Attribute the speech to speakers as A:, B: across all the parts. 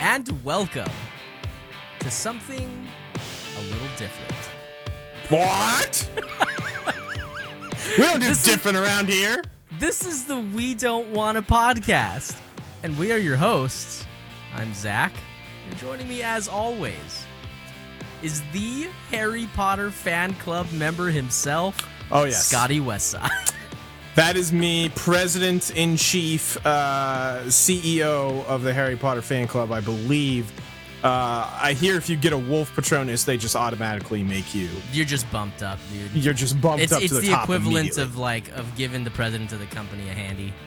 A: and welcome to something a little different.
B: What? we don't do
A: This is-
B: different around here.
A: This is the We Don't Want a podcast, and we are your hosts. I'm Zach, and joining me, as always, is the Harry Potter fan club member himself,
B: Oh yes,
A: Scotty Westside.
B: That is me, president in chief, uh, CEO of the Harry Potter fan club, I believe. Uh, I hear if you get a wolf patronus, they just automatically make you.
A: You're just bumped up, dude.
B: You're just bumped
A: It's,
B: up
A: it's
B: to the,
A: the,
B: top
A: equivalent
B: immediately.
A: of like of giving the president of the company a handy.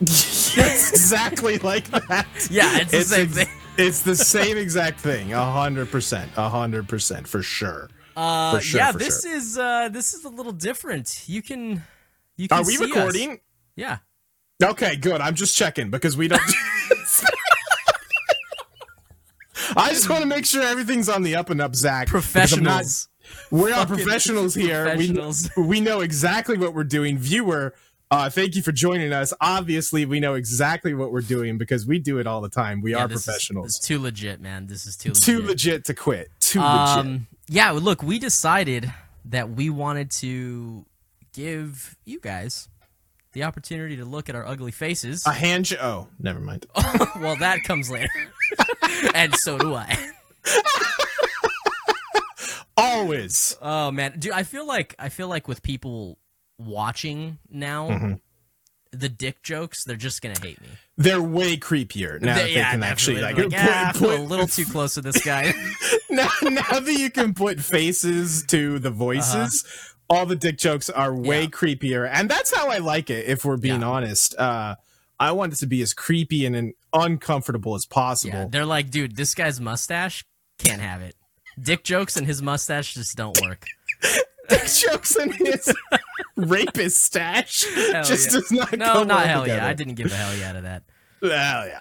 B: Yes, exactly like that.
A: Yeah, it's the same
B: ex-
A: thing.
B: It's the same exact thing. A hundred percent. A hundred percent for sure.
A: Uh,
B: For sure,
A: yeah,
B: for
A: this is uh, this is a little different. You can, you can.
B: Are we
A: see us.
B: recording?
A: Yeah.
B: Okay, good. I'm just checking because we don't. I just want to make sure everything's on the up and up, Zach. because I'm not-
A: Professionals.
B: we're all
A: Fucking
B: professionals here.
A: professionals.
B: We, we know exactly what we're doing. Viewer, uh, thank you for joining us. Obviously, we know exactly what we're doing because we do it all the time. We
A: Yeah,
B: are
A: this is-
B: professionals.
A: It's too legit, man. This is too legit.
B: Too legit to quit. Too legit.
A: Um, yeah, well, look, we decided that we wanted to give you guys the opportunity to look at our ugly faces.
B: A hand jo- Oh, never mind.
A: well, that comes later. and so do I.
B: Always.
A: Oh man, dude, I feel like I feel like with people watching now,
B: Mm-hmm.
A: the dick jokes, they're just going to hate me.
B: They're way creepier now that they
A: yeah,
B: can
A: definitely.
B: actually
A: They're
B: like,
A: like, "Ah, I
B: put-
A: feel a little too close to this guy.
B: now, now that you can put faces to the voices, all the dick jokes are way
A: Yeah.
B: creepier. And that's how I like it, if we're being
A: Yeah.
B: honest. Uh, I want it to be as creepy and an uncomfortable as
A: Yeah,
B: possible.
A: they're like, dude, this guy's mustache can't have it. Dick jokes and his mustache just don't work.
B: Dick jokes in his rapist stash just
A: yeah.
B: does not
A: No,
B: go well
A: not hell
B: together.
A: yeah. I didn't give a hell yeah to that.
B: Hell yeah.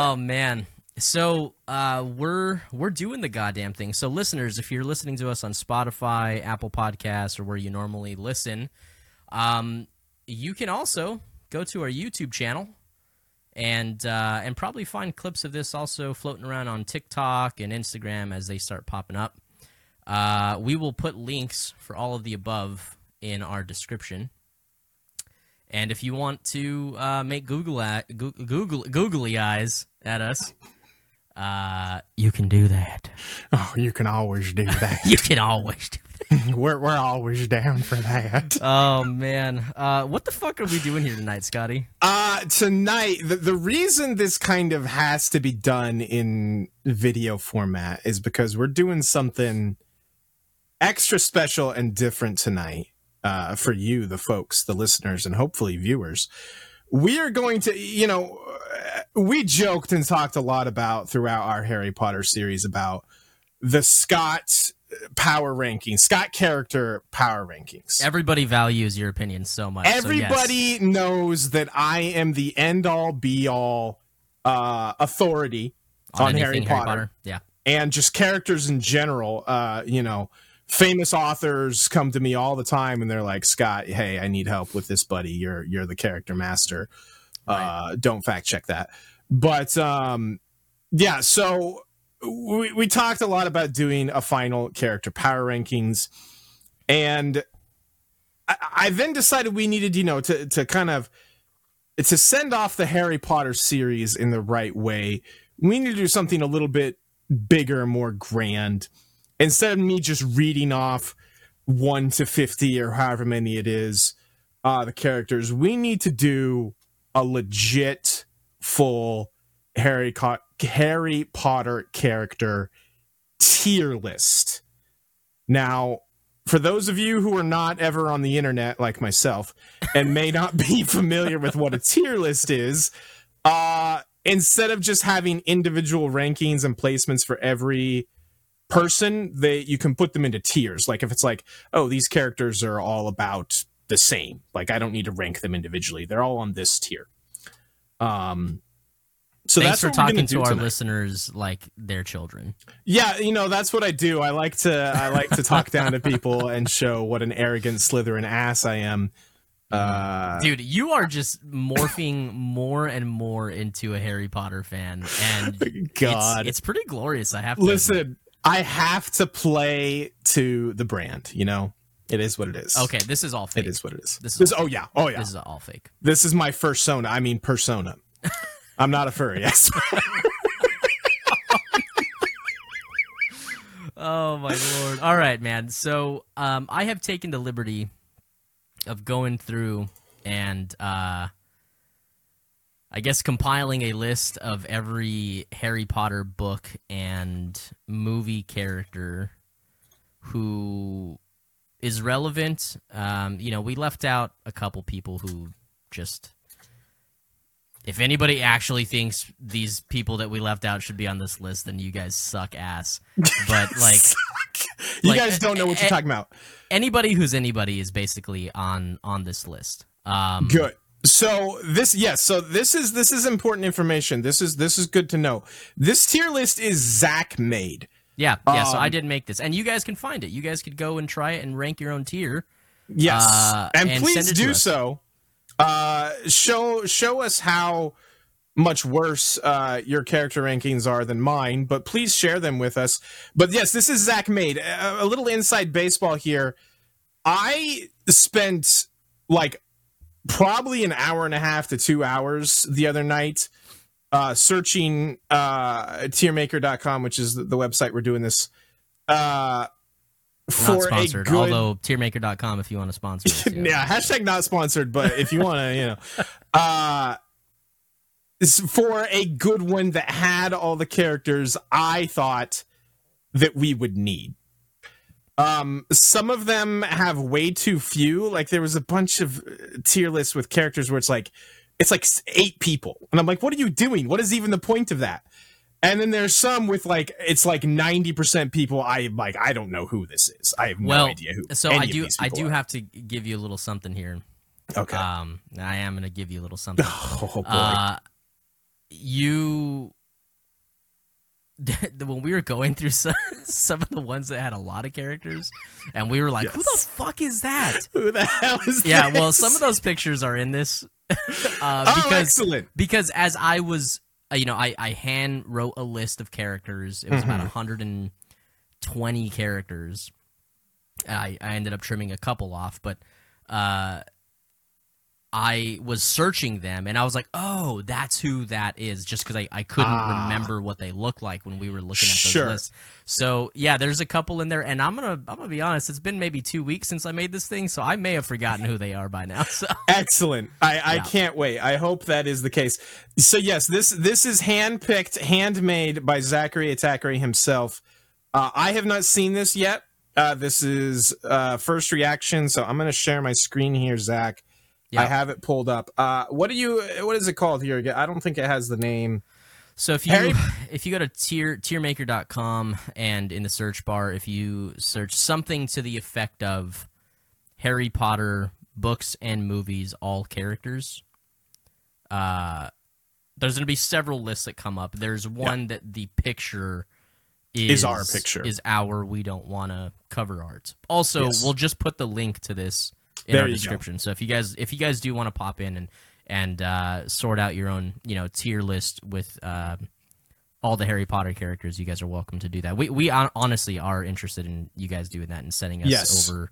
B: Uh,
A: Oh man. So uh, we're we're doing the goddamn thing. So listeners, if you're listening to us on Spotify, Apple Podcasts, or where you normally listen, um, you can also go to our YouTube channel and uh, and probably find clips of this also floating around on TikTok and Instagram as they start popping up. Uh, we will put links for all of the above in our description. And if you want to uh, make Google, a- Goo- Google googly eyes at us, uh, you can do that.
B: oh, you can always do that.
A: You can always do that.
B: we're, we're always down for that.
A: Oh man, uh, what the fuck are we doing here tonight, Scotty?
B: Uh tonight the, the reason this kind of has to be done in video format is because we're doing something extra special and different tonight uh for you the folks, the listeners and hopefully viewers. We are going to, you know, uh, we joked and talked a lot about throughout our Harry Potter series about the Scott power rankings, Scott character power rankings.
A: Everybody values your opinion so much. so yes.
B: Everybody knows that I am the end all be all uh, authority on, Harry,
A: anything
B: Potter,
A: Yeah.
B: and just characters in general. Uh, you know, famous authors come to me all the time and they're like, Scott, hey, I need help with this, buddy. You're you're the character master. Uh, don't fact check that. But um, yeah, so we, we talked a lot about doing a final character power rankings and I, I then decided we needed, you know, to to kind of to send off the Harry Potter series in the right way. We need to do something a little bit bigger, more grand. Instead of me just reading off one to fifty or however many it is, uh, the characters, we need to do a legit full Harry Co- Harry Potter character tier list. Now, for those of you who are not ever on the internet like myself and may not be familiar with what a tier list is, uh, instead of just having individual rankings and placements for every person, they you can put them into tiers. Like if it's like, oh, these characters are all about the same. Like I don't need to rank them individually. They're all on this tier. Um so
A: Thanks
B: that's
A: for
B: what we're gonna
A: talking
B: do
A: to our
B: tonight.
A: listeners like their children.
B: Yeah, you know that's what I do. I like to I like to talk down to people and show what an arrogant Slytherin ass I am.
A: Mm.
B: Uh,
A: Dude, you are just morphing more and more into a Harry Potter fan, and it's-
B: God,
A: it's, pretty glorious. I have to admit.
B: listen, I have to play to the brand. You know, it is what it is.
A: Okay, this is all fake.
B: it is what it is.
A: This
B: This
A: is
B: is,
A: all-
B: oh yeah, oh yeah.
A: This is all fake.
B: This is my first persona. I mean persona. I'm not a furry. Yes.
A: Oh my lord! All right, man. So um, I have taken the liberty of going through and uh, I guess compiling a list of every Harry Potter book and movie character who is relevant. Um, you know, we left out a couple people who just. If anybody actually thinks these people that we left out should be on this list, then you guys suck ass. But like,
B: you
A: Like,
B: guys don't know what
A: eh,
B: you're talking about.
A: anybody who's anybody is basically on on this list. Um,
B: Good. So this yes, so this is this is important information. This is this is good to know. This tier list is Zach made.
A: Yeah, yeah. so I
B: Um,
A: did make this, and you guys can find it. You guys could go and try it and rank your own tier.
B: Yes.
A: Uh,
B: and,
A: and send
B: please
A: it to
B: do
A: us.
B: so. Uh show show us how much worse uh your character rankings are than mine, but please share them with us. But yes, this is Zach made. A, a little inside baseball here. I spent like probably an hour and a half to two hours the other night uh, searching uh, tiermaker.com, which is the, the website we're doing this uh,
A: We're not
B: for a
A: sponsored,
B: good.
A: although tiermaker.com if you want to sponsor. Us,
B: yeah. hashtag not sponsored, but if you want to, you know, uh, it's for a good one that had all the characters I thought that we would need. Um, some of them have way too few. Like there was a bunch of uh, tier lists with characters where it's like, it's like s- eight people, and I'm like, what are you doing? What is even the point of that? And then there's some with like it's like ninety percent people. I like I don't know who this is. I have no
A: Well,
B: idea who.
A: So
B: any
A: I
B: of
A: do,
B: these
A: I
B: people
A: do
B: are.
A: have to give you a little something here.
B: okay.
A: Um, I am going to give you a little something.
B: Oh boy.
A: Uh, you when we were going through some, some of the ones that had a lot of characters, and we were like, "Who the
B: Yes.
A: fuck is that?"
B: Who the hell is
A: Yeah,
B: this?
A: well, some of those pictures are in this uh,
B: Oh,
A: because
B: excellent.
A: because as I was, uh, you know, I I hand wrote a list of characters. It was about
B: Mm-hmm.
A: 120 characters. I I ended up trimming a couple off, but uh, I was searching them and I was like, oh, that's who that is, just because I I couldn't
B: Ah.
A: remember what they look like when we were looking at those
B: Sure.
A: lists. So yeah, there's a couple in there, and I'm gonna I'm gonna be honest. It's been maybe two weeks since I made this thing, so I may have forgotten who they are by now. So
B: Excellent. I, I
A: Yeah.
B: can't wait. I hope that is the case. So yes, this this is handpicked, handmade by Zachary Attackery himself. Uh, I have not seen this yet. Uh, this is uh, first reaction. So I'm going to share my screen here, Zach.
A: Yeah.
B: I have it pulled up. Uh, what do you? What is it called here again? I don't think it has the name.
A: So if you
B: Harry-
A: if you go to tier tiermaker.com and in the search bar if you search something to the effect of Harry Potter books and movies all characters uh there's going to be several lists that come up. There's one that the picture is,
B: Is our picture.
A: is our we don't want to cover art. Also,
B: Yes.
A: we'll just put the link to this in
B: There
A: our
B: you go.
A: description. So if you guys if you guys do want to pop in and and uh, sort out your own you know tier list with uh, all the Harry Potter characters, you guys are welcome to do that. We we hon- honestly are interested in you guys doing that and sending us
B: Yes.
A: over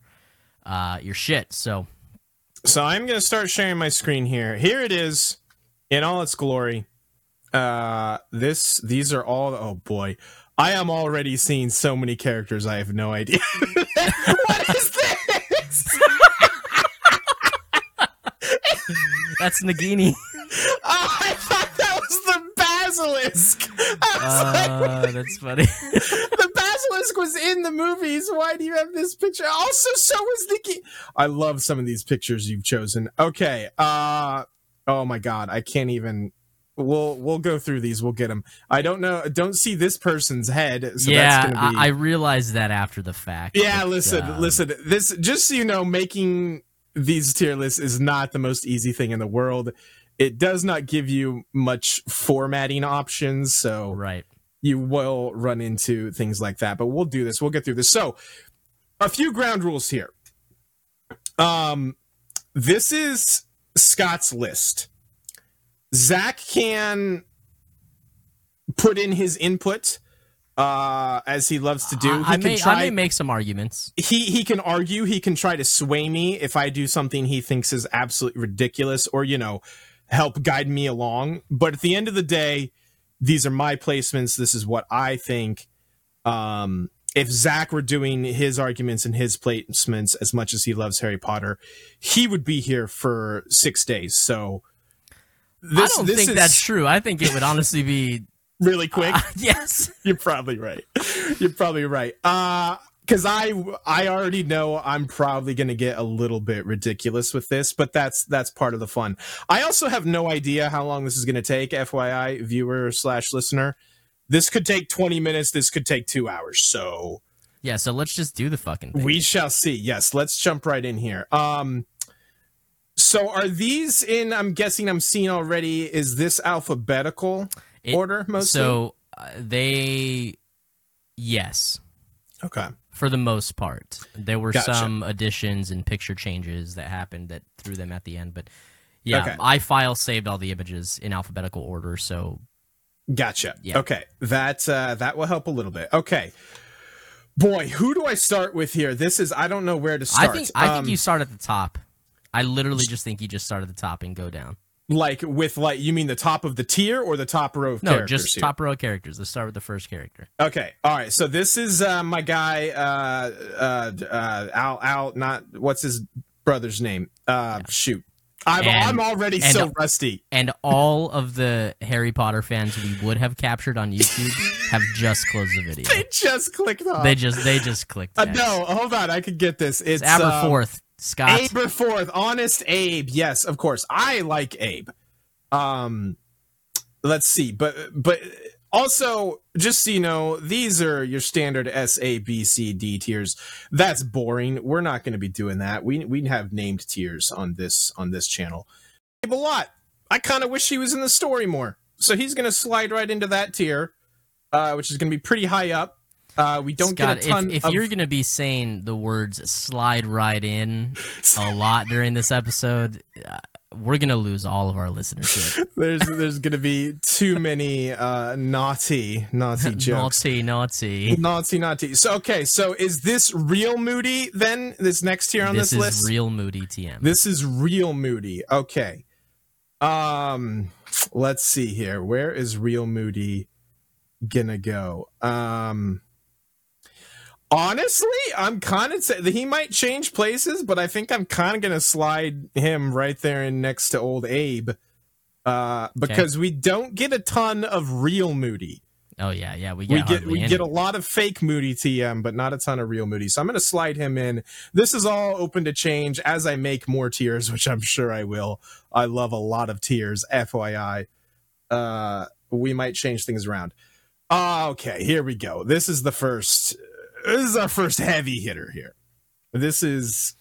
A: uh, your shit. So
B: So I'm going to start sharing my screen here. Here it is in all its glory. Uh this these are all oh boy. I am already seeing so many characters I have no idea. what is this?
A: that's Nagini.
B: Oh, I thought that was the basilisk. I
A: Uh,
B: was
A: that's funny.
B: like, the basilisk was in the movies. Why do you have this picture? Also, so was Nikki. I love some of these pictures you've chosen. Okay. Uh oh my god, I can't even We'll we'll go through these. We'll get them. I don't know. Don't see this person's head. So
A: yeah,
B: that's gonna be...
A: I, I realized that after the fact.
B: Yeah,
A: but,
B: listen,
A: um,
B: listen. This just so you know, making these tier lists is not the most easy thing in the world. It does not give you much formatting options, so
A: Right.
B: you will run into things like that. But we'll do this. We'll get through this. So, a few ground rules here. Um, this is Scott's list. Zach can put in his input uh, as he loves to do. He
A: I, I
B: can
A: may,
B: try.
A: I may make some arguments.
B: he he can argue. He can try to sway me if I do something he thinks is absolutely ridiculous, or you know, help guide me along. But at the end of the day, these are my placements. This is what I think. Um, if Zach were doing his arguments and his placements as much as he loves Harry Potter, he would be here for six days. So. This,
A: I don't
B: this
A: think
B: is
A: that's true. I think it would honestly be
B: really quick.
A: yes.
B: You're probably right. You're probably right. Uh because I I already know I'm probably gonna get a little bit ridiculous with this, but that's that's part of the fun. I also have no idea how long this is gonna take, FYI, viewer slash listener. This could take 20 minutes, this could take two hours, so
A: Yeah, so let's just do the fucking thing.
B: we shall see. Yes, let's jump right in here. Um so are these in I'm guessing I'm seeing already, is this alphabetical
A: It-
B: order mostly?
A: So uh, they yes,
B: okay.
A: for the most part. There were
B: Gotcha.
A: some additions and picture changes that happened that threw them at the end, but yeah,
B: Okay.
A: I file saved all the images in alphabetical order, so
B: Gotcha.
A: Yeah.
B: Okay. That uh, that will help a little bit. Okay. Boy, who do I start with here? This is I don't know where to start.
A: I think I
B: Um,
A: think you start at the top. I literally just think you just start at the top and go down.
B: like with like you mean the top of the tier or the top row of
A: No,
B: characters?
A: just
B: here?
A: top row of characters. Let's start with the first character.
B: Okay. All right. So this is uh, my guy uh uh uh Al Al not what's his brother's name? Uh shoot. I'm
A: And-
B: I'm already
A: and-
B: so rusty.
A: And all of the Harry Potter fans we would have captured on YouTube have just closed the video.
B: They just clicked off.
A: They just they just clicked.
B: uh,
A: X.
B: no, hold on. I could get this. Uh, It's,
A: it's
B: um,
A: Aberforth, Scott.
B: Aberforth, honest Abe. Yes, of course. I like Abe. Um, let's see, but but also just so you know, these are your standard S A B C D tiers. That's boring. We're not going to be doing that. We we have named tiers on this on this channel. Abe a lot. I kind of wish he was in the story more. So he's going to slide right into that tier, uh, which is going to be pretty high up. Uh, we don't
A: Scott,
B: get a ton
A: if, if
B: of
A: you're gonna be saying the words "slide right in" a lot during this episode, uh, we're gonna lose all of our listenership.
B: there's there's gonna be too many uh naughty naughty jokes
A: naughty, naughty.
B: naughty naughty so okay so is this real moody then this next here on
A: This is
B: this, list
A: real moody TM.
B: this is real moody okay um let's see here where is real moody gonna go um honestly i'm kind of sa- he might change places but i think i'm kind of gonna slide him right there in next to old abe uh because we don't get a ton of real moody
A: oh yeah, yeah. We get
B: we get
A: hardly
B: we
A: any.
B: get a lot of fake moody tm but not a ton of real moody so i'm going to slide him in this is all open to change as i make more tiers which i'm sure i will i love a lot of tiers fyi uh we might change things around Ah, okay here we go this is the first this is our first heavy hitter here this is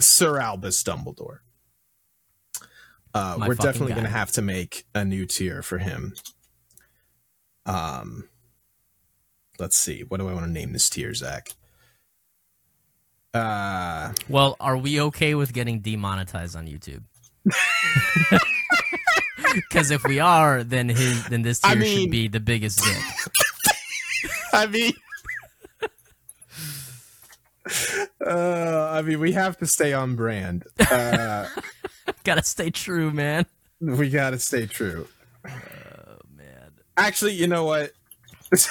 B: sir albus dumbledore uh,
A: My
B: we're
A: fucking
B: definitely
A: guy.
B: going to have to make a new tier for him um let's see what do i want to name this tier zach uh
A: Well, are we okay with getting demonetized on YouTube? Because if we are, then his then this tier
B: I mean-
A: should be the biggest dick.
B: i mean uh i mean we have to stay on brand uh
A: Gotta stay true, man.
B: we gotta stay true
A: Oh man.
B: actually you know what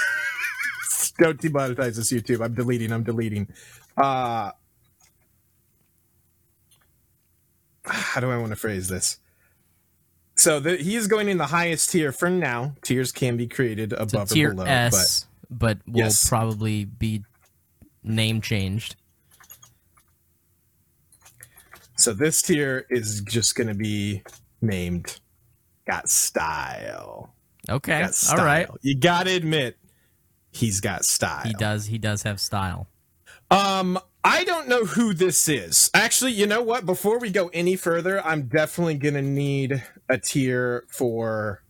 B: don't demonetize this youtube i'm deleting i'm deleting uh how do i want to phrase this so the, he is going in the highest tier for now tiers can be created
A: It's a
B: above or
A: tier
B: below but
A: S, but, will
B: Yes.
A: probably be name changed.
B: So this tier is just going to be named Got Style.
A: Okay.
B: Got style.
A: All right.
B: You got to admit he's got style.
A: He does. He does have style.
B: Um I don't know who this is. Actually, you know what? Before we go any further, I'm definitely going to need a tier for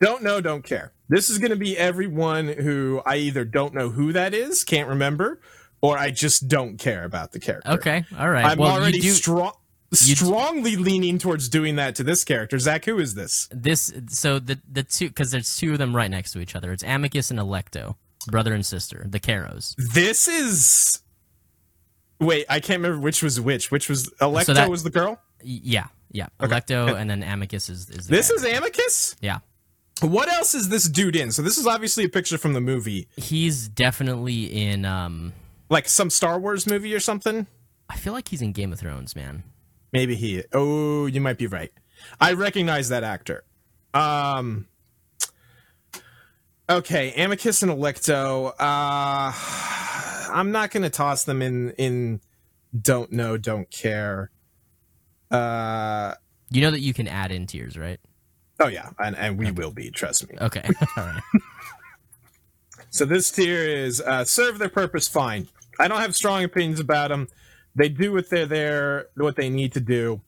B: Don't know, don't care. This is going to be everyone who I either don't know who that is, can't remember, or I just don't care about the character.
A: Okay. All right.
B: I'm
A: well,
B: already
A: you do.
B: strong
A: You-
B: strongly leaning towards doing that to this character. Zach, who is this?
A: This so the the two because there's two of them right next to each other. It's Amicus and Electo, brother and sister, the Caros.
B: This is. Wait, I can't remember which was which. Which was Electo
A: that-
B: was the girl.
A: Y- Yeah, yeah. Electo and then Amicus is is the
B: This
A: guy.
B: is Amicus.
A: yeah.
B: What else is this dude in? So this is obviously a picture from the movie,
A: He's definitely in. um
B: like some Star Wars movie or something.
A: I feel like he's in Game of Thrones, man.
B: Maybe he. Oh, you might be right. I recognize that actor. Um. Okay, Amicus and Electo. Uh, I'm not gonna toss them in. In don't know, don't care. Uh.
A: You know that you can add in tiers, right?
B: Oh yeah, and, and we will be. Trust me.
A: Okay, all right.
B: So this tier is uh, serve their purpose fine. I don't have strong opinions about them. They do what they're there, what they need to do.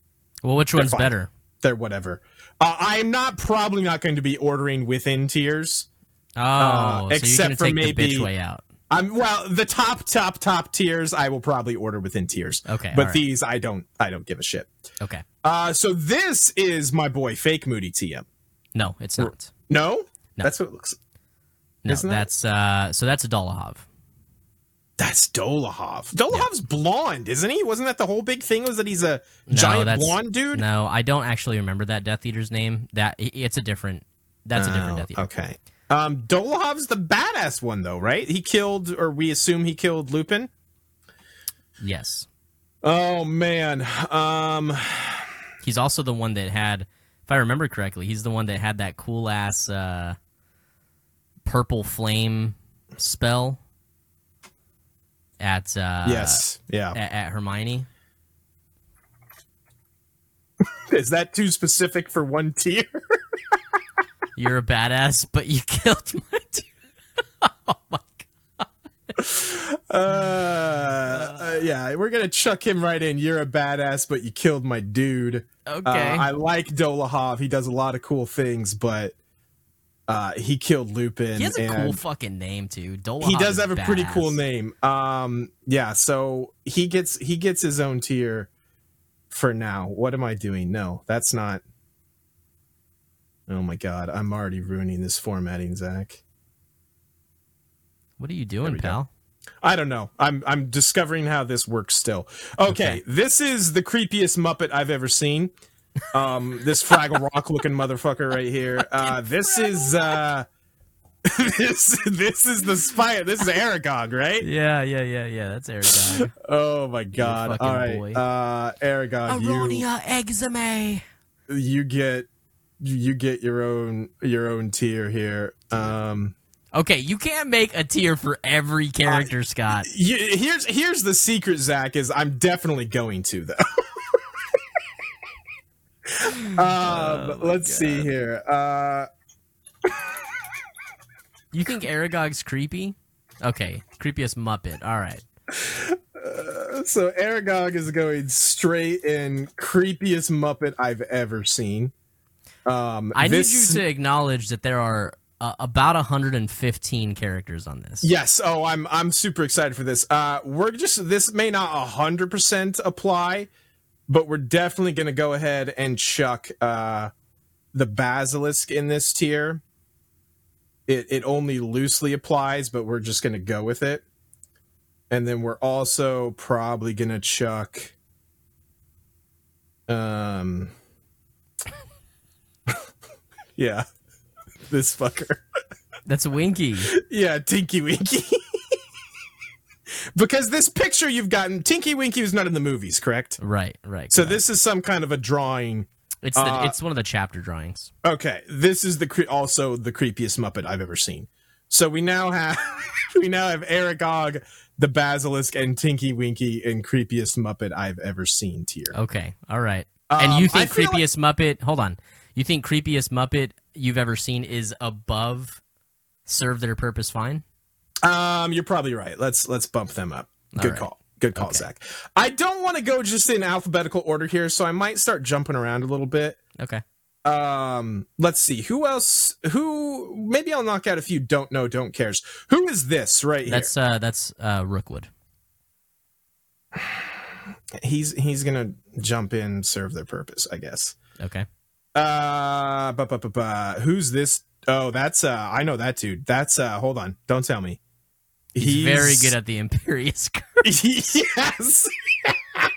A: Well, which one's
B: fine.
A: better?
B: They're whatever. Uh, I'm not probably not going to be ordering within tiers.
A: Oh, so you're
B: except
A: gonna
B: for
A: take the
B: maybe-
A: bitch way out.
B: I'm well, the top, top, top tiers. I will probably order within tiers.
A: Okay,
B: but
A: all right.
B: these I don't. I don't give a shit.
A: Okay,
B: Uh, so this is my boy, fake Moody TM.
A: no, it's not.
B: No,
A: No.
B: that's what it looks.
A: No,
B: Isn't it?
A: that's uh, so that's Adolahov.
B: That's Dolahov. Dolahov's blonde, isn't he? Wasn't that the whole big thing? Was that he's a
A: No,
B: giant
A: that's-
B: blonde dude?
A: No, I don't actually remember that Death Eater's name. That i- it's a different. That's a different
B: Oh,
A: Death Eater.
B: Okay. Um, Dolohov's the badass one, though, right? He killed, or we assume he killed Lupin.
A: Yes,
B: Oh man. Um,
A: Uh, he's also the one that had, if I remember correctly, he's the one that had that cool ass uh, purple flame spell at uh,
B: yes. Yeah.
A: at, at Hermione.
B: Is that too specific for one tier?
A: You're a badass, but you killed my. dude. oh my god!
B: Uh, uh, yeah. We're gonna chuck him right in. You're a badass, but you killed my dude. Uh,
A: Okay.
B: I like Dolahov. He does a lot of cool things, but uh, he killed Lupin.
A: he has a cool
B: and-
A: fucking name too. Dolahov
B: he does
A: is
B: have a pretty cool
A: badass.
B: name um yeah so he gets he gets his own tier for now what am i doing no that's not oh my god i'm already ruining this formatting zach
A: What are you doing,
B: we go.
A: pal?
B: i don't know i'm i'm discovering how this works still okay,
A: Okay.
B: this is the creepiest muppet i've ever seen um this fraggle rock looking motherfucker right here uh this is uh this this is the spy this is aragog right
A: Yeah, yeah, yeah, yeah. That's Aragog.
B: Oh my god.
A: fucking
B: All right.
A: boy.
B: Uh Aragon, you
A: Aronia Exame.
B: you get you get your own your own tier here. Um
A: Okay, you can't make a tier for every character, Scott.
B: you, here's here's the secret Zach is I'm definitely going to though. um
A: Oh my
B: let's see
A: God.
B: here. Uh
A: You think Aragog's creepy? Okay, creepiest Muppet. All right.
B: so Aragog is going straight in creepiest muppet I've ever seen. Um
A: I
B: this,
A: need you to acknowledge that there are uh, about 115 characters on this.
B: Yes. Oh, I'm I'm super excited for this. Uh, we're just this may not hundred percent apply, but we're definitely gonna go ahead and chuck uh, the basilisk in this tier. It it only loosely applies, but we're just gonna go with it. And then we're also probably gonna chuck. Um. yeah, this fucker.
A: That's Winky.
B: Yeah, Tinky Winky. because this picture you've gotten, Tinky Winky was not in the movies, correct?
A: right, right.
B: So
A: correct.
B: this is some kind of a drawing.
A: it's the,
B: uh,
A: it's one of the chapter drawings.
B: Okay, this is the cre- also the creepiest Muppet I've ever seen. So we now have we now have Aragog, the Basilisk, and Tinky Winky in creepiest Muppet I've ever seen tier.
A: Okay, all right.
B: Um,
A: and you
B: I
A: think
B: feel like-
A: creepiest Muppet? Hold on. You think creepiest Muppet you've ever seen is above serve their purpose fine?
B: Um, you're probably right. Let's let's bump them up.
A: All
B: Good
A: right.
B: call. Good call,
A: Okay.
B: Zach. I don't want to go just in alphabetical order here, so I might start jumping around a little bit.
A: Okay.
B: um let's see who else who maybe i'll knock out a few don't know don't cares who is this right
A: That's uh that's uh Rookwood.
B: he's he's gonna jump in, serve their purpose, I guess.
A: Okay.
B: Uh, bu- bu- bu- bu- who's this? Oh, that's uh, I know that dude. That's uh, hold on, don't tell me.
A: He's, very good at the imperious curse.
B: yes.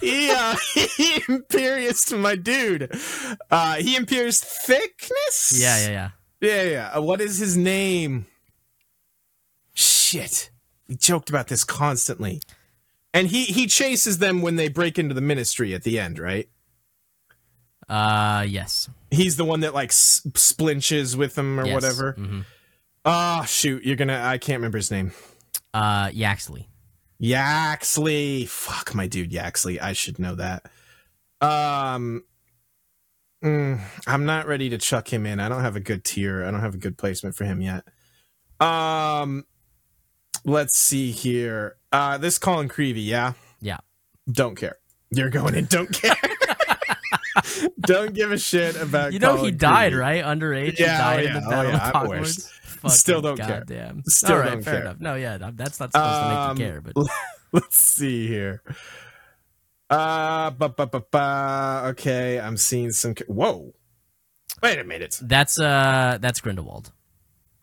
B: he uh, he imperioused my dude. Uh, he imperioused thickness.
A: Yeah, yeah, yeah.
B: Yeah, yeah. Uh, What is his name? Shit. We joked about this constantly. And he he chases them when they break into the ministry at the end, right?
A: Uh, yes.
B: He's the one that like s- splinches with them or
A: Yes.
B: whatever.
A: Mhm.
B: Ah, shoot, you're gonna. I can't remember his name.
A: Uh, Yaxley.
B: Yaxley. Fuck my dude, Yaxley. I should know that. Um, mm, I'm not ready to chuck him in. I don't have a good tier. I don't have a good placement for him yet. Um, let's see here. Uh, this Colin Creevy, yeah,
A: Yeah.
B: don't care. You're going in. Don't care. don't give a shit about.
A: You know he
B: Colin
A: died,
B: Creevy.
A: right? Underage.
B: Yeah, oh
A: he died
B: yeah,
A: in
B: oh
A: the Battle
B: yeah,
A: of
B: I'm worse.
A: Hogwarts. Fucking
B: Still don't care.
A: Goddamn.
B: Still
A: All right,
B: don't
A: fair
B: care. Um,
A: enough. No, yeah, that- that's not supposed to make you care, but
B: Let's see here. Uh, ba ba ba ba. Okay, I'm seeing some. ca- Whoa! Wait a minute.
A: that's uh, that's Grindelwald.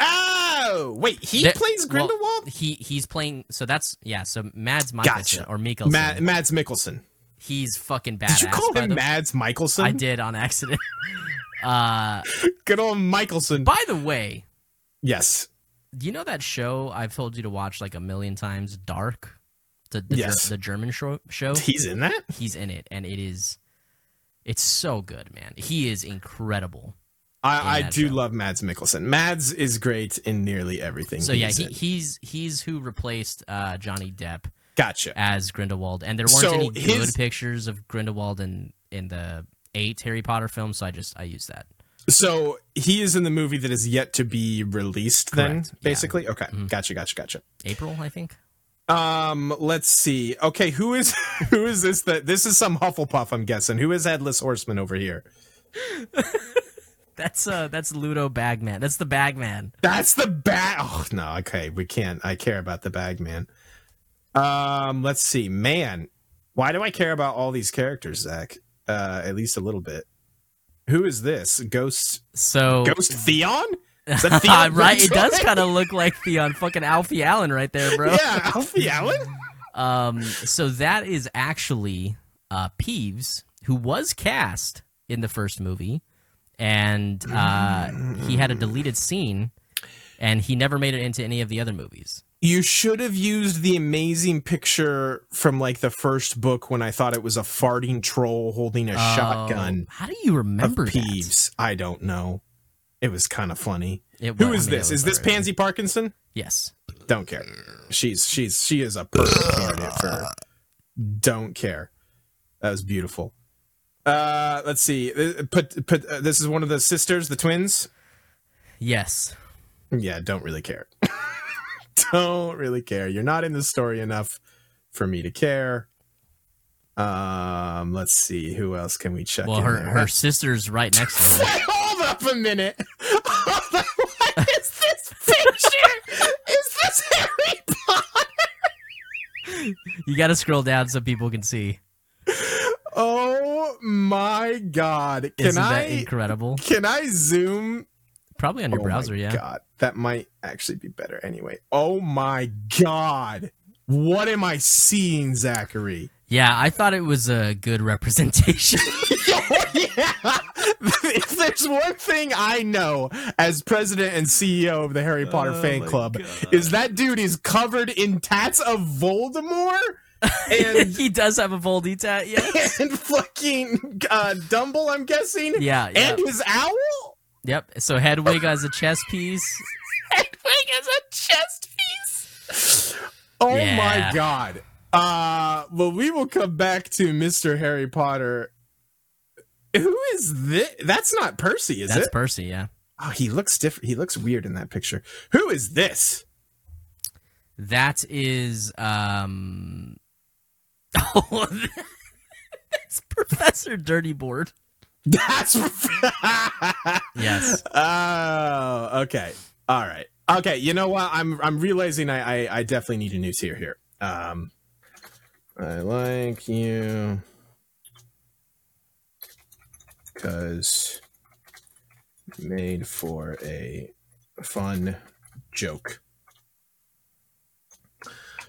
B: Oh, wait. He
A: There-
B: plays
A: well,
B: Grindelwald.
A: He he's playing. So that's yeah. So Mads Mikkelsen
B: Gotcha.
A: or Mikkelsen.
B: Ma- Mads Mikkelsen.
A: he's fucking badass.
B: Did you call
A: by
B: him
A: the-
B: Mads Mikkelsen?
A: I did on accident. uh,
B: Good old Mikkelsen.
A: by the way,
B: yes.
A: do you know that show I've told you to watch like a million times? Dark. The the, Ger-
B: Yes.
A: the German show, show.
B: He's in that.
A: He's in it, and it is. It's so good, man. He is incredible.
B: I, I
A: In that
B: do
A: show.
B: love Mads Mikkelsen. Mads is great in nearly everything.
A: So yeah,
B: he's
A: he,
B: in.
A: he's he's who replaced uh, Johnny Depp
B: gotcha.
A: as Grindelwald, and there weren't
B: So
A: any good
B: his-
A: pictures of Grindelwald in in the eight Harry Potter films, so I just I used that.
B: So he is in the movie that is yet to be released. Then,
A: Correct, yeah.
B: basically, okay,
A: Mhm.
B: gotcha, gotcha, gotcha.
A: April, I think.
B: Um, let's see. Okay, who is who is this? That this is some Hufflepuff, I'm guessing. Who is Headless Horseman over here?
A: That's uh that's Ludo Bagman. That's the Bagman.
B: That's the bag. Oh no, okay, we can't. I care about the bag man. Um, let's see, man. Why do I care about all these characters, Zach? Uh, at least a little bit. Who is this ghost?
A: So
B: Ghost Theon? Is that Theon
A: Oh. right, it does
B: Greyjoy?
A: kind of look like Theon fucking Alfie Allen right there, bro.
B: Yeah, Alfie Allen.
A: Um so that is actually uh Peeves who was cast in the first movie and uh he had a deleted scene and he never made it into any of the other movies.
B: You should have used the amazing picture from like the first book when I thought it was a farting troll holding a
A: Oh,
B: shotgun
A: How do you
B: of
A: remember that?
B: Peeves. I don't know. It was kind of funny.
A: It
B: Who
A: was-
B: is
A: I mean, it was
B: this? Is this
A: alright.
B: Pansy Parkinson?
A: Yes.
B: Don't care. She's she's she is a perfect candidate for don't care. That was beautiful. Uh, let's see. Uh, Put put. Uh, this is one of the sisters, the twins.
A: Yes.
B: Yeah, don't really care. don't really care. You're not in the story enough for me to care. Um, let's see. Who else can we check?
A: Well,
B: in
A: her
B: there?
A: her sister's right next to her.
B: Wait, hold up a minute. Hold up. What is this picture? is this Harry Potter?
A: You got to scroll down so people can see.
B: Oh my god. Can
A: Isn't
B: I
A: that incredible?
B: can I zoom
A: Probably on your
B: Oh
A: browser,
B: my
A: yeah.
B: God. That might actually be better anyway. Oh my god. What am I seeing, Zachary?
A: Yeah, I thought it was a good representation.
B: Oh, yeah. if there's one thing I know as president and CEO of the Harry Potter
A: Oh
B: fan
A: my
B: club
A: God.
B: is that dude is covered in tats of Voldemort and
A: he does have a Voldy tat, yeah.
B: and fucking uh, Dumble, I'm guessing,
A: Yeah, yeah.
B: and his owl.
A: yep. So Hedwig has a chess piece.
B: Hedwig is a chest piece. Oh my
A: Yeah.
B: god. Uh well we will come back to Mr. Harry Potter. Who is this? That's not Percy, is
A: That's
B: it?
A: Percy, yeah.
B: oh, he looks different. He looks weird in that picture. Who is this?
A: That is um Oh, that's Professor Dirty Board.
B: That's
A: Yes.
B: Oh, okay. All right. Okay. You know what? I'm I'm realizing I I, I definitely need a new tier here. Um, I like you because made for a fun joke.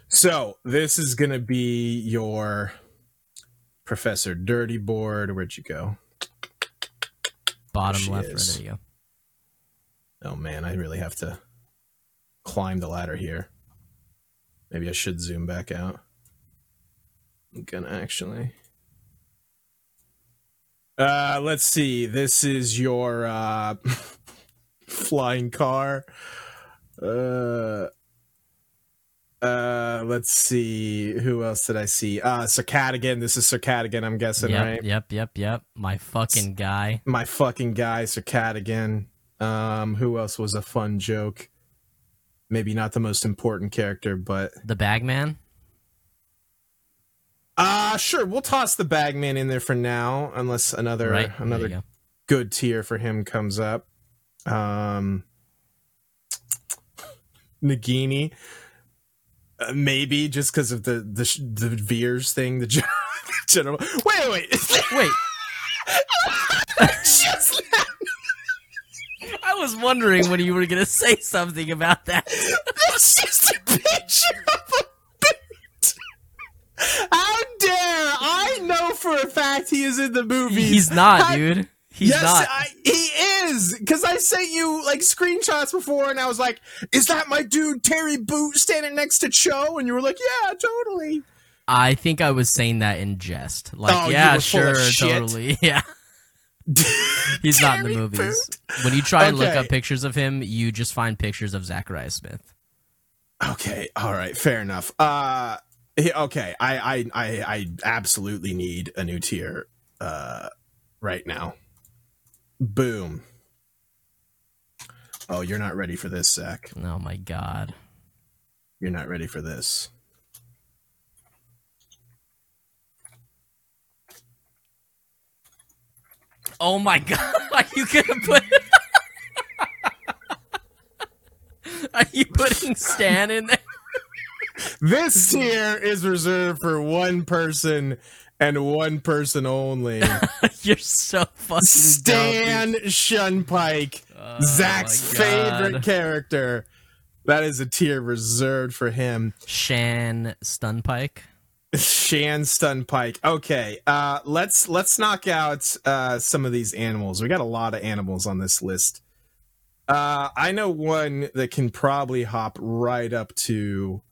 B: So this is gonna be your Professor Dirty board. Where'd you go?
A: Bottom
B: she
A: left.
B: is.
A: Right, there you go.
B: Oh man, I really have to climb the ladder here. Maybe I should zoom back out. I'm gonna actually. Uh, let's see. This is your uh, flying car. Uh, uh, let's see. Who else did I see? Uh, Circadigan. This is Circadigan, I'm guessing,
A: yep,
B: right?
A: yep, yep, yep. My fucking guy.
B: my fucking guy Circadigan. Um, who else was a fun joke? Maybe not the most important character, but
A: The Bagman.
B: uh sure, we'll toss the Bagman in there for now, unless another
A: right. there
B: another
A: you go.
B: good tier for him comes up. Um, Nagini, uh, maybe just because of the the sh- the Veers thing. The gen- general. Wait, wait, wait.
A: Wait,
B: Just-
A: I was wondering when you were gonna say something about that.
B: That's just a picture of a boot. How dare I know for a fact he is in the movie.
A: He's not,
B: I-
A: dude. He's
B: yes,
A: not.
B: I, he is. Because I sent you like screenshots before, and I was like, "Is that my dude Terry Boot standing next to Cho?" And you were like, "Yeah, totally."
A: I think I was saying that in jest. Like,
B: Oh, you
A: yeah,
B: were full
A: sure,
B: of shit.
A: totally. Yeah. He's not in the
B: Terry Booth.
A: movies. When you try and look
B: Okay.
A: up pictures of him, you just find pictures of Zachariah Smith.
B: Okay, all right, fair enough. Uh, he- okay, I, I, I, I absolutely need a new tier, uh, right now. Boom. Oh, you're not ready for this, Zach.
A: Oh my god.
B: You're not ready for this.
A: Oh my god. Are you gonna put Are you putting Stan in there?
B: This tier is reserved for one person and one person only.
A: You're so fucking
B: Stan Shunpike,
A: dumb. Oh my
B: Zach's
A: God.
B: favorite character. That is a tier reserved for him.
A: Shan Stunpike.
B: Shan Stunpike. Okay, uh, let's let's knock out uh, some of these animals. We got a lot of animals on this list. Uh, I know one that can probably hop right up to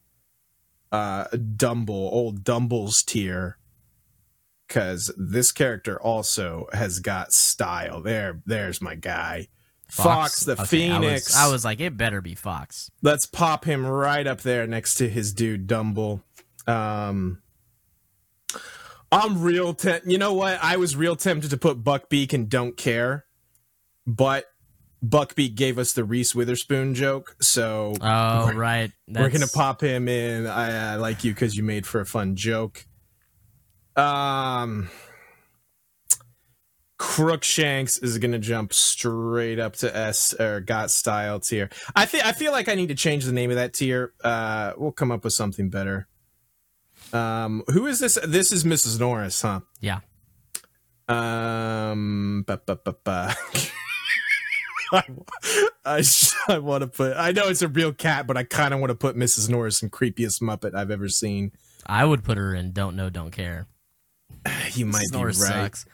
B: uh, Dumble, old Dumble's tier, because this character also has got style. There, there's my guy, Fox, the
A: Okay, I was-
B: Phoenix.
A: I was, like, it better be Fox.
B: let's pop him right up there next to his dude Dumble. Um, I'm real. Te- you know what? I was real tempted to put Buckbeak and don't care, but Buckbeak gave us the Reese Witherspoon joke, so
A: Oh right,
B: we're gonna
A: That's-
B: pop him in. I, I like you because you made for a fun joke. Um, Crookshanks is gonna jump straight up to S or Got Style tier. I think I feel like I need to change the name of that tier. Uh, we'll come up with something better. Um, who is this? This is Mrs. Norris, huh?
A: Yeah.
B: Um, ba, ba, ba, ba. I, I, sh- I want to put. I know it's a real cat, but I kind of want to put Mrs. Norris in creepiest Muppet I've ever seen.
A: I would put her in. Don't know, don't care.
B: You might be
A: Snorri
B: right.
A: sucks.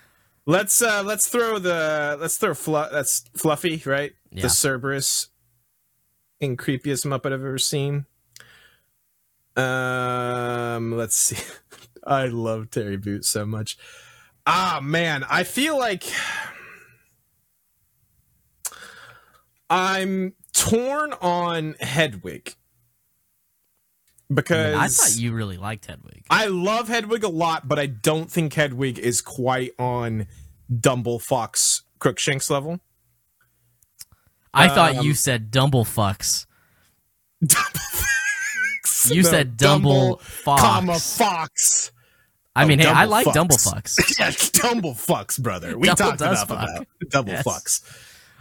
B: Let's uh let's throw the let's throw flu- that's Fluffy, right?
A: Yeah.
B: The Cerberus in creepiest Muppet I've ever seen. Um let's see. I love Terry Boot so much. Ah man, I feel like I'm torn on Hedwig.
A: I,
B: Because
A: mean, I thought you really liked Hedwig.
B: I love Hedwig a lot, but I don't think Hedwig is quite on Dumble Fox Crookshanks level.
A: I thought
B: um,
A: you said Dumble fucks. You
B: No,
A: said Dumble fox.
B: comma Fox.
A: I
B: Oh,
A: mean, hey, I
B: Dumble
A: like
B: fucks.
A: Dumble fucks.
B: yeah, Dumble Fox, brother. We
A: Dumble
B: talked
A: does
B: enough
A: fuck.
B: about Double
A: Yes.
B: Fox.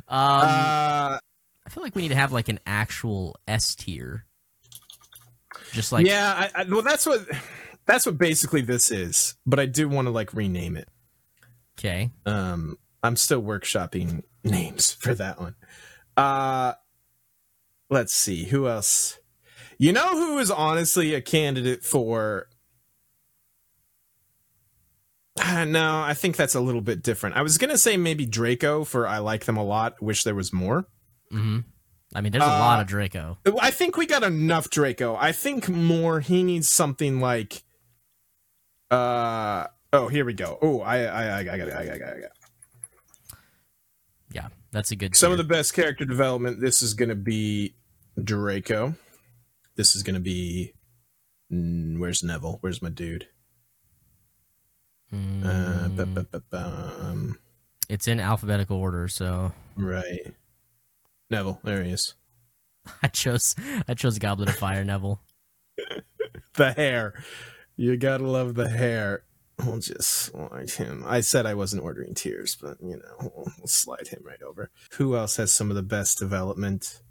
A: Um,
B: Uh,
A: I feel like we need to have like an actual S tier. Just like
B: yeah, I, I, well, that's what That's what basically this is, but I do want to like rename it.
A: Okay.
B: Um, I'm still workshopping names for that one. Uh, let's see who else. You know who is honestly a candidate for? Ah, no, I think that's a little bit different. I was gonna say maybe Draco for I like them a lot. Wish there was more.
A: hmm I mean, there's a
B: Uh,
A: lot of Draco.
B: I think we got enough Draco. I think more he needs something like uh oh here we go. Oh I I I got I got I got I got
A: Yeah, that's a good.
B: some of
A: tier.
B: the best character development. This is gonna be Draco. This is gonna be mm, where's Neville? Where's my dude? Uh,
A: Mm,
B: ba- ba- ba- bum.
A: it's in alphabetical order, so
B: right. Neville, there he is.
A: I chose I chose Goblet of Fire Neville.
B: The hair. You gotta love the hair. We'll just slide him. I said I wasn't ordering tears, but you know, we'll, we'll slide him right over. Who else has some of the best development?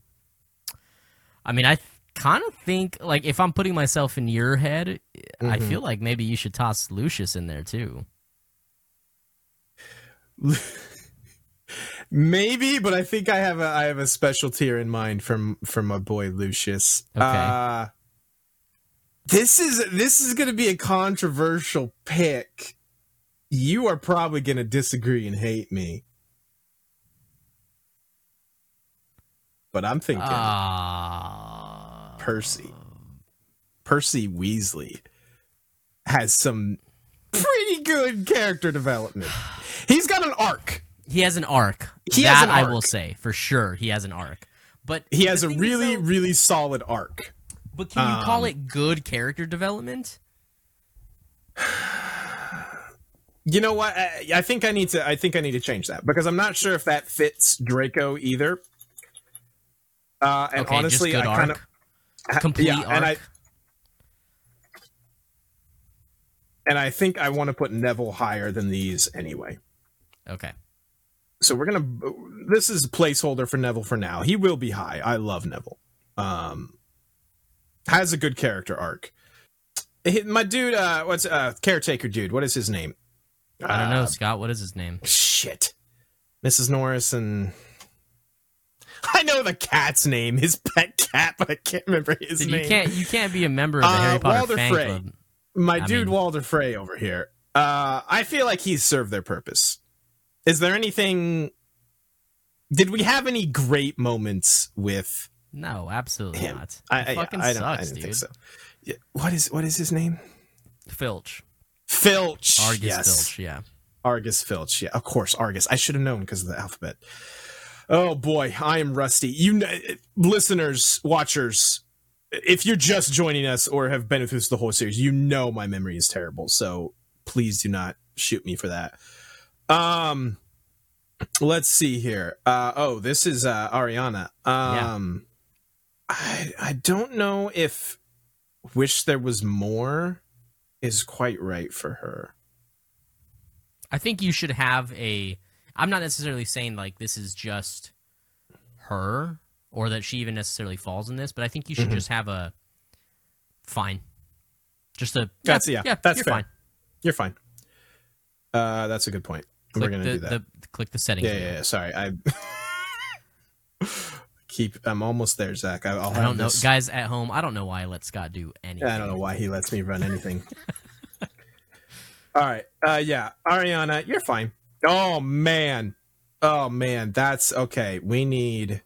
A: I mean, I kind of think like if I'm putting myself in your head, I
B: Mhm.
A: feel like maybe you should toss Lucius in there too.
B: Maybe, but I think I have a I have a special tier in mind from from my boy Lucius.
A: Okay.
B: Uh, this is this is going to be a controversial pick. You are probably going to disagree and hate me, but I'm thinking
A: Ah,
B: Percy. Percy Weasley has some pretty good character development. He's got an arc.
A: He has an arc.
B: He
A: that
B: has an
A: I will
B: arc.
A: say for sure. He has an arc, but
B: He
A: the
B: has a
A: thing is,
B: really
A: though-
B: really solid arc.
A: But can you call
B: um,
A: it good character development?
B: You know what? I, I think I need to. I think I need to change that because I'm not sure if that fits Draco either. Uh, and
A: okay,
B: honestly,
A: just good
B: I
A: arc.
B: kind of
A: Complete
B: yeah,
A: arc.
B: and I and I think I want to put Neville higher than these anyway.
A: okay.
B: So we're gonna. This is a placeholder for Neville for now. He will be high. I love Neville. Um, has a good character arc. Hi- My dude, uh, what's uh, caretaker dude? What is his name?
A: I don't know,
B: Uh,
A: Scott. What is his name?
B: Shit. Mrs. Norris and I know the cat's name, his pet cat, but I can't remember his
A: Dude,
B: name.
A: you can't you can't be a member of the
B: Uh,
A: Harry Potter
B: Walder
A: fan
B: Frey.
A: club.
B: My
A: I
B: dude
A: mean-
B: Walder Frey over here. Uh I feel like he's served their purpose. Is there anything did we have any great moments with
A: No, absolutely
B: Him.
A: not.
B: I,
A: He
B: I-
A: fucking
B: I, don't, I
A: sucks,
B: didn't
A: dude.
B: think so. Yeah, What is what is his name?
A: Filch,
B: Filch.
A: Argus
B: yes.
A: Filch. Yeah.
B: Argus Filch. Yeah, of course, Argus. I should have known because of the alphabet. Oh boy, I am rusty. You kn- listeners, watchers, if you're just joining us or have been with us the whole series, you know my memory is terrible. So please do not shoot me for that. Um, let's see here. Uh, oh, this is uh, Ariana. Um, I I don't know if wish there was more is quite right for her.
A: I think you should have a. I'm not necessarily saying like this is just her or that she even necessarily falls in this, but I think you should
B: Mhm.
A: just have a fine. Just a
B: That's- yeah, that's
A: you're
B: fair.
A: fine.
B: You're fine. Uh, that's a good point. We're
A: Click
B: gonna
A: the,
B: do that.
A: The, click the settings.
B: yeah,
A: wheel.
B: yeah, yeah. Sorry, I keep. I'm almost there, Zach. I, I'll
A: I
B: have
A: don't know,
B: this.
A: guys at home. I don't know why I let Scott do anything.
B: I don't know why he lets me run anything. All right. Uh, yeah, Ariana, you're fine. Oh man, oh man, that's okay. We need.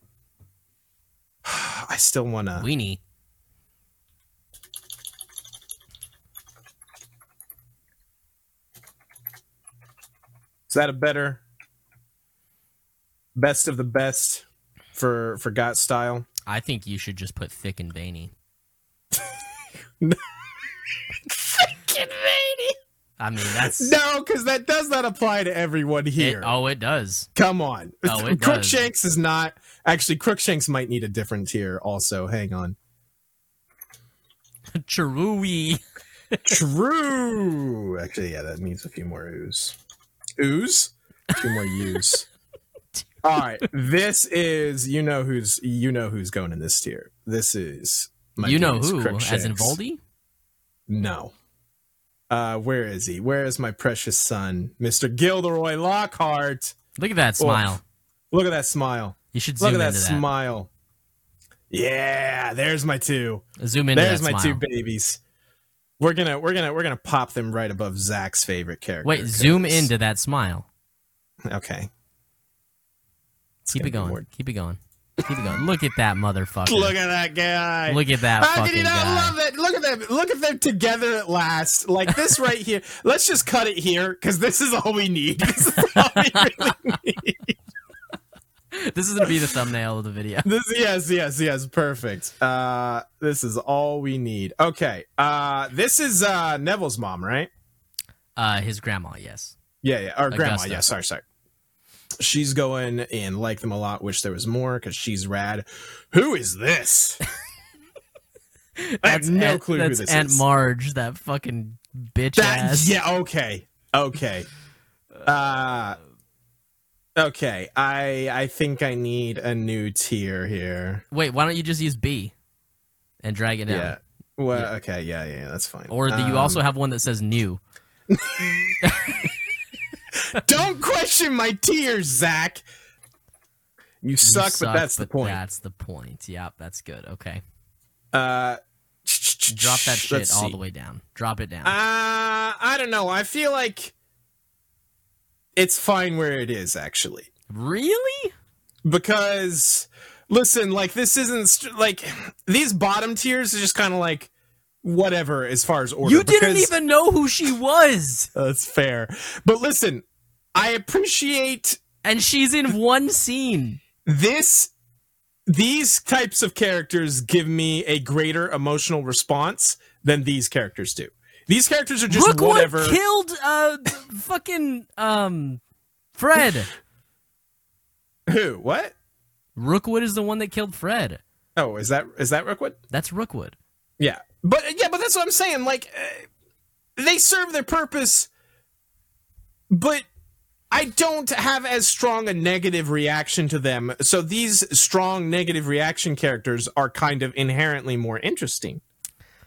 B: I still wanna.
A: Weenie.
B: Is that a better? Best of the best for for Got Style.
A: I think you should just put thick and veiny. I mean, that's
B: No, because that does not apply to everyone here.
A: It, oh, it does.
B: Come on.
A: Oh, it does.
B: Crookshanks is not actually Crookshanks might need a different tier also. Hang on.
A: Chewy.
B: True. Actually, yeah, that needs a few more ooze. Ooze? Two more U's. Alright. This is you know who's you know who's going in this tier. This is
A: You know
B: goodness,
A: who? As in
B: Crookshanks.
A: Voldy?
B: No. Uh, where is he? Where is my precious son, Mr. Gilderoy Lockhart?
A: Look at that smile.
B: Look at that smile.
A: You should
B: Look
A: zoom
B: at that
A: into that.
B: smile. Yeah, there's my two.
A: Zoom into
B: there's
A: that
B: my
A: smile.
B: two babies. We're gonna we're gonna we're gonna pop them right above Zach's favorite character.
A: Wait, zoom
B: 'cause-
A: into that smile.
B: Okay. It's
A: Keep it
B: gonna be
A: going.
B: more-
A: Keep it going. Keep it going. Look at that motherfucker.
B: Look at that guy.
A: Look at that
B: How
A: fucking
B: can you not
A: guy.
B: love it? Look at them. Look at them together at last. Like this right here. Let's just cut it here because this is all we need. This is all we really need.
A: This is gonna be the thumbnail of the video.
B: This, yes, yes, yes. Perfect. Uh, this is all we need. Okay. Uh, this is uh, Neville's mom, right?
A: Uh, his grandma. Yes.
B: Yeah, yeah. Or grandma.
A: Augusta.
B: Yeah, sorry, sorry. She's going and like them a lot. Wish there was more because she's rad. Who is this? I have no
A: Aunt,
B: clue who
A: That's
B: this
A: Aunt
B: is.
A: Marge. That fucking bitch
B: That,
A: ass.
B: yeah, okay. Okay. Uh okay. I I think I need a new tier here.
A: Wait, why don't you just use B and drag it down?
B: Yeah. Well,
A: Yeah.
B: okay, yeah, yeah, that's fine.
A: Or do you
B: Um,
A: also have one that says new?
B: Don't question my tears, Zach. You
A: You
B: suck,
A: suck,
B: but that's the
A: but
B: point.
A: That's the point. Yep, that's good. Okay.
B: Uh,
A: Drop that shit all the way down. Drop it down.
B: Uh, I don't know. I feel like it's fine where it is, actually,
A: really?
B: because listen, like this isn't st- like these bottom tiers are just kind of like whatever as far as order.
A: You didn't
B: because-
A: even know who she was.
B: That's fair, but listen, I appreciate
A: And she's in one scene.
B: this these types of characters give me a greater emotional response than these characters do. These characters are just
A: Look
B: whatever.
A: what killed uh fucking um Fred.
B: Who? What?
A: Rookwood is the one that killed Fred.
B: Oh, is that is that Rookwood?
A: That's Rookwood.
B: Yeah. But yeah, but that's what I'm saying. Like uh, they serve their purpose, but I don't have as strong a negative reaction to them. So these strong negative reaction characters are kind of inherently more interesting.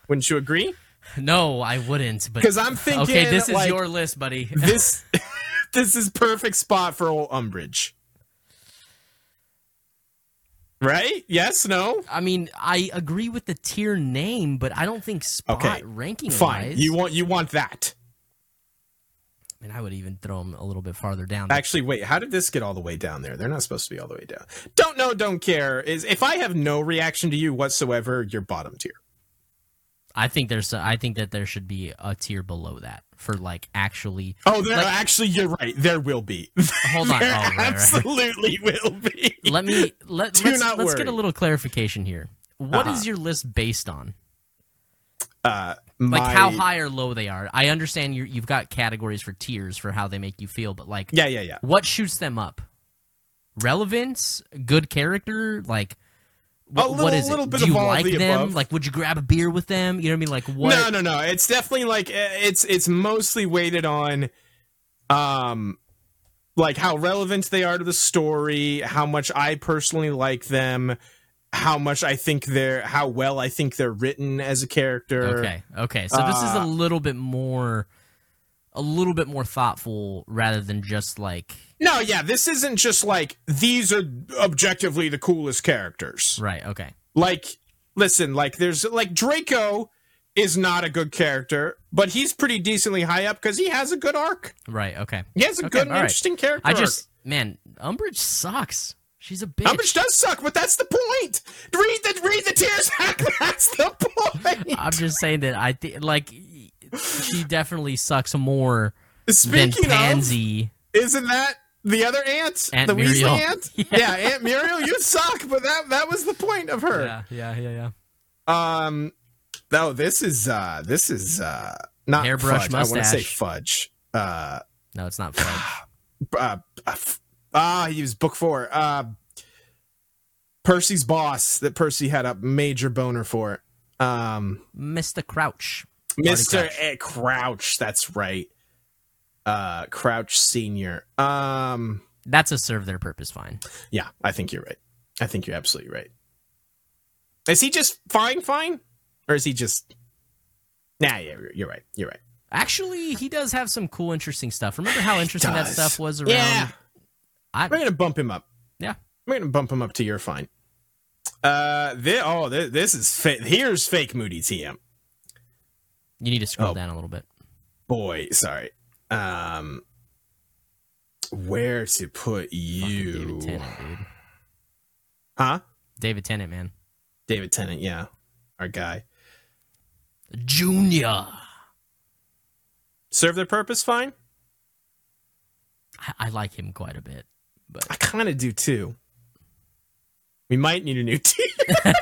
B: Wouldn't you agree?
A: No, I wouldn't, but
B: Because I'm thinking
A: Okay, this is
B: like,
A: your list, buddy.
B: this this is perfect spot for old Umbridge. Right? Yes, no?
A: I mean, I agree with the tier name, but I don't think spot
B: Okay,
A: ranking
B: Fine.
A: wise.
B: You want you want that.
A: I mean, I would even throw him a little bit farther down.
B: Actually, wait. How did this get all the way down there? They're not supposed to be all the way down. Don't know, don't care. Is if I have no reaction to you whatsoever, you're bottom tier.
A: I think there's, I think that there should be a tier below that for like actually.
B: Oh, there,
A: Like-
B: actually, you're right. There will be.
A: Hold on,
B: There
A: oh, right, right, right.
B: absolutely will be.
A: Let me let
B: Do
A: let's,
B: not
A: let's get a
B: worry.
A: little clarification here. What is
B: Uh-huh.
A: your list based on?
B: Uh,
A: Like
B: my-
A: how high or low they are. I understand you you've got categories for tiers for how they make you feel, but like
B: Yeah, yeah, yeah.
A: what shoots them up? Relevance, good character, like wh-
B: A little-
A: what is
B: little
A: it?
B: bit
A: Do you
B: of all of
A: like
B: the
A: them?
B: above.
A: Like, would you grab a beer with them? You know what I mean? Like, what?
B: No, no, no. It's definitely like uh, it's it's mostly weighted on, um, like how relevant they are to the story, how much I personally like them, how much I think they're, how well I think they're written as a character.
A: Okay, okay. So this is a
B: Uh,
A: little bit more, a little bit more thoughtful rather than just like
B: No, yeah, this isn't just like these are objectively the coolest characters.
A: right. Okay,
B: Like, listen, like there's like Draco is not a good character, but he's pretty decently high up because he has a good arc.
A: right. Okay.
B: He has a
A: Okay,
B: good, and
A: all right.
B: interesting character.
A: I
B: arc.
A: just man, Umbridge sucks. She's a bitch.
B: Umbridge does suck, but that's the point. Read the read the tears. Zach. That's the point.
A: I'm just saying that I think like she definitely sucks more
B: Speaking
A: than Pansy.
B: of, isn't that the other aunt,
A: Aunt
B: the
A: Muriel.
B: Weasley aunt? Yeah. Aunt Muriel, you suck. But that that was the point of her.
A: Yeah, yeah, yeah, yeah.
B: Um, no, this is uh, this is uh, not
A: Hairbrush
B: fudge. I want to say
A: mustache.
B: fudge. Uh,
A: No, it's not fudge.
B: uh, uh, f- ah, he was book four. Uh, Percy's boss that Percy had a major boner for. Um.
A: Mr. Crouch.
B: Mr.
A: Crouch.
B: Crouch. Crouch, that's right. Uh Crouch Senior. Um
A: That's a serve their purpose fine.
B: yeah, I think you're right. I think you're absolutely right. Is he just fine fine? Or is he just Nah, yeah, you're- you're right. You're right.
A: Actually, he does have some cool, interesting stuff. Remember how interesting that
B: does.
A: stuff was around?
B: Yeah.
A: I,
B: We're gonna bump him up.
A: Yeah.
B: we're gonna bump him up to your fine. Uh, thi- oh, thi- this is fa- here's fake Moody TM.
A: you need to scroll
B: Oh.
A: down a little bit.
B: Boy, sorry. Um, where to put
A: Fucking
B: you?
A: David Tennant, dude.
B: Huh?
A: David Tennant, man.
B: David Tennant. Yeah, our guy.
A: Junior.
B: Serve their purpose fine.
A: I, I like him quite a bit. But
B: I kind of do too. We might need a new tier.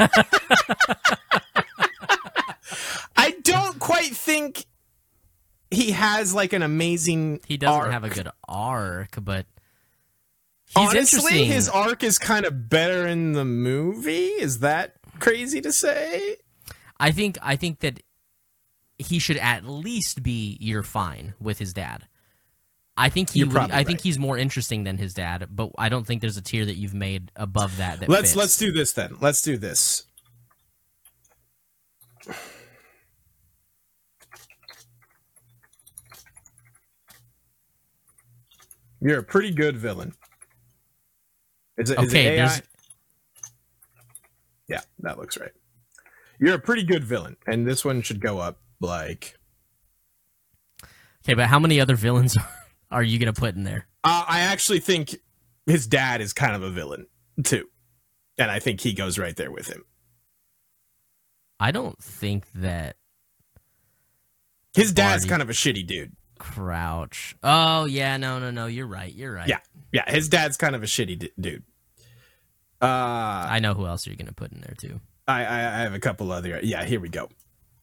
B: I don't quite think he has like an amazing.
A: he doesn't
B: arc.
A: have a good arc, but he's
B: Honestly,
A: interesting.
B: his arc is kind of better in the movie. Is that crazy to say?
A: I think I think that he should at least be year fine with his dad. I think he
B: You're
A: would-
B: probably
A: I think
B: right.
A: he's more interesting than his dad, but I don't think there's a tier that you've made above that. that
B: let's
A: fits.
B: let's do this then. Let's do this. You're a pretty good villain. Is it, is
A: Okay,
B: it AI?
A: there's-
B: Yeah, that looks right. You're a pretty good villain, and this one should go up like
A: Okay, but how many other villains are, are you gonna put in there?
B: Uh, I actually think his dad is kind of a villain too, and I think he goes right there with him.
A: I don't think that
B: His dad's
A: Barney.
B: kind of a shitty dude.
A: Crouch. Oh yeah, no, no, no. You're right. You're right.
B: Yeah. Yeah, his dad's kind of a shitty d- dude. Uh, I,
A: I know who else you're gonna put in there too.
B: I I have a couple other. Yeah, here we go.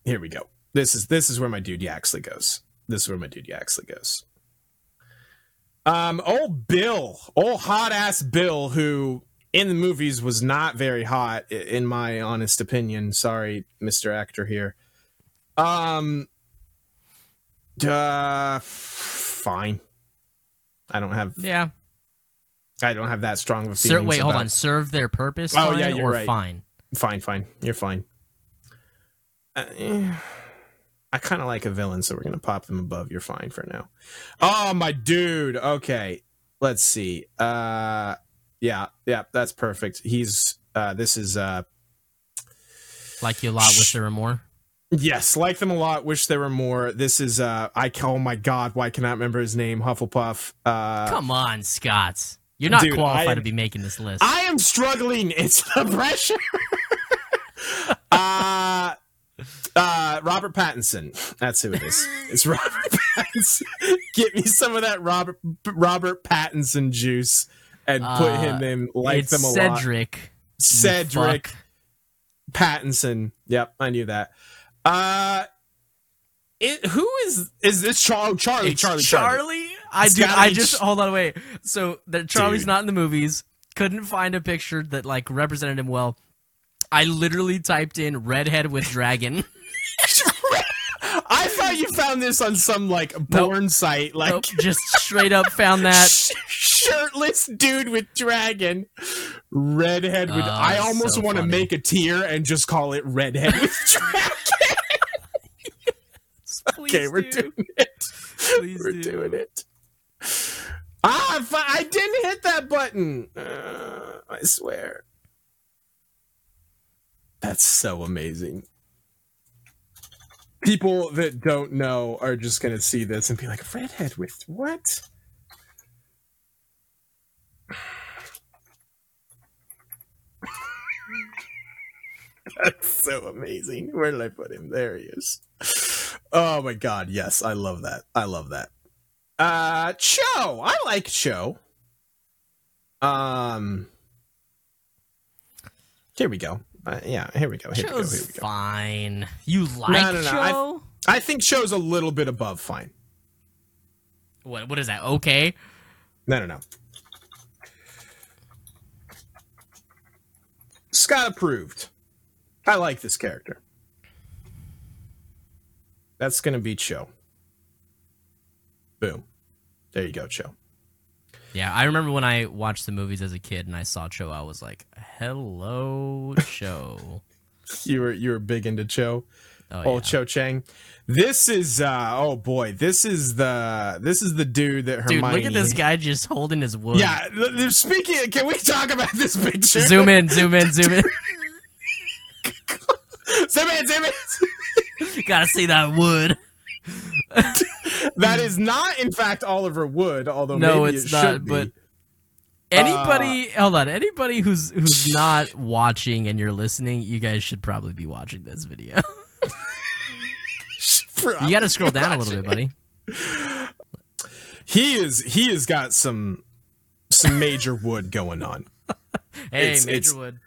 B: Here we go. This is this is where my dude Yaxley goes. This is where my dude Yaxley goes. Um, old Bill, old hot ass Bill, who in the movies was not very hot, i- in my honest opinion. Sorry, Mister Actor here. Um, uh, fine. I don't have
A: Yeah.
B: I don't have that strong of a
A: Sir,
B: feeling.
A: wait, hold on. Serve their purpose.
B: Oh,
A: fine
B: yeah, you're
A: or
B: right.
A: fine.
B: Fine, fine. You're fine. Uh, eh. I kind of like a villain, so we're gonna pop them above. You're fine for now. Oh my dude. Okay, let's see. Uh, yeah, yeah, that's perfect. He's uh, this is uh,
A: Like you a lot with
B: Shh.
A: there are more.
B: yes, like them a lot. Wish there were more. This is uh, I oh my god, why can I not remember his name? Hufflepuff. Uh,
A: Come on, Scott. You're not
B: Dude, I
A: qualified
B: am-
A: to be making this list.
B: I am struggling. It's the pressure. uh, uh, Robert Pattinson. That's who it is. It's Robert Pattinson. Get me some of that Robert Robert Pattinson juice and put
A: Uh,
B: him in. Like
A: it's
B: them a lot.
A: Cedric. you
B: Cedric
A: fuck.
B: Pattinson. Yep, I knew that. Uh, it, who is is this Char- Charlie?
A: It's
B: Charlie? Charlie?
A: Charlie. I
B: It's
A: do.
B: gotta
A: I
B: be
A: just
B: Ch-
A: hold on. Wait. So that Charlie's
B: Dude.
A: not in the movies. Couldn't find a picture that like represented him well. I literally typed in redhead with dragon.
B: I thought you found this on some like porn site. Like,
A: Nope, just straight up found that.
B: Sh- shirtless dude with dragon redhead with
A: Oh,
B: i
A: that's
B: almost
A: so
B: want to
A: funny.
B: make a tier and just call it redhead with dragon
A: Please
B: okay we're
A: do.
B: doing it
A: Please
B: we're
A: do.
B: doing it ah I fi- i didn't hit that button Uh, i swear that's so amazing people that don't know are just gonna see this and be like redhead with what That's so amazing. Where did I put him? There he is. Oh my god, yes, I love that. I love that. Uh Cho. I like Cho. Um Here we go. Uh, yeah, here we go. Here we go. Here
A: Joe's
B: we go.
A: fine. You like
B: no, no, I-
A: Joe?
B: I think Cho's a little bit above fine.
A: What? What is that? Okay.
B: No, no, no. Scott approved. I like this character. That's going to be Cho. Boom. There you go, Cho.
A: Yeah, I remember when I watched the movies as a kid and I saw Cho, I was like, "Hello, Cho."
B: You were you were big into Cho.
A: Oh,
B: old Cho Chang. This is uh oh boy, this is the this is the dude that
A: Dude,
B: Hermione.
A: look at this guy just holding his wood.
B: Yeah, th- th- speaking. Can we talk about this picture?
A: Zoom in, zoom in, zoom in.
B: zoom in, zoom in.
A: Gotta see that
B: Uh,
A: wood.
B: That is not, in fact, Oliver Wood. Although
A: No,
B: maybe
A: it's
B: it
A: not,
B: should be.
A: but- Anybody, hold on. Anybody who's who's not watching and you're listening, you guys should probably be watching this video. You gotta scroll down a little bit, buddy.
B: he is he has got some some major wood going on.
A: Hey,
B: It's-
A: Major
B: it's-
A: Wood.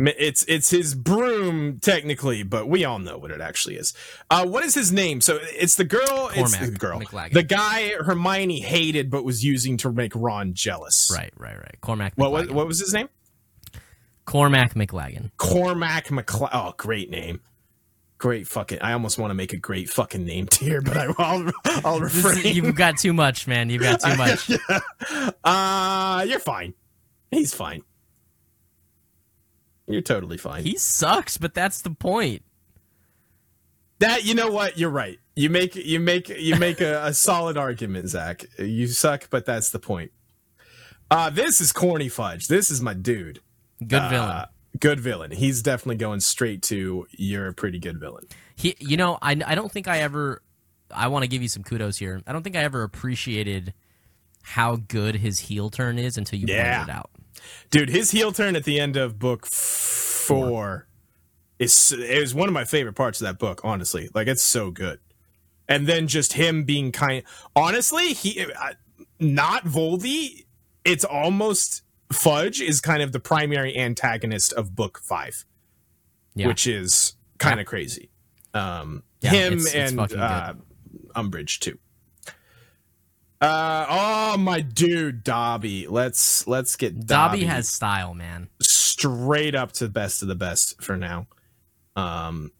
B: Ma- It's it's his broom technically, but we all know what it actually is. Uh, what is his name? So it's the girl. It's the
A: Cormac
B: girl.
A: McLagan.
B: The guy Hermione hated, but was using to make Ron jealous.
A: Right, right, right. Cormac.
B: What was
A: McLagan.
B: what was his name?
A: Cormac McLagan.
B: Cormac McLeod. Oh, great name. Great fucking. I almost want to make a great fucking name tier, but I, I'll I'll
A: This is-
B: refrain.
A: you've got too much, man. You've got too much.
B: uh, you're fine. He's fine. You're totally fine.
A: he sucks, but that's the point.
B: That you know what? You're right. You make you make you make a, a solid argument, Zach. You suck, but that's the point. Uh this is corny fudge. This is my dude.
A: Good
B: Uh,
A: villain.
B: Good villain. He's definitely going straight to you're a pretty good villain.
A: He, you know, I, I don't think I ever. I want to give you some kudos here. I don't think I ever appreciated how good his heel turn is until you
B: Yeah.
A: pointed it out.
B: Dude, his heel turn at the end of book f- four is it was one of my favorite parts of that book, honestly. Like it's so good. And then just him being kind honestly, he I- not Voldy, it's almost Fudge is kind of the primary antagonist of book 5.
A: Yeah.
B: Which is kind of crazy. Um
A: Yeah,
B: him
A: it's- it's
B: and
A: fucking good.
B: uh Umbridge too. Uh oh my dude Dobby. Let's let's get
A: Dobby has style, man.
B: straight up to best of the best for now. Um,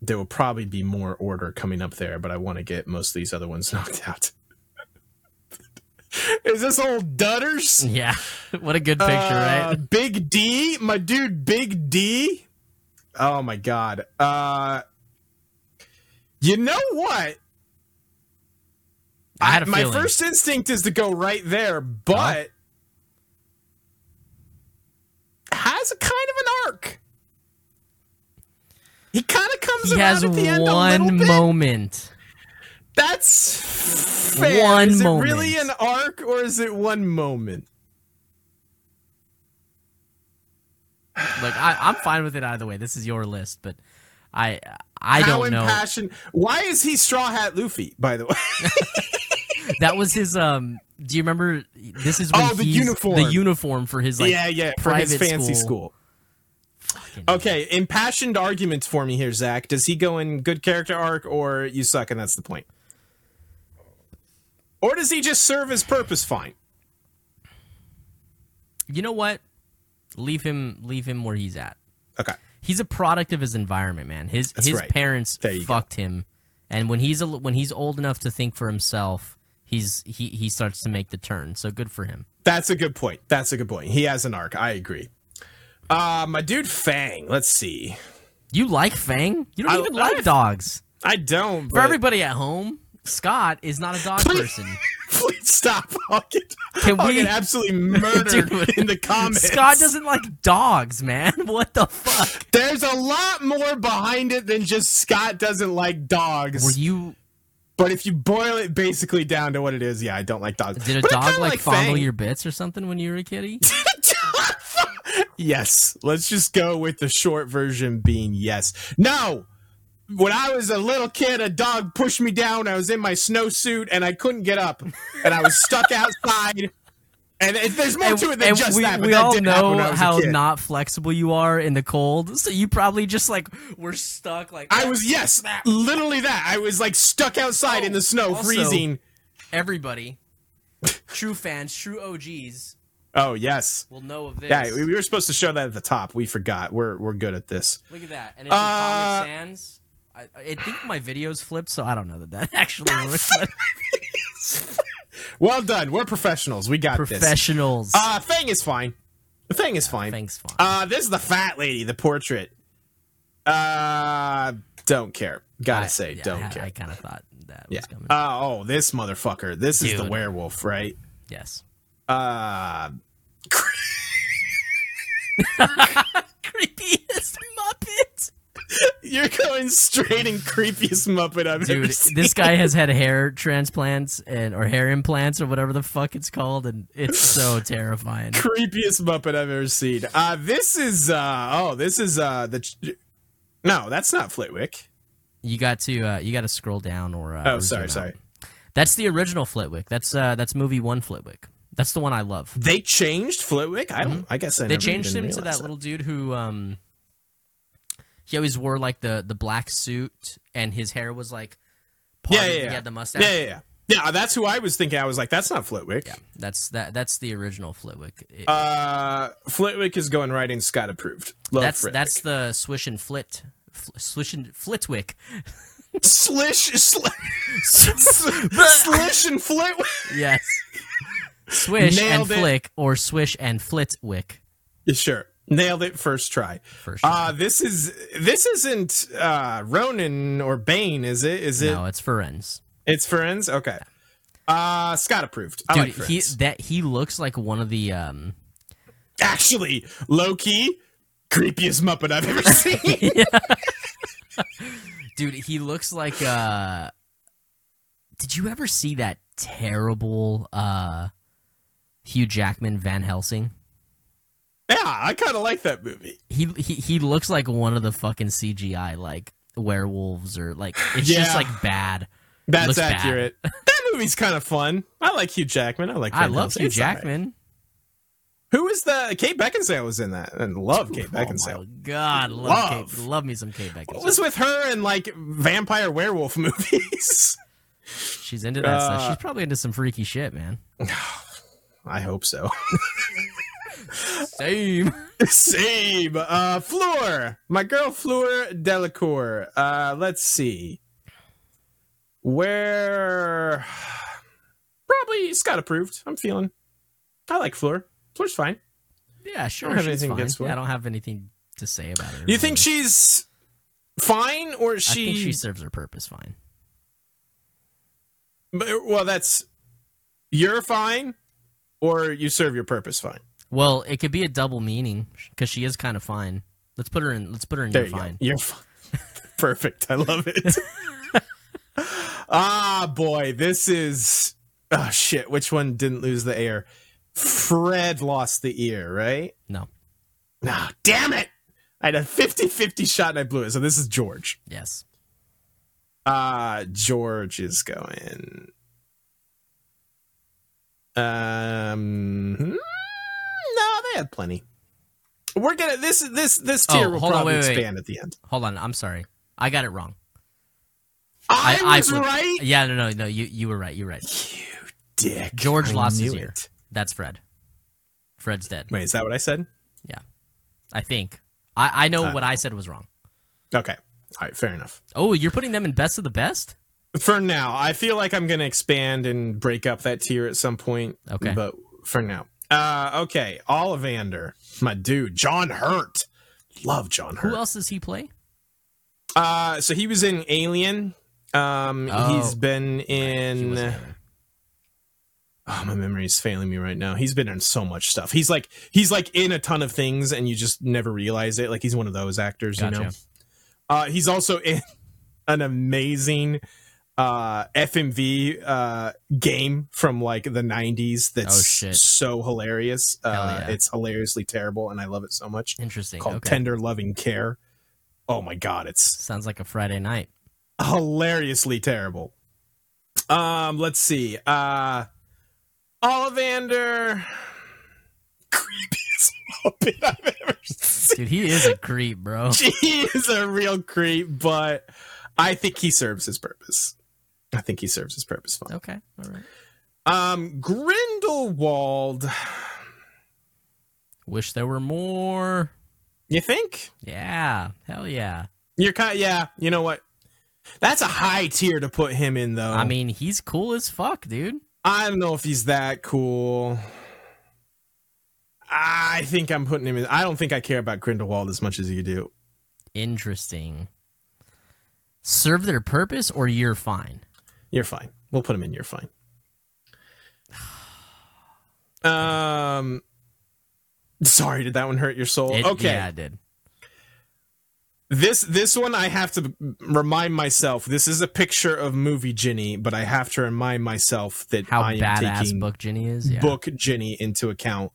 B: there will probably be more order coming up there, but I want to get most of these other ones knocked out. Is this old Dutters?
A: Yeah. what a good picture,
B: Uh,
A: right?
B: Big D, my dude, Big D. Oh my god. Uh, you know what?
A: I had a
B: my
A: feeling.
B: first instinct is to go right there, but has a kind of an arc. He kind of comes
A: He
B: around
A: has
B: at the end a little
A: one
B: bit.
A: moment.
B: That's fair.
A: One
B: is it
A: moment.
B: really an arc or is it one moment?
A: Like I, I'm fine with it either way. This is your list, but I, I
B: How
A: don't know.
B: impassioned. Why is he Straw Hat Luffy? By the way,
A: That was his. Um, do you remember? This is when
B: Oh, the
A: he's-
B: uniform.
A: The uniform for his like.
B: yeah, yeah, for his
A: private
B: fancy
A: school.
B: school.
A: fucking-
B: Okay, impassioned arguments for me here, Zach. Does he go in good character arc or you suck and that's the point? Or does he just serve his purpose fine?
A: You know what? Leave him. Leave him where he's at.
B: Okay.
A: He's a product of his environment, man. His
B: That's
A: his
B: right.
A: parents
B: There you go.
A: fucked him, and when he's a, when he's old enough to think for himself, he's he he starts to make the turn. So good for him.
B: That's a good point. That's a good point. He has an arc. I agree. Uh, my dude Fang, let's see.
A: You like Fang? You don't
B: I-
A: even
B: I-
A: like dogs.
B: I don't
A: For
B: but
A: everybody at home, Scott is not a dog person.
B: please stop. I'll get,
A: Can
B: I'll
A: we-
B: get absolutely murdered
A: Dude,
B: in the comments.
A: Scott doesn't like dogs, man. What the fuck?
B: There's a lot more behind it than just Scott doesn't like dogs.
A: Were you?
B: But if you boil it basically down to what it is, yeah, I don't like dogs.
A: Did a
B: But I
A: dog
B: kinda
A: like, fondle
B: Fang.
A: your bits or something when you were a kitty?
B: yes. Let's just go with the short version being yes. No. When I was a little kid, a dog pushed me down. I was in my snowsuit and I couldn't get up, and I was stuck outside. And it, there's more to it than just
A: we,
B: that. But
A: we
B: that
A: all
B: did happen when I
A: know
B: was a
A: how
B: kid.
A: not flexible you are in the cold, so you probably just like were stuck like
B: I was yes, literally that. I was like stuck outside in the snow,
A: Oh, also-
B: freezing.
A: everybody. true fans, true OGs
B: Oh yes,
A: will know of this.
B: yeah. We, we were supposed to show that at the top. We forgot. We're we're good at this.
A: Look at that, and it's in
B: Uh,
A: Comic Sans. I, I think my videos flipped, so I don't know that that actually works. but
B: Well done. We're professionals. We got this.
A: professionals,
B: Uh, Fang is fine. Fang is fine.
A: thanks, fine.
B: Uh, this is the fat lady, the portrait. Uh, Don't care. Gotta
A: I-
B: say,
A: yeah,
B: don't
A: I,
B: care.
A: I kind of thought that
B: yeah.
A: was coming.
B: Uh, oh, this motherfucker. This is the
A: Dude.
B: werewolf, right?
A: yes.
B: Uh,
A: Creepiest Muppet.
B: you're going straight and creepiest Muppet I've
A: Dude,
B: ever seen.
A: this guy has had hair transplants and or hair implants or whatever the fuck it's called, and it's so terrifying.
B: creepiest Muppet I've ever seen. Uh, this is uh, oh, this is uh, the. Ch- no, that's not Flitwick.
A: You got to uh, you got to scroll down or uh,
B: Oh,
A: or
B: sorry,
A: zoom out.
B: sorry.
A: That's the original Flitwick. That's uh, that's movie one Flitwick. That's the one I love.
B: They changed Flitwick. I don't. I guess I
A: Mm-hmm. They
B: never
A: changed
B: even
A: him to that
B: realized
A: little dude who um, he always wore like the the black suit and his hair was like
B: Yeah,
A: parted,
B: yeah, yeah.
A: He had the mustache.
B: Yeah, yeah, yeah. Yeah, that's who I was thinking. I was like, that's not Flitwick.
A: That's that. That's the original Flitwick. It-
B: Uh, Flitwick is going right in Scott approved. Love
A: that's
B: Flitwick.
A: that's the swish and flit, fl- swish and flitwick.
B: Slish, sl- Slish and Flitwick.
A: yes, swish
B: Nailed
A: and
B: it.
A: flick or swish and flitwick.
B: Yeah, Sure, nailed it first try.
A: First,
B: Uh, this is this isn't uh Ronan or Bane, is it? Is it?
A: no, it's Ferenz.
B: It's Ferenz. Okay. Uh, Scott approved. I
A: Dude,
B: like
A: he
B: Ferenz.
A: that he looks like one of the um.
B: Actually, Loki, creepiest Muppet I've ever seen.
A: Dude, he looks like uh. Did you ever see that terrible uh, Hugh Jackman Van Helsing?
B: yeah, I kind of like that movie.
A: he he he looks like one of the fucking CGI like werewolves or like it's
B: Yeah.
A: just like bad.
B: That's
A: Looks bad.
B: accurate. that movie's kind of fun. I like Hugh Jackman. I like.
A: I
B: Van
A: love
B: Helsing.
A: Hugh
B: It's all right.
A: Jackman.
B: Who is the Kate Beckinsale was in that and love Kate
A: Oh my
B: Beckinsale.
A: god, love
B: Love.
A: Kate, love me some Kate Beckinsale.
B: What was with her and like vampire werewolf movies?
A: She's into that
B: Uh,
A: stuff. She's probably into some freaky shit, man.
B: I hope so.
A: Same.
B: Same. Uh, Fleur, my girl Fleur Delacour. Uh, let's see. Where? Probably Scott approved. I'm feeling. I like Fleur. Fleur's fine.
A: Yeah, sure.
B: have
A: she's
B: anything
A: fine.
B: against her.
A: Yeah, I don't have anything to say about her.
B: You think
A: really.
B: she's fine or is
A: I
B: she?
A: think she serves her purpose fine.
B: But- Well, that's you're fine, or you serve your purpose fine.
A: Well, it could be a double meaning because she is kind of fine. Let's put her in. Let's put her in.
B: There
A: You're
B: you
A: fine.
B: go. You're fine. Perfect. I love it. ah, boy, this is oh shit. Which one didn't lose the ear? Fred lost the ear, right?
A: No.
B: No, damn it. I had a 50-50 shot and I blew it. So this is George.
A: Yes.
B: Uh George is going. Um hmm, No, they had plenty. We're gonna this this this
A: Oh,
B: tier will
A: hold on,
B: probably
A: wait, wait, wait.
B: expand at the end.
A: Hold on. I'm sorry. I got it wrong.
B: I,
A: I- I
B: was
A: would-
B: right.
A: Yeah, no, no, no. You you were right. You're right.
B: You dick.
A: George
B: I
A: lost his
B: knew
A: ear.
B: it.
A: That's Fred. Fred's dead.
B: Wait, is that what I said?
A: I think. I, I know
B: Uh,
A: what I said was wrong.
B: Okay. All right, fair enough.
A: Oh, you're putting them in best of the best?
B: For now, I feel like I'm going to expand and break up that tier at some point.
A: Okay.
B: But for now. Uh, okay. Ollivander, my dude. John Hurt. Love John Hurt.
A: Who else does he play?
B: Uh, so he was in Alien. Um,
A: Oh.
B: he's been
A: He
B: in.
A: was Aaron.
B: oh, my memory's failing me right now. He's been in so much stuff. He's like he's like in a ton of things, and you just never realize it. Like he's one of those actors, you know.
A: Gotcha.
B: Uh, he's also in an amazing uh FMV uh game from like the 90s that's
A: Oh, shit.
B: so hilarious.
A: Hell
B: Uh
A: yeah.
B: it's hilariously terrible and I love it so much.
A: Interesting.
B: Called
A: okay.
B: Tender Loving Care. Oh my god, it's
A: Sounds like a Friday night.
B: hilariously terrible. Um, let's see. Uh Ollivander creepiest Muppet I've ever seen.
A: Dude, he is a creep, bro.
B: He is a real creep, but I think he serves his purpose. I think he serves his purpose fine.
A: Okay. All right.
B: Um Grindelwald,
A: Wish there were more.
B: you think?
A: Yeah. Hell yeah.
B: You're kind yeah, you know what? That's a high tier to put him in though.
A: I mean, he's cool as fuck, dude.
B: I don't know if he's that cool. I think I'm putting him in. I don't think I care about Grindelwald as much as you do.
A: Interesting. serve their purpose or you're fine.
B: You're fine. We'll put them in. You're fine. Um, sorry, did that one hurt your soul?
A: It-
B: okay,
A: Yeah, I did.
B: this this one I have to remind myself. This is a picture of movie Ginny, but I have to remind myself that
A: How
B: I am
A: badass
B: taking
A: Book Ginny is. Yeah.
B: book Ginny into account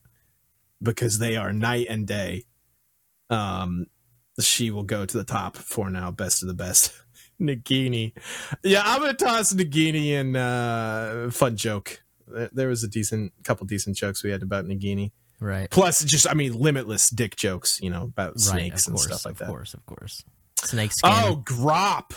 B: because they are night and day. Um, she will go to the top for now, best of the best. Nagini, yeah, I'm gonna toss Nagini in. Uh, fun joke. There- There was a decent couple decent jokes we had about Nagini.
A: Right.
B: Plus, just I mean, limitless dick jokes, you know, about
A: Right. Of
B: snakes and
A: course.
B: stuff like
A: of
B: that.
A: course. Of course. Snake scammer.
B: Oh, Grop.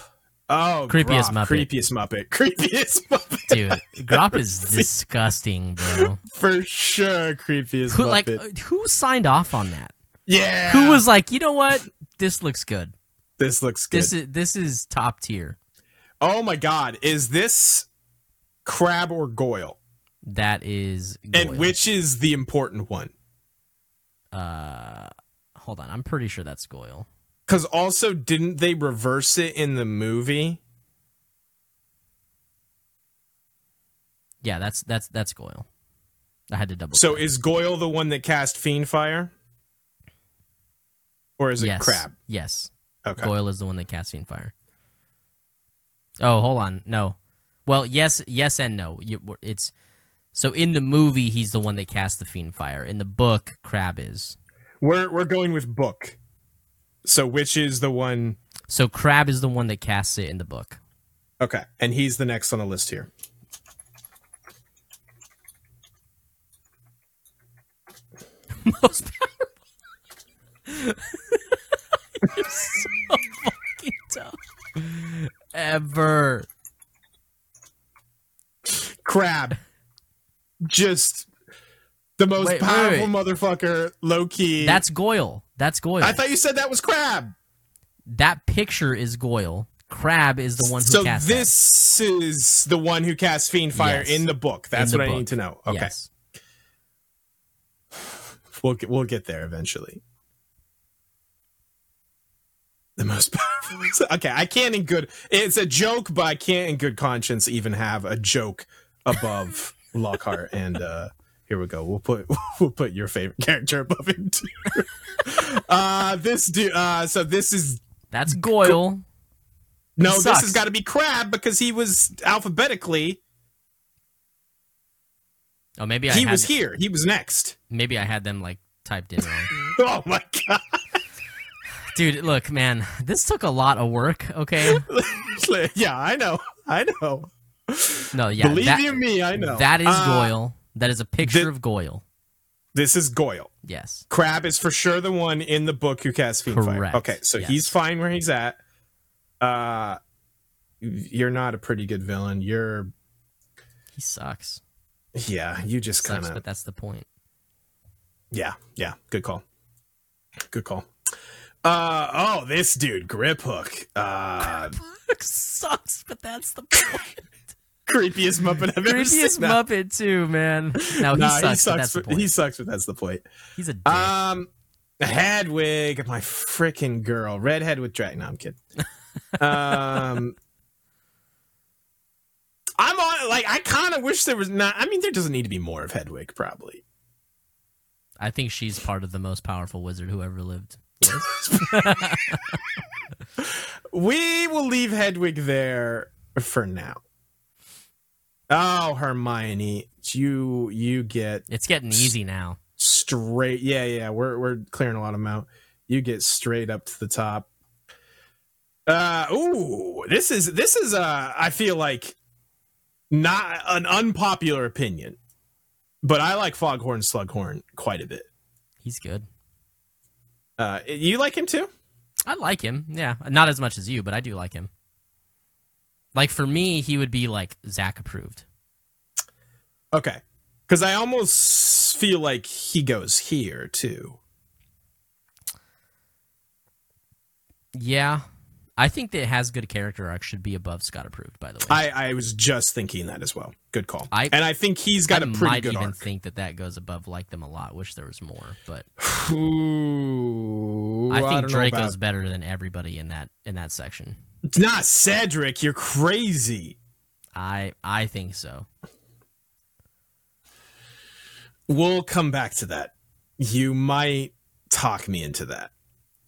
B: Oh,
A: Creepiest
B: Grop.
A: Muppet.
B: Creepiest Muppet. Creepiest Muppet
A: dude. Grop is disgusting, bro.
B: for sure. Creepiest
A: Who
B: Muppet.
A: like uh, who signed off on that?
B: yeah.
A: Who was like, you know what? This looks good.
B: This looks good.
A: This is this is top tier.
B: Oh my god, is this crab or goyle?
A: That is
B: And
A: gold.
B: which is the important one?
A: uh hold on, I'm pretty sure that's Goyle.
B: Cuz also didn't they reverse it in the movie?
A: Yeah, that's that's that's Goyle. I had to double
B: So
A: check.
B: is Goyle the one that cast Fiendfire? Or is it
A: yes.
B: crab?
A: Yes.
B: Okay.
A: Goyle is the one that casts Fiend Fire. Oh, hold on. No. Well, yes, yes, and no. You- It's so in the movie he's the one that casts the Fiend Fire. In the book, Crab is.
B: We're we're going with book. So which is the one
A: So Crab is the one that casts it in the book.
B: Okay, and he's the next on the list here.
A: Most powerful. You're so fucking dumb. Ever.
B: Crab. Just the most
A: Wait, wait,
B: powerful motherfucker, low key.
A: That's Goyle. That's Goyle.
B: I thought you said that was crab.
A: that picture is Goyle. Crab is the one who
B: so
A: casts that.
B: this is the one who cast fiend fire
A: Yes.
B: in the book that's
A: In the
B: what i
A: book.
B: need to know okay
A: Yes.
B: we'll get we'll get there eventually the most powerful reason- okay i can't in good it's a joke but i can't in good conscience even have a joke above lockhart and uh here we go we'll put we'll put your favorite character above it too. uh this dude uh so this is
A: That's Goyle.
B: no
A: He
B: this
A: sucks.
B: has got to be crab because he was alphabetically
A: Oh, maybe I
B: he
A: had
B: was here he was next
A: maybe I had them like typed in wrong.
B: Oh my god!
A: Dude, look, man, this took a lot of work. Okay,
B: yeah, I know, I know.
A: no, yeah,
B: Believe
A: that,
B: you me, I know.
A: that is
B: Uh,
A: Goyle. That is a picture
B: thi-
A: of Goyle.
B: This is Goyle.
A: Yes,
B: Crab is for sure the one in the book who casts Fiendfire.
A: Correct,
B: Okay, so
A: yes.
B: he's fine where he's at. Uh, you're not a pretty good villain. You're
A: he sucks.
B: yeah, you just kind
A: Sucks,
B: of
A: but that's the point.
B: yeah, yeah. Good call. Good call. Uh oh, this dude grip hook. Uh,
A: sucks, but that's the point.
B: creepiest Muppet I've ever seen.
A: Creepiest Muppet too, man. No, he
B: Nah,
A: sucks. but that's
B: but-
A: the point.
B: he sucks, but that's the point.
A: He's a dick.
B: Um, Hadwig, my freaking girl, redhead with drag. No, I'm kidding. Um, I'm on. Like, I kind of wish there was not. I mean, there doesn't need to be more of Hedwig, probably.
A: I think she's part of the most powerful wizard who ever lived.
B: We will leave Hedwig there for now. Oh, Hermione, you you get
A: It's getting easy now.
B: straight. Yeah, yeah, we're we're clearing a lot of them out. You get straight up to the top. Uh, ooh, this is this is uh, I feel like not an unpopular opinion, but I like Foghorn Slughorn quite a bit.
A: He's good.
B: Uh, you like him too?
A: I like him. Yeah, not as much as you, but I do like him. Like for me, he would be like Zach approved.
B: Okay, because I almost feel like he goes here too.
A: Yeah, I think that it has good character arc should be above Scott approved. By the way,
B: I, I was just thinking that as well. Good call.
A: I-
B: and I think he's got
A: I
B: a pretty
A: might
B: good
A: even
B: arc.
A: think that that goes above like them a lot. Wish there was more, but
B: Ooh,
A: I think
B: don't know
A: Draco's better than everybody in that in that section.
B: about- not Cedric. You're crazy.
A: I I think so.
B: We'll come back to that. You might talk me into that.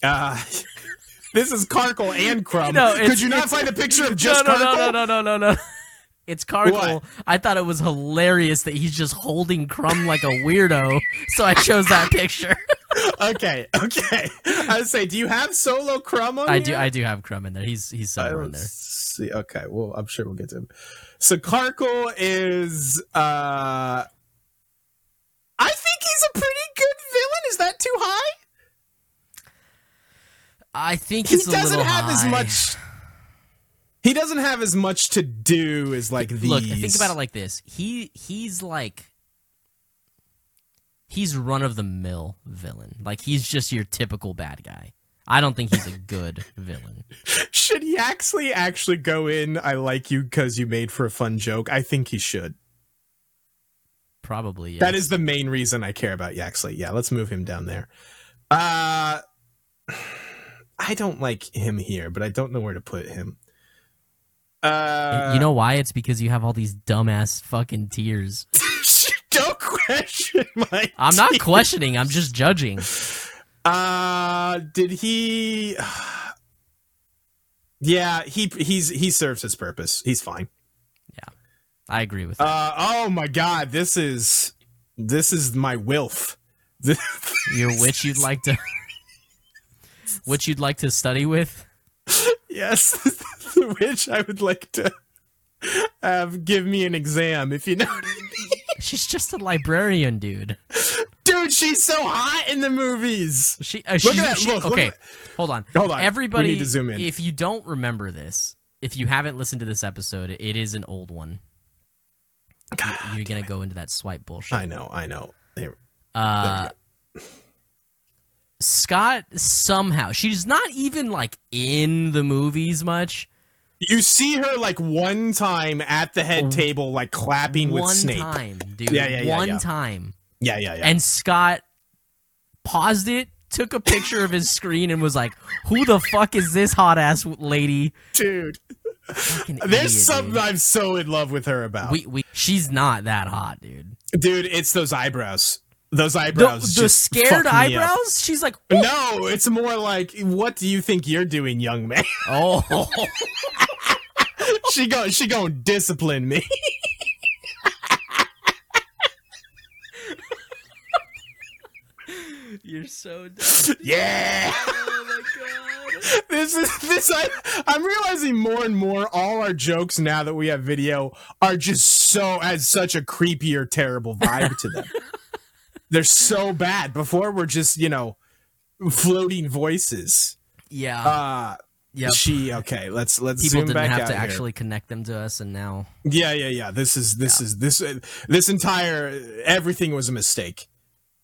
B: Uh, this is Carkle and Crumb.
A: No, it's-
B: Could you not
A: it's-
B: find a picture of just
A: no,
B: Carkle?
A: no, no, no, no, no, no. It's Carkle.
B: What?
A: I thought it was hilarious that he's just holding Crumb like a weirdo, so I chose that picture.
B: Okay, okay. I would say, do you have solo Crumb on
A: I do,
B: here?
A: I do have Crumb in there. He's he's
B: Oh, I
A: somewhere in
B: don't
A: there.
B: see. Okay, well, I'm sure we'll get to him. So Carkle is. uh I think he's a pretty good villain. Is that too high?
A: I think
B: He
A: it's a
B: doesn't
A: little
B: have as
A: high.
B: much. He doesn't have as much to do as like these.
A: Look, think about it like this. He he's like he's run of the mill villain. Like he's just your typical bad guy. I don't think he's a good villain.
B: should he actually actually go in? I like you because you made for a fun joke. I think he should.
A: Probably. Yes.
B: That is the main reason I care about Yaxley. Yeah, let's move him down there. Uh I don't like him here, but I don't know where to put him. Uh
A: you know why? It's because you have all these dumbass fucking tears.
B: don't question my
A: I'm not
B: team.
A: questioning. I'm just judging.
B: Uh did he Yeah, he he's he serves his purpose. He's fine.
A: I agree with that.
B: Uh oh my god, this is this is my wilf.
A: Your which you'd like to, which you'd like to study with.
B: Yes, the witch I would like to have give me an exam, if you know what I mean.
A: She's just a librarian, dude.
B: Dude, she's so hot in the movies.
A: She, uh, she's-
B: at that
A: she-
B: look, look
A: okay,
B: at-
A: hold on.
B: Hold on.
A: Everybody,
B: we need to zoom in.
A: if you don't remember this, if you haven't listened to this episode, it is an old one.
B: God,
A: You're gonna go into that swipe bullshit.
B: I know, I know. Here.
A: Uh, Scott somehow she's not even like in the movies much.
B: You see her like one time at the head table, like clapping with
A: Oh. One
B: Snape.
A: time, dude.
B: Yeah, yeah, yeah,
A: One
B: yeah.
A: time,
B: Yeah, yeah, yeah.
A: and Scott paused it, took a picture of his screen, and was like, "Who the fuck is this hot ass lady?"
B: Dude,
A: Fucking idiot,
B: there's uh, something
A: dude.
B: I'm so in love with her about.
A: We, we, she's not that hot, dude.
B: Dude, it's those eyebrows. Those
A: The,
B: eyebrows.
A: the
B: just fuck
A: scared
B: me up.
A: eyebrows? She's like, "Ooh."
B: No, it's more like, what do you think you're doing, young man?
A: oh,
B: she go she gonna discipline me.
A: you're so dumb.
B: yeah.
A: Oh my god.
B: This is this I I'm realizing more and more all our jokes now that we have video are just so as such a creepier terrible vibe to them. They're so bad. Before we're just, you know, floating voices.
A: Yeah.
B: Uh
A: yeah.
B: she okay, let's let's
A: People
B: zoom
A: didn't
B: back
A: have
B: out
A: to
B: here.
A: actually connect them to us, and now
B: Yeah, yeah, yeah. This is this is this uh, this entire everything was a mistake.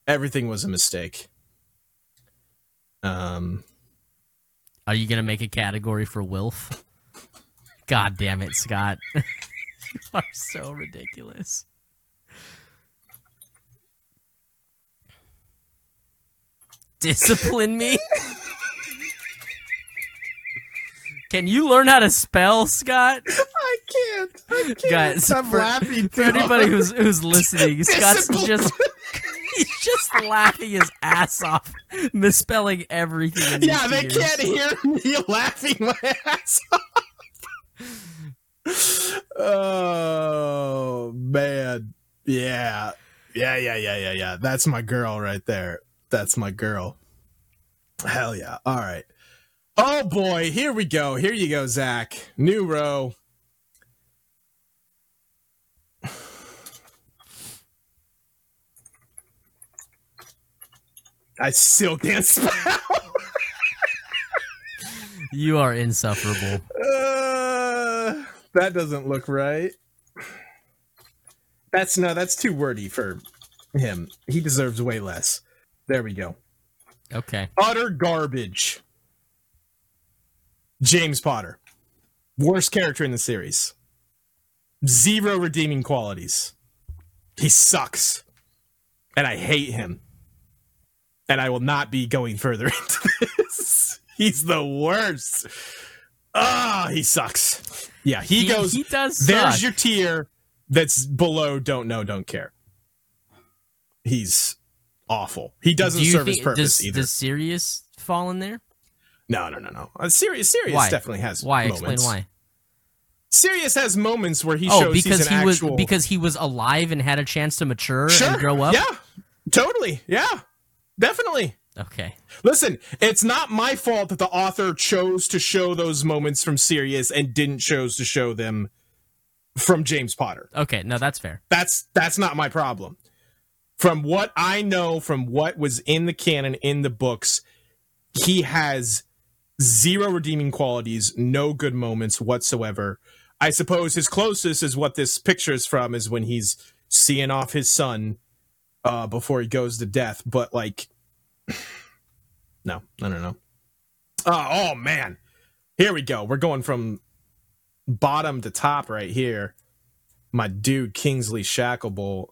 B: Everything was a mistake. Um
A: are you gonna make a category for Wilf? God damn it, Scott! you are so ridiculous. Discipline me. Can you learn how to spell, Scott?
B: I can't. I can't.
A: Guys,
B: I'm
A: for-
B: laughing.
A: For
B: now.
A: anybody who's who's listening, Scott's
B: Discipline.
A: just he's just laughing his ass off, misspelling everything. In these
B: yeah, they
A: years.
B: can't hear me laughing my ass off. oh man, yeah, yeah, yeah, yeah, yeah, yeah. That's my girl right there. That's my girl. Hell yeah! All right. Oh boy, here we go. Here you go, Zach. New row. I still can't spell.
A: You are insufferable.
B: Uh, that doesn't look right. That's no, that's too wordy for him. He deserves way less. There we go.
A: Okay,
B: Utter garbage. James Potter, worst character in the series. Zero redeeming qualities. He sucks. And I hate him. And I will not be going further into this. He's the worst. Ah, he sucks. Yeah, he, goes.
A: He does.
B: there's
A: suck.
B: your tier that's below don't know, don't care. He's awful. He doesn't
A: Do you
B: serve his
A: think-
B: purpose
A: does,
B: either.
A: Does Sirius fall in there?
B: No, no, no, no. Uh, Sirius, Sirius
A: Why?
B: definitely has
A: Why?
B: moments.
A: Explain why.
B: Sirius has moments where he
A: oh,
B: shows
A: because
B: he's an
A: he was
B: actual
A: because he was alive and had a chance to mature
B: sure,
A: and grow up.
B: Yeah, totally. Yeah, definitely.
A: Okay.
B: Listen, it's not my fault that the author chose to show those moments from Sirius and didn't chose to show them from James Potter.
A: Okay. No, that's fair.
B: That's that's not my problem. From what I know, from what was in the canon in the books, he has zero redeeming qualities, no good moments whatsoever. I suppose his closest is what this picture is from is when he's seeing off his son uh, before he goes to death. But like, no, I don't know. Uh, oh man, here we go. We're going from bottom to top right here. My dude Kingsley Shacklebolt.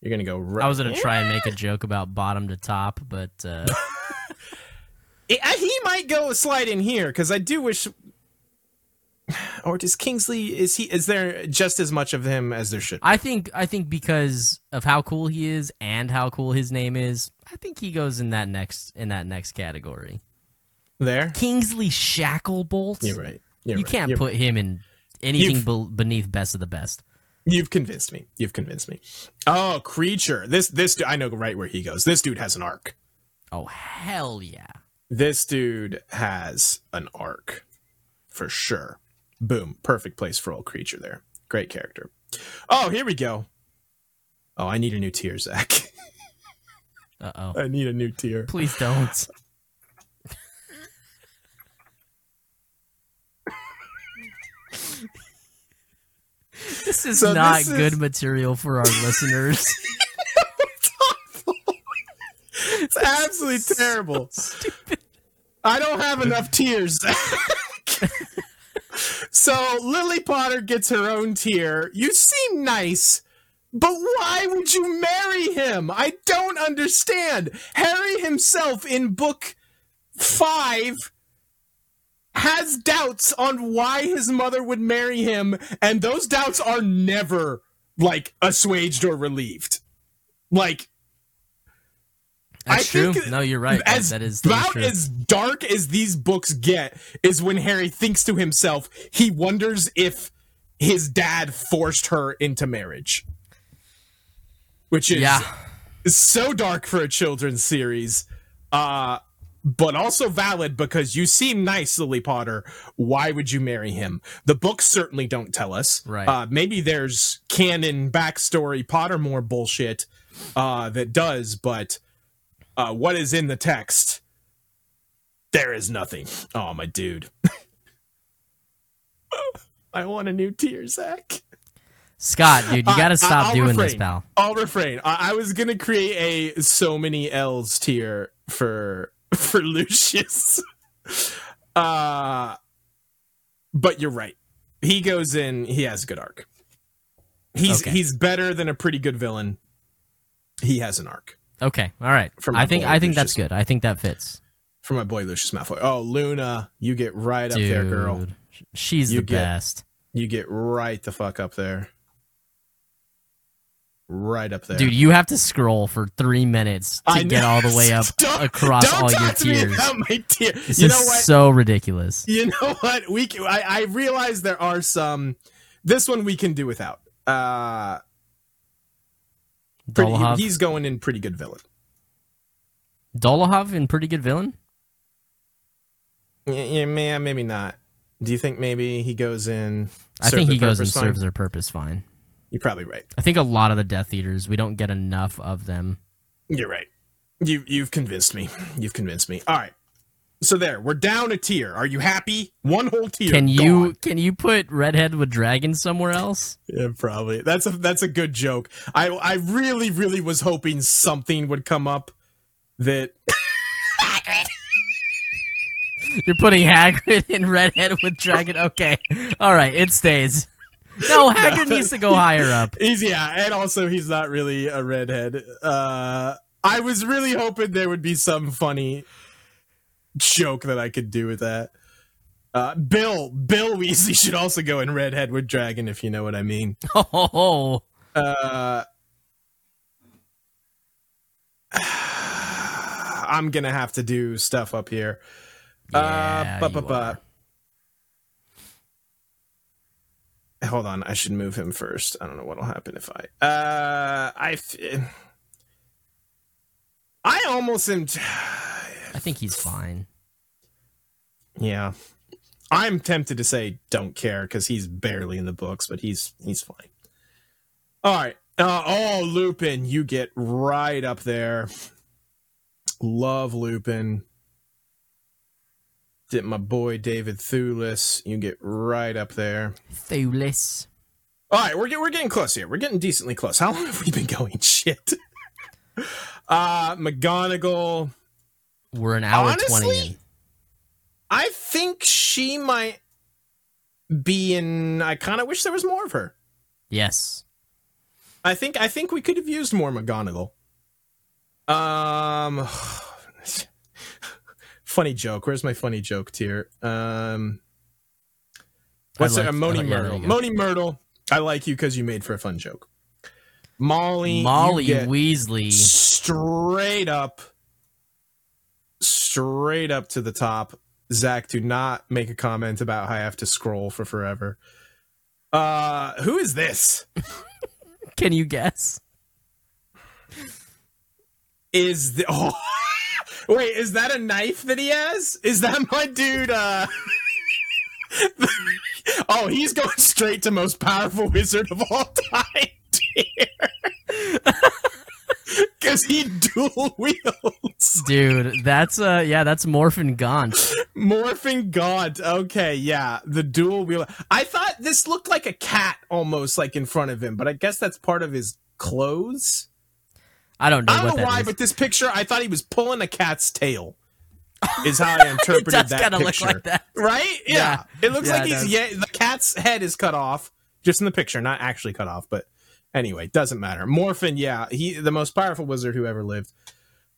B: You're gonna go. Right.
A: I was gonna try and make a joke about bottom to top, but uh,
B: It- I- he might go a slide in here because I do wish. Or does Kingsley is he is there just as much of him as there should? be?
A: I think I think because of how cool he is and how cool his name is, I think he goes in that next in that next category.
B: There,
A: Kingsley Shacklebolt.
B: you're right. You're
A: you
B: right.
A: can't
B: You're-
A: put him in anything be- beneath best of the best.
B: You've convinced me. You've convinced me. Oh, creature. This this du- I know right where he goes. This dude has an arc.
A: Oh hell yeah!
B: This dude has an arc for sure. Boom. Perfect place for old creature there. Great character. Oh, here we go. Oh, I need a new tier, Zach.
A: Uh oh.
B: I need a new tier.
A: Please don't. this is
B: So
A: not
B: this is-
A: good material for our listeners.
B: It's absolutely terrible. I don't have enough tears. so Lily Potter gets her own tier. You seem nice, but why would you marry him? I don't understand. Harry himself in book five has doubts on why his mother would marry him, and those doubts are never like assuaged or relieved. Like I
A: That's true.
B: think
A: No, you're right. That-
B: as
A: that is that is
B: about
A: true.
B: as dark as these books get is when Harry thinks to himself, he wonders if his dad forced her into marriage, which is
A: yeah.
B: so dark for a children's series, uh, but also valid because you seem nice, Lily Potter. Why would you marry him? The books certainly don't tell us.
A: Right.
B: Uh, maybe there's canon backstory Pottermore bullshit uh, that does, but uh, what is in the text? There is nothing. Oh, my dude. I want a new tear, Zach.
A: Scott, dude, you
B: I-
A: got
B: I-
A: to stop
B: I'll
A: doing this,
B: refrain.
A: pal.
B: I'll refrain. I, I was gonna create a so many L's tier for for Lucius. uh but you're right. He goes in, he has a good arc. He's
A: Okay.
B: he's better than a pretty good villain. He has an arc.
A: Okay. All right.
B: From
A: I
B: my
A: think
B: boy,
A: I think
B: it's
A: that's
B: just-
A: good. I think that fits.
B: For my boy Lucius Malfoy. Oh, Luna, you get right up
A: Dude,
B: there, girl.
A: she's
B: You
A: the
B: get-
A: best.
B: You get right the fuck up there. Right up there.
A: Dude, you have to scroll for 3 minutes to
B: I
A: get
B: know.
A: all the way up
B: Don't-
A: across
B: Don't
A: all your
B: talk to me
A: tiers.
B: about my tier.
A: This
B: you
A: is
B: know what?
A: so ridiculous.
B: You know what? We can, I, I realize there are some. This one we can do without. Uh, pretty,
A: Dolohov.
B: he's going in pretty good villain.
A: Dolohov in pretty good villain?
B: Yeah, yeah, man, maybe not. Do you think maybe he goes in?
A: I think
B: serve
A: he
B: their
A: goes and
B: purpose fine?
A: serves their purpose fine.
B: You're probably right.
A: I think a lot of the Death Eaters, we don't get enough of them.
B: You're right. You you've convinced me. You've convinced me. All right. So there, we're down a tier. Are you happy? One whole tier.
A: Can you
B: gone.
A: can you put Redhead with Dragon somewhere else?
B: Yeah, probably. That's a that's a good joke. I I really really was hoping something would come up that
A: You're putting Hagrid in redhead with dragon. Okay, all right, it stays. No, Hagrid needs to go higher up.
B: He's yeah, and also he's not really a redhead. Uh, I was really hoping there would be some funny joke that I could do with that. Uh, Bill Bill Weasley should also go in redhead with dragon, if you know what I mean.
A: Oh,
B: Uh, I'm gonna have to do stuff up here.
A: Yeah,
B: uh, but,
A: you
B: but, but. Hold on, I should move him first. I don't know what'll happen if I. Uh, I. f- I almost am. T-
A: I think he's fine.
B: yeah, I'm tempted to say don't care because he's barely in the books, but he's he's fine. All right. Uh, oh, Lupin, you get right up there. Love Lupin. Did my boy David Thewlis, you get right up there.
A: Thulis.
B: All right, we're get, we're getting close here. We're getting decently close. How long have we been going? Shit. Uh, McGonagall.
A: We're an hour twenty.
B: Honestly?
A: In.
B: I think she might be in. I kind of wish there was more of her.
A: Yes.
B: I think I think we could have used more McGonagall. Um, funny joke. Where's my funny joke tier? Um, what's
A: I
B: it?
A: liked-
B: Moni
A: I like- yeah, there
B: Myrtle.
A: you go.
B: Moni Myrtle. I like you because you made for a fun joke. Molly. you
A: Molly
B: get-
A: Weasley.
B: straight up straight up to the top zach do not make a comment about how i have to scroll for forever uh who is this
A: Can you guess?
B: is the oh wait is that a knife that he has is that my dude uh oh he's going straight to most powerful wizard of all time because he dual wields
A: Dude, that's uh yeah, that's Morphin Gaunt.
B: Morphing God. Okay, yeah. The dual wheel. I thought this looked like a cat almost like in front of him, but I guess that's part of his clothes.
A: I don't know
B: I
A: what
B: don't know
A: that
B: why,
A: is.
B: but this picture, I thought he was pulling a cat's tail. Is how I interpreted
A: it does
B: that
A: kind of look
B: picture.
A: like that.
B: Right? Yeah. It looks
A: Yeah,
B: like
A: it
B: he's
A: does.
B: yeah, the cat's head is cut off just in the picture, not actually cut off, but anyway, doesn't matter. Morphin, yeah, he the most powerful wizard who ever lived.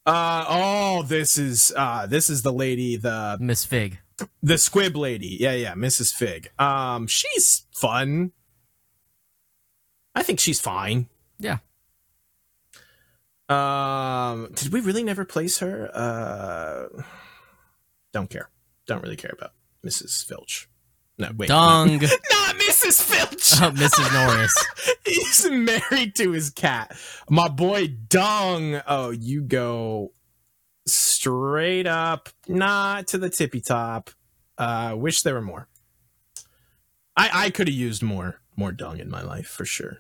B: Uh oh, this is uh this is the lady the
A: Miss Fig.
B: the squib lady yeah yeah mrs fig um she's fun i think she's fine
A: Yeah.
B: um did we really never place her uh don't care don't really care about mrs filch no wait
A: Dung.
B: not mrs filch
A: Oh, Mrs. Norris.
B: he's married to his cat my boy dung oh you go straight up not to the tippy top uh wish there were more i i could have used more more dung in my life for sure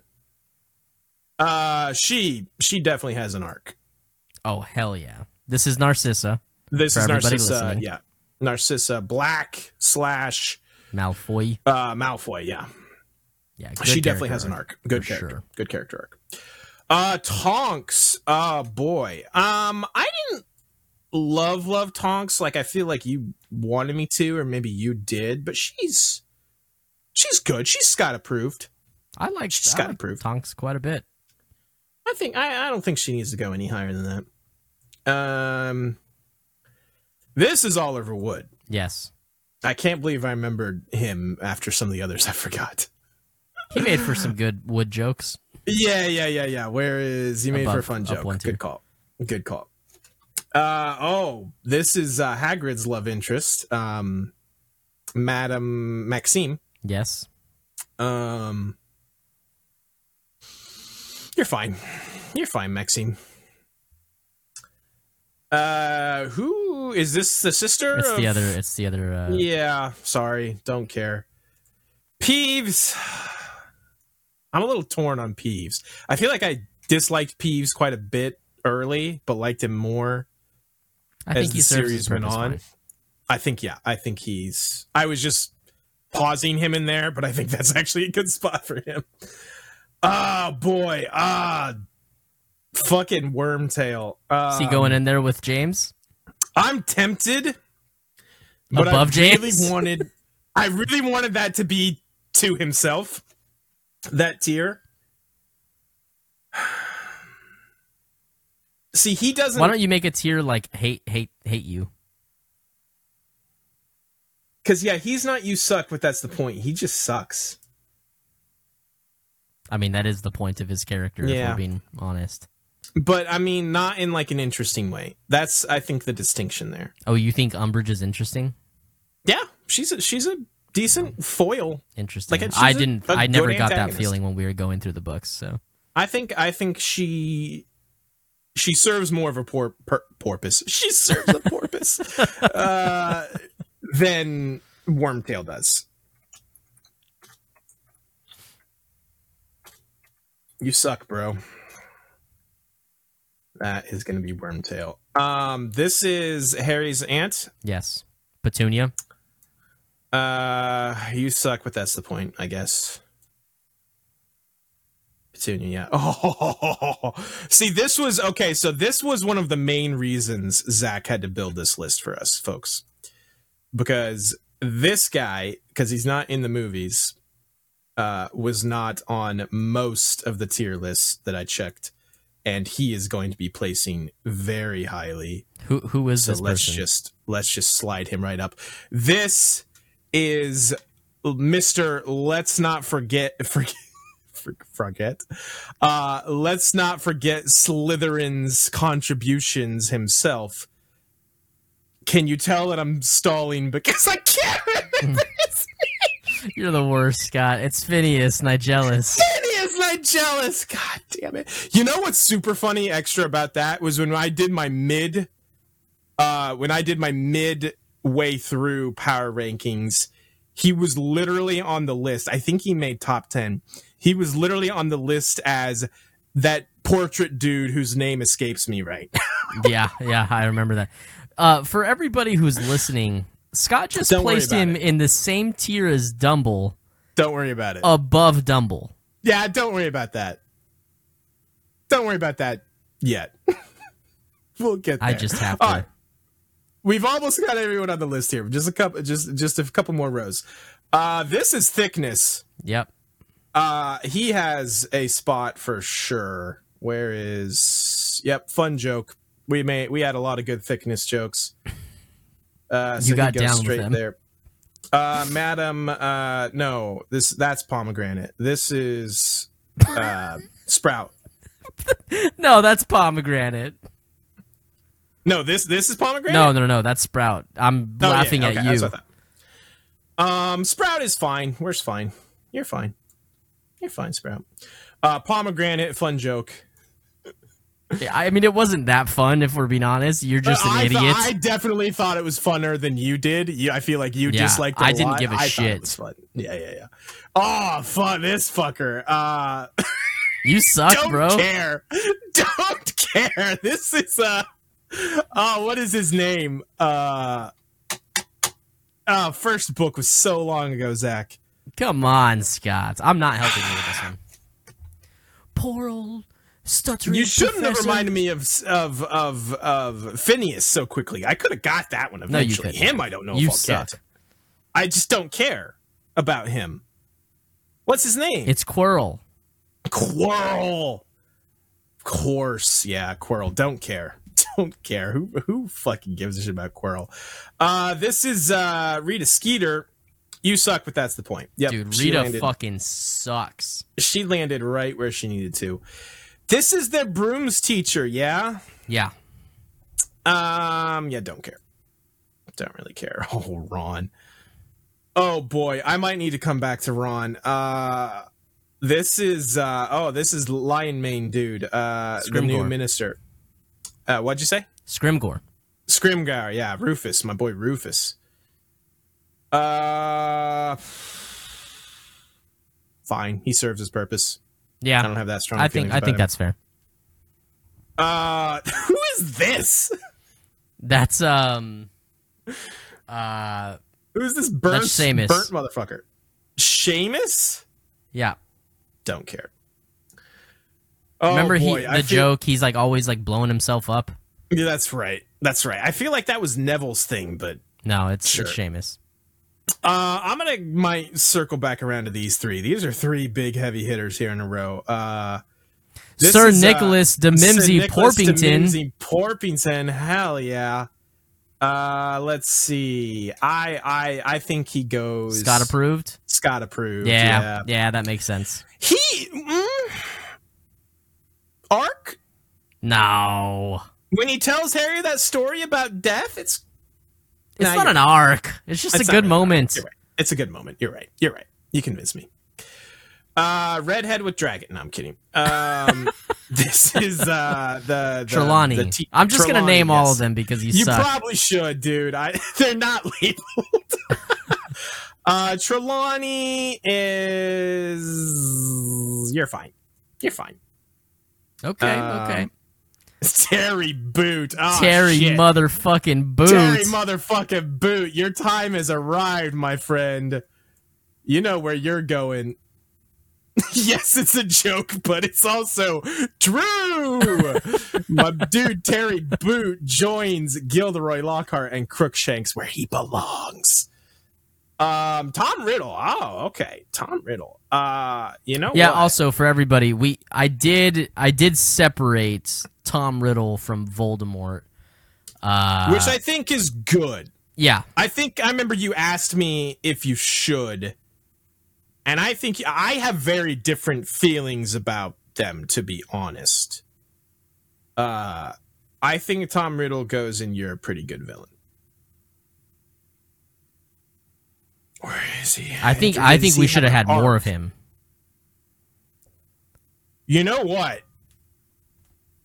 B: uh she she definitely has an arc
A: Oh hell yeah. This is Narcissa.
B: this
A: For
B: is
A: everybody
B: narcissa
A: listening.
B: yeah narcissa black slash
A: Malfoy.
B: uh malfoy yeah
A: Yeah.
B: she definitely has an arc. Good
A: For
B: character.
A: sure.
B: Good character arc. Uh Tonks. Oh boy. Um I didn't love love Tonks like I feel like you wanted me to or maybe you did, but she's she's good. She's Scott approved.
A: I like
B: She's
A: I
B: got
A: like
B: improved.
A: Tonks quite a bit.
B: I think I, I don't think she needs to go any higher than that. Um This is Oliver Wood.
A: Yes.
B: I can't believe I remembered him after some of the others I forgot.
A: He made for some good wood jokes.
B: Yeah, yeah, yeah, yeah. Where is you made for a
A: Above,
B: fun
A: up
B: joke?
A: one, two.
B: Good call. Good call. Uh oh, this is uh, Hagrid's love interest, um, Madame Maxime.
A: Yes.
B: Um, you're fine. You're fine, Maxime. Uh, who is this? The sister?
A: It's the
B: of-
A: other it's the other uh,
B: yeah, sorry, don't care. Peeves. I'm a little torn on Peeves. I feel like I disliked Peeves quite a bit early, but liked him more.
A: I
B: as
A: think
B: the
A: he serves his
B: series went
A: purpose
B: on.
A: fine.
B: I think, yeah, I think he's. I was just pausing him in there, but I think that's actually a good spot for him. Ah, boy. Ah, fucking Wormtail. Uh,
A: Is he going in there with James?
B: I'm tempted But
A: Above
B: I really
A: James?
B: wanted I really wanted that to be to himself. That tier. See, he doesn't
A: Why don't you make a tier like hate, hate, hate you?
B: Because yeah, he's not you suck, but that's the point. He just sucks.
A: I mean, that is the point of his character, if
B: Yeah.
A: we're being honest.
B: But I mean, not in like an interesting way. That's I think the distinction there.
A: Oh, you think Umbridge is interesting?
B: Yeah, she's a, she's a decent foil.
A: Interesting.
B: Like, she's
A: I
B: a-
A: didn't.
B: a
A: I never
B: good
A: got that
B: antagonist.
A: feeling when we were going through the books. So
B: I think I think she she serves more of a por- per- porpoise. She serves a porpoise uh, than Wormtail does. You suck, bro. That is going to be Wormtail. Um, this is Harry's aunt.
A: yes, Petunia.
B: Uh, you suck, but that's the point, I guess. Petunia, yeah. Oh, see, this was okay. So this was one of the main reasons Zach had to build this list for us, folks, because this guy, because he's not in the movies, uh, was not on most of the tier lists that I checked, and he is going to be placing very highly
A: Who who is
B: so
A: this
B: let's
A: person?
B: just let's just slide him right up. This is Mr. Let's not forget forget for- forget. Uh let's not forget Slytherin's contributions himself. Can you tell that I'm stalling because I can't remember his
A: You're the worst, Scott. It's Phineas Nigellus.
B: Phineas Nigellus. God damn it. You know what's super funny extra about that was when I did my mid uh when I did my mid way through power rankings, he was literally on the list. I think he made top 10. He was literally on the list as that portrait dude whose name escapes me right.
A: yeah, yeah, I remember that. Uh, for everybody who's listening, Scott just
B: Don't worry
A: placed
B: about
A: him in the same tier as Dumble,
B: don't worry about
A: Oh.
B: it.
A: above Dumble.
B: Yeah, don't worry about that. Don't worry about that yet. we'll get there.
A: I just have to.
B: All right. We've almost got everyone on the list here. Just a couple, just just a couple more rows. Uh, this is thickness.
A: Yep.
B: Uh, he has a spot for sure. Where is? Yep, fun joke. We made we had a lot of good thickness jokes. Uh, so
A: You got
B: he goes
A: down with
B: straight
A: them.
B: there. Uh, madam. Uh, no, this that's pomegranate. This is uh, sprout.
A: No, that's pomegranate.
B: No, this this is pomegranate.
A: No, no, no, that's Sprout. I'm
B: Oh, yeah,
A: laughing
B: okay,
A: at
B: that's
A: you.
B: what I thought. Um, Sprout is fine. Where's fine? You're fine. You're fine, Sprout. Uh, pomegranate, fun joke.
A: I mean, it wasn't that fun. If we're being honest, you're just an
B: I,
A: idiot.
B: thought- I definitely thought it was funner than you did. You, I feel like you
A: Yeah,
B: disliked it
A: I
B: a
A: didn't
B: lot.
A: give a
B: thought it
A: shit.
B: was fun. Yeah, yeah, yeah. Oh, fun this fucker. Uh,
A: you suck,
B: don't
A: bro.
B: care. Don't care. This is uh oh, what is his name? Uh, uh first book was so long ago, Zach.
A: Come on, Scott. I'm not helping you with this one. Poor old stuttering.
B: You shouldn't have
A: professor.
B: reminded me of of of of Phineas so quickly. I could have got that one
A: No, you
B: eventually.
A: couldn't.
B: him, I don't know
A: You
B: if I'll
A: suck.
B: get. I just don't care about him. What's his name?
A: It's Quirrell.
B: Quirrell. Of course, yeah, Quirrell. Don't care. Don't care. Who who fucking gives a shit about Quirrell? Uh, this is uh, Rita Skeeter. You suck, but that's the point. Yep,
A: Dude,
B: she
A: Rita
B: landed-
A: fucking sucks.
B: She landed right where she needed to. This is their brooms teacher. Yeah.
A: Yeah.
B: Um, yeah, don't care. Don't really care. Oh, Ron. Oh boy, I might need to come back to Ron. Uh this is uh oh, this is Lion Mane dude, uh the new
A: Scrimgeour.
B: minister. Uh what'd you say?
A: Scrimgore.
B: Scrimgar, yeah, Rufus, my boy Rufus. Uh fine, he serves his purpose. I
A: Yeah.
B: don't have that strong
A: I think
B: feelings
A: I
B: about
A: think
B: him.
A: that's fair.
B: uh who is this?
A: That's um uh
B: Who's this burnt,
A: That's Seamus.
B: burnt motherfucker? Seamus?
A: yeah.
B: Don't care. Oh,
A: Remember
B: boy,
A: he
B: I
A: the
B: feel-
A: joke he's like always like blowing himself up.
B: Yeah, that's right. That's right. I feel like that was Neville's thing, but
A: No, it's,
B: Sure.
A: it's Seamus.
B: Uh, I'm gonna might circle back around to these three. These are three big heavy hitters here in a row. Uh, this
A: Sir
B: is, uh,
A: Nicholas de
B: Sir
A: Mimsy
B: Nicholas de
A: Porpington.
B: Mimsy Porpington. Hell yeah. Uh, let's see. I I I think he goes
A: Scott approved.
B: Scott approved.
A: Yeah, yeah, that makes sense.
B: He mm, Ark
A: No,
B: when he tells Harry that story about death. It's
A: it's
B: No,
A: not
B: you're
A: an arc. It's just
B: It's
A: a
B: not
A: good
B: really an arc.
A: moment.
B: You're right. It's a good moment. You're right. You're right. You convinced me. Uh, redhead with dragon. No, I'm kidding. Um, this is uh the, the
A: Trelawney.
B: the te-
A: I'm just gonna
B: Trelawney,
A: name all
B: yes.
A: of them because you,
B: You
A: suck.
B: probably should, dude. I they're not labeled. uh, Trelawney is. You're fine. You're fine.
A: okay,
B: Um,
A: okay.
B: Terry Boot. Oh,
A: Terry
B: shit.
A: motherfucking Boot.
B: Terry motherfucking boot. Your time has arrived, my friend. You know where you're going. yes, it's a joke, but it's also true. my dude Terry Boot joins Gilderoy Lockhart and Crookshanks where he belongs. Um, Tom Riddle. Oh, okay. Tom Riddle. Uh, you know
A: yeah.
B: what?
A: Also for everybody, we I did I did separate Tom Riddle from Voldemort. Uh,
B: which I think is good.
A: yeah
B: I think I remember you asked me if you should, and I think I have very different feelings about them. To be honest, uh, I think Tom Riddle goes, and you're a pretty good villain. Where is he?
A: I think
B: Does
A: I think
B: he
A: we should have had
B: an arc?
A: more of him.
B: You know what?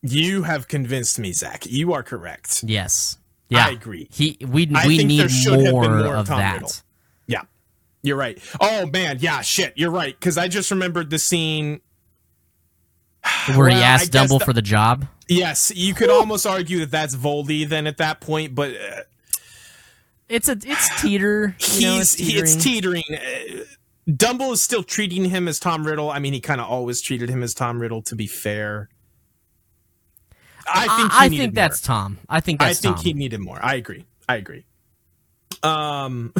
B: You have convinced me, Zach. You are correct.
A: Yes. Yeah.
B: I agree.
A: He we
B: I
A: we
B: think
A: need
B: there should have been
A: more,
B: more
A: of
B: Tom
A: that.
B: Riddle. You're right. Oh man, yeah, shit. You're right because I just remembered the scene.
A: Where he
B: Well, I
A: asked
B: guess
A: Dumble
B: the-
A: for the job.
B: Yes, you could almost argue that that's Voldy then at that point, but uh,
A: It's a it's teeter.
B: he's
A: you know, it's
B: he- it's
A: teetering.
B: teetering. Uh, Dumble is still treating him as Tom Riddle. I mean, he kind of always treated him as Tom Riddle. To be fair, I think he
A: I, I
B: needed
A: think
B: more.
A: that's Tom. I think that's
B: I think
A: Tom.
B: he needed more. I agree. I agree. Um,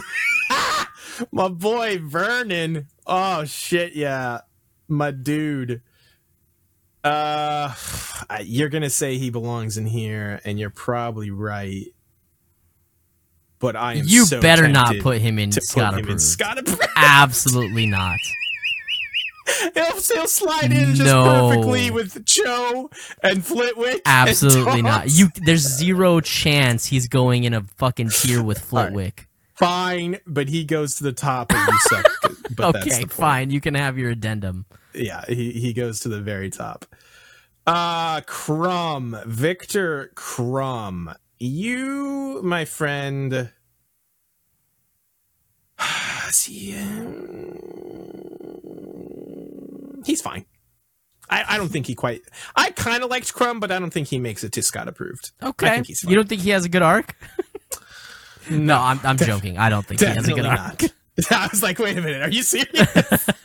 B: my boy Vernon. Oh shit, yeah, my dude. Uh, I- you're gonna say he belongs in here, and you're probably right. But I am.
A: you
B: so
A: better not
B: tempted
A: put him in
B: to
A: Scott
B: put him in
A: approved.
B: Scott approved.
A: Absolutely not.
B: He'll, he'll slide in just
A: No.
B: perfectly with Joe and Flitwick. and
A: Absolutely not.
B: Dobbs.
A: You there's zero chance he's going in a fucking tier with
B: All right.
A: Flitwick.
B: fine, but he goes to the top and you suck. But that's the
A: okay,
B: point.
A: fine. You can have your addendum.
B: yeah he, he goes to the very top uh crumb victor crumb you my friend is he, um, he's fine I, I don't think he quite i kind of liked crumb but i don't think he makes it to scott approved
A: Okay.
B: think he's fine.
A: You don't think he has a good arc? no, I'm I'm joking. I don't think he has a
B: Definitely
A: good arc.
B: not. I was like, wait a minute, are you serious?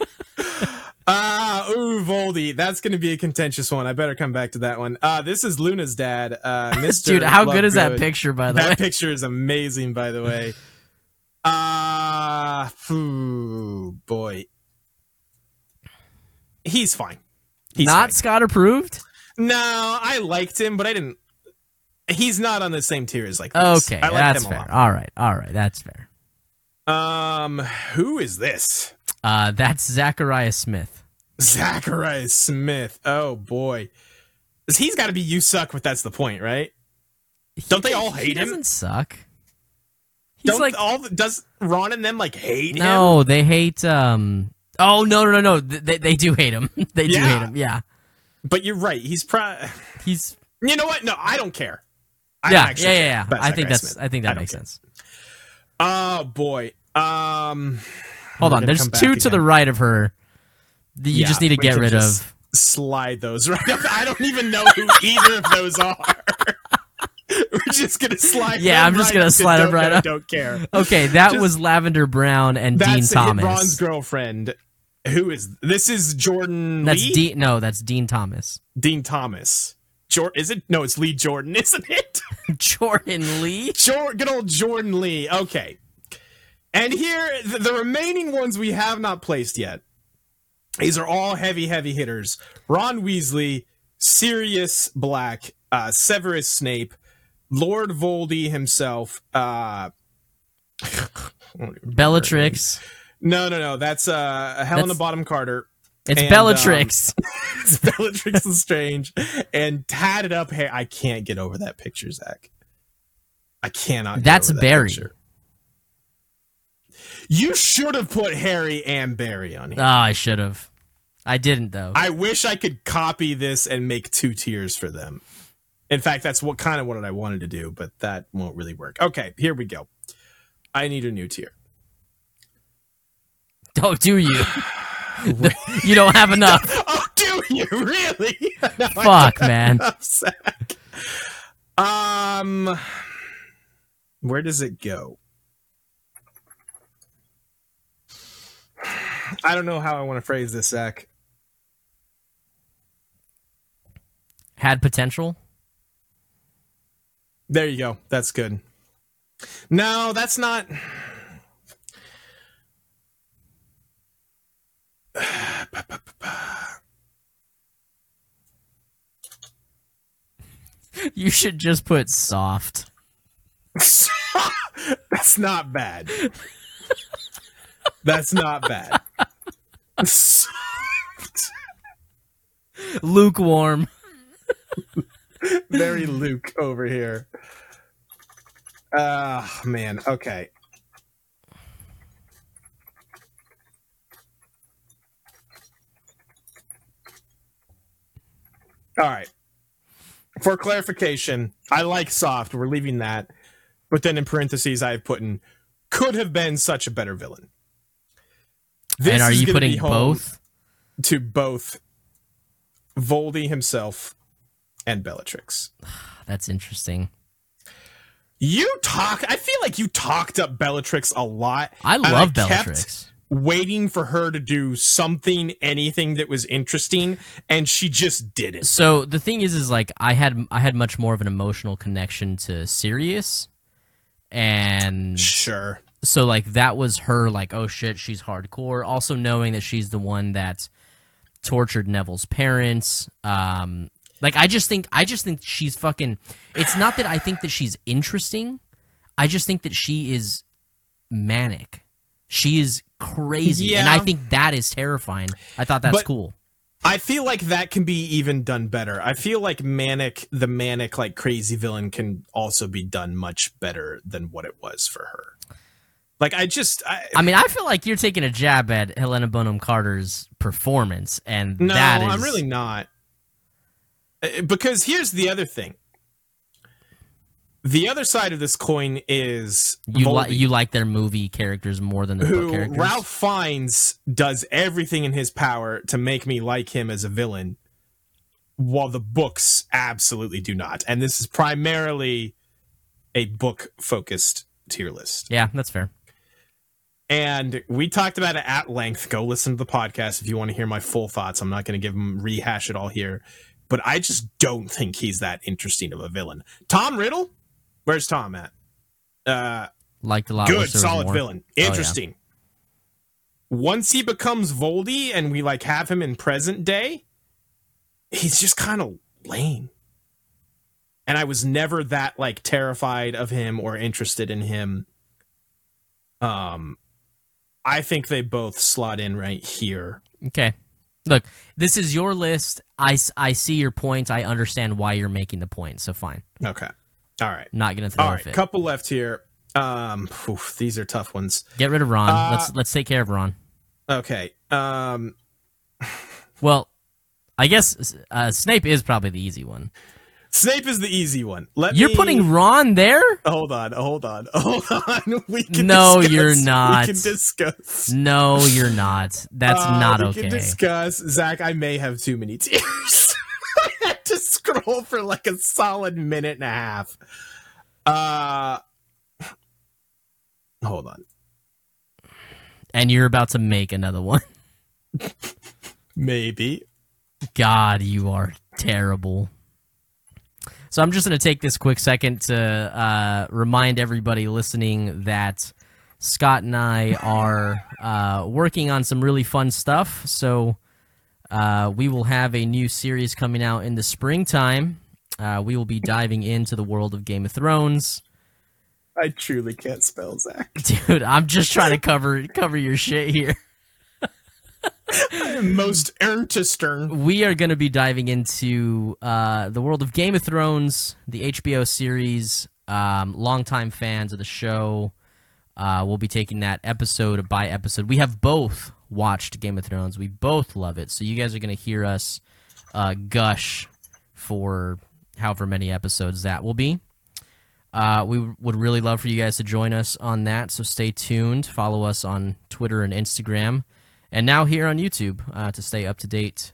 B: Ah, ooh, Voldy, that's going to be a contentious one. I better come back to that one. Uh, this is Luna's dad, uh, Mr.
A: Dude, how good is that
B: Lovegood.
A: picture by the
B: That
A: way?
B: picture is amazing, by the way. Ah, phew, boy, he's fine. He's
A: Not
B: fine.
A: Scott approved?
B: No, I liked him, but I didn't. He's not on the same tier as like. this.
A: Okay,
B: I liked
A: that's
B: him a
A: fair. All right, all right, that's fair.
B: lot. Um, who is this?
A: Uh, that's Zachariah Smith.
B: Zachariah Smith. Oh boy, he's got to be you suck. But that's the point, right?
A: He-
B: Don't they all
A: he
B: hate him?
A: Doesn't suck. He's
B: Don't
A: like
B: all the, does Ron and them like hate him?
A: no, they hate. Um, oh no, no, no, no. Th- They, they do hate him. they do
B: Yeah.
A: hate him. Yeah,
B: But you're right. He's pro.
A: he's
B: You know what? No, I don't care. I
A: yeah,
B: actually
A: yeah, yeah,
B: care
A: yeah.
B: about
A: I think
B: Zachariah
A: that's.
B: Smith.
A: I think
B: I
A: that
B: don't
A: makes
B: care.
A: sense.
B: Oh boy. Um,
A: Hold
B: We're
A: on,
B: gonna
A: there's
B: come back
A: two to the
B: again.
A: right of her. that You
B: Yeah,
A: just need to
B: we
A: get
B: can
A: rid
B: just-
A: of.
B: slide those right up. I don't even know who either of those are. We're just gonna slide.
A: Yeah,
B: them
A: I'm just
B: right
A: gonna
B: up to
A: slide them
B: don't
A: right
B: know,
A: up.
B: Don't care.
A: Okay, that
B: just-
A: was Lavender Brown and Dean
B: That's
A: Thomas.
B: Ron's girlfriend. Who is this? Is Jordan?
A: that's
B: Lee?
A: Dean. No, that's Dean Thomas.
B: Dean Thomas. Jordan. Is it? No, it's Lee Jordan, isn't it?
A: Jordan Lee.
B: Jordan, good old Jordan Lee. Okay. And here, the, the remaining ones we have not placed yet. These are all heavy, heavy hitters. Ron Weasley, Sirius Black, uh, Severus Snape, Lord Voldy himself. Uh,
A: Bellatrix.
B: no, no, no. That's uh, Helena
A: That's-
B: Bottom Carter.
A: It's
B: And, um,
A: Bellatrix.
B: It's Bellatrix Lestrange and tatted up hair. I can't get over that picture, Zach. I cannot. get
A: That's
B: over that
A: Barry.
B: picture. You should have put Harry and Barry on here.
A: Ah, I should have. I didn't though.
B: I wish I could copy this and make two tiers for them. In fact, that's what kind of what I wanted to do, but that won't really work. Okay, here we go. I need a new tier.
A: Don't do you. you don't have enough.
B: Oh, do you really? No, I
A: Fuck, man.
B: up, Zach. Um, where does it go? I don't know how I want to phrase this, Zach.
A: Had potential.
B: There you go. That's good. No, that's not.
A: You should just put soft.
B: that's not bad. That's not bad.
A: Lukewarm.
B: very Luke over here. Ah, man. Okay. All right. For clarification, I like soft. We're leaving that. But then in parentheses, I've put in could have been such a better villain. This
A: and are
B: is
A: you
B: gonna be
A: putting
B: home
A: both?
B: to both Voldy himself and Bellatrix?
A: That's interesting.
B: You talk. I feel like you talked up Bellatrix a lot.
A: I
B: and
A: love
B: kept
A: Bellatrix.
B: waiting for her to do something, anything that was interesting, and she just didn't.
A: So the thing is, is like I had I had much more of an emotional connection to Sirius, and
B: Sure.
A: so like that was her like oh shit she's hardcore. Also knowing that she's the one that tortured Neville's parents. Um, like I just think I just think she's fucking. It's not that I think that she's interesting. I just think that she is manic. She is crazy, and I
B: Yeah.
A: think that is terrifying. I thought that's
B: But-
A: cool.
B: I feel like that can be even done better. I feel like manic, the manic, like crazy villain, can also be done much better than what it was for her. Like I just, I,
A: I mean, I feel like you're taking a jab at Helena Bonham Carter's performance, and
B: No,
A: that is
B: I'm really not. Uh, Because here's the other thing. The other side of this coin is
A: you
B: Voldy,
A: like you like their movie characters more than the book
B: who
A: characters.
B: Ralph Fiennes does everything in his power to make me like him as a villain, while the books absolutely do not. And this is primarily a book focused tier list.
A: yeah, that's fair.
B: And we talked about it at length. Go listen to the podcast if you want to hear my full thoughts. I'm not going to give them rehash it all here, but I just don't think he's that interesting of a villain. Tom Riddle, where's Tom at? Uh,
A: Liked a lot.
B: good,
A: wish there was
B: solid
A: more. Oh,
B: villain,
A: yeah.
B: interesting. Once he becomes Voldy and we like have him in present day, he's just kind of lame. And I was never that like terrified of him or interested in him. Um, I think they both slot in right here.
A: Okay, look, this is your list. I, s- I see your points. I understand why you're making the point. So fine,
B: Okay, all right,
A: not gonna throw
B: all
A: a
B: right.
A: fit.
B: Couple left here. Um, oof, these are tough ones.
A: Get rid of Ron.
B: Uh,
A: let's let's take care of Ron.
B: Okay. Um,
A: Well, I guess uh, Snape is probably the easy one.
B: Snape is the easy one. Let
A: You're
B: me-
A: putting Ron there?
B: Hold on, hold on, hold on. We can
A: No,
B: discuss.
A: you're not.
B: We can discuss.
A: No, you're not. That's
B: Uh,
A: not
B: we
A: okay.
B: can discuss. Zach, I may have too many tears. I had to scroll for like a solid minute and a half. Uh, hold on.
A: and you're about to make another one.
B: Maybe.
A: God, you are terrible. So I'm just going to take this quick second to uh, remind everybody listening that Scott and I are uh, working on some really fun stuff. So uh, we will have a new series coming out in the springtime. Uh, we will be diving into the world of Game of Thrones.
B: I truly can't spell Zach.
A: Dude, I'm just trying to cover cover your shit here.
B: Most Ernstern.
A: we are going to be diving into uh, the world of Game of Thrones, the HBO series. Um, longtime fans of the show uh, will be taking that episode by episode. We have both watched Game of Thrones. We both love it. So you guys are going to hear us uh, gush for however many episodes that will be. Uh, we would really love for you guys to join us on that. So stay tuned. Follow us on Twitter and Instagram, and now here on YouTube uh, to stay up to date.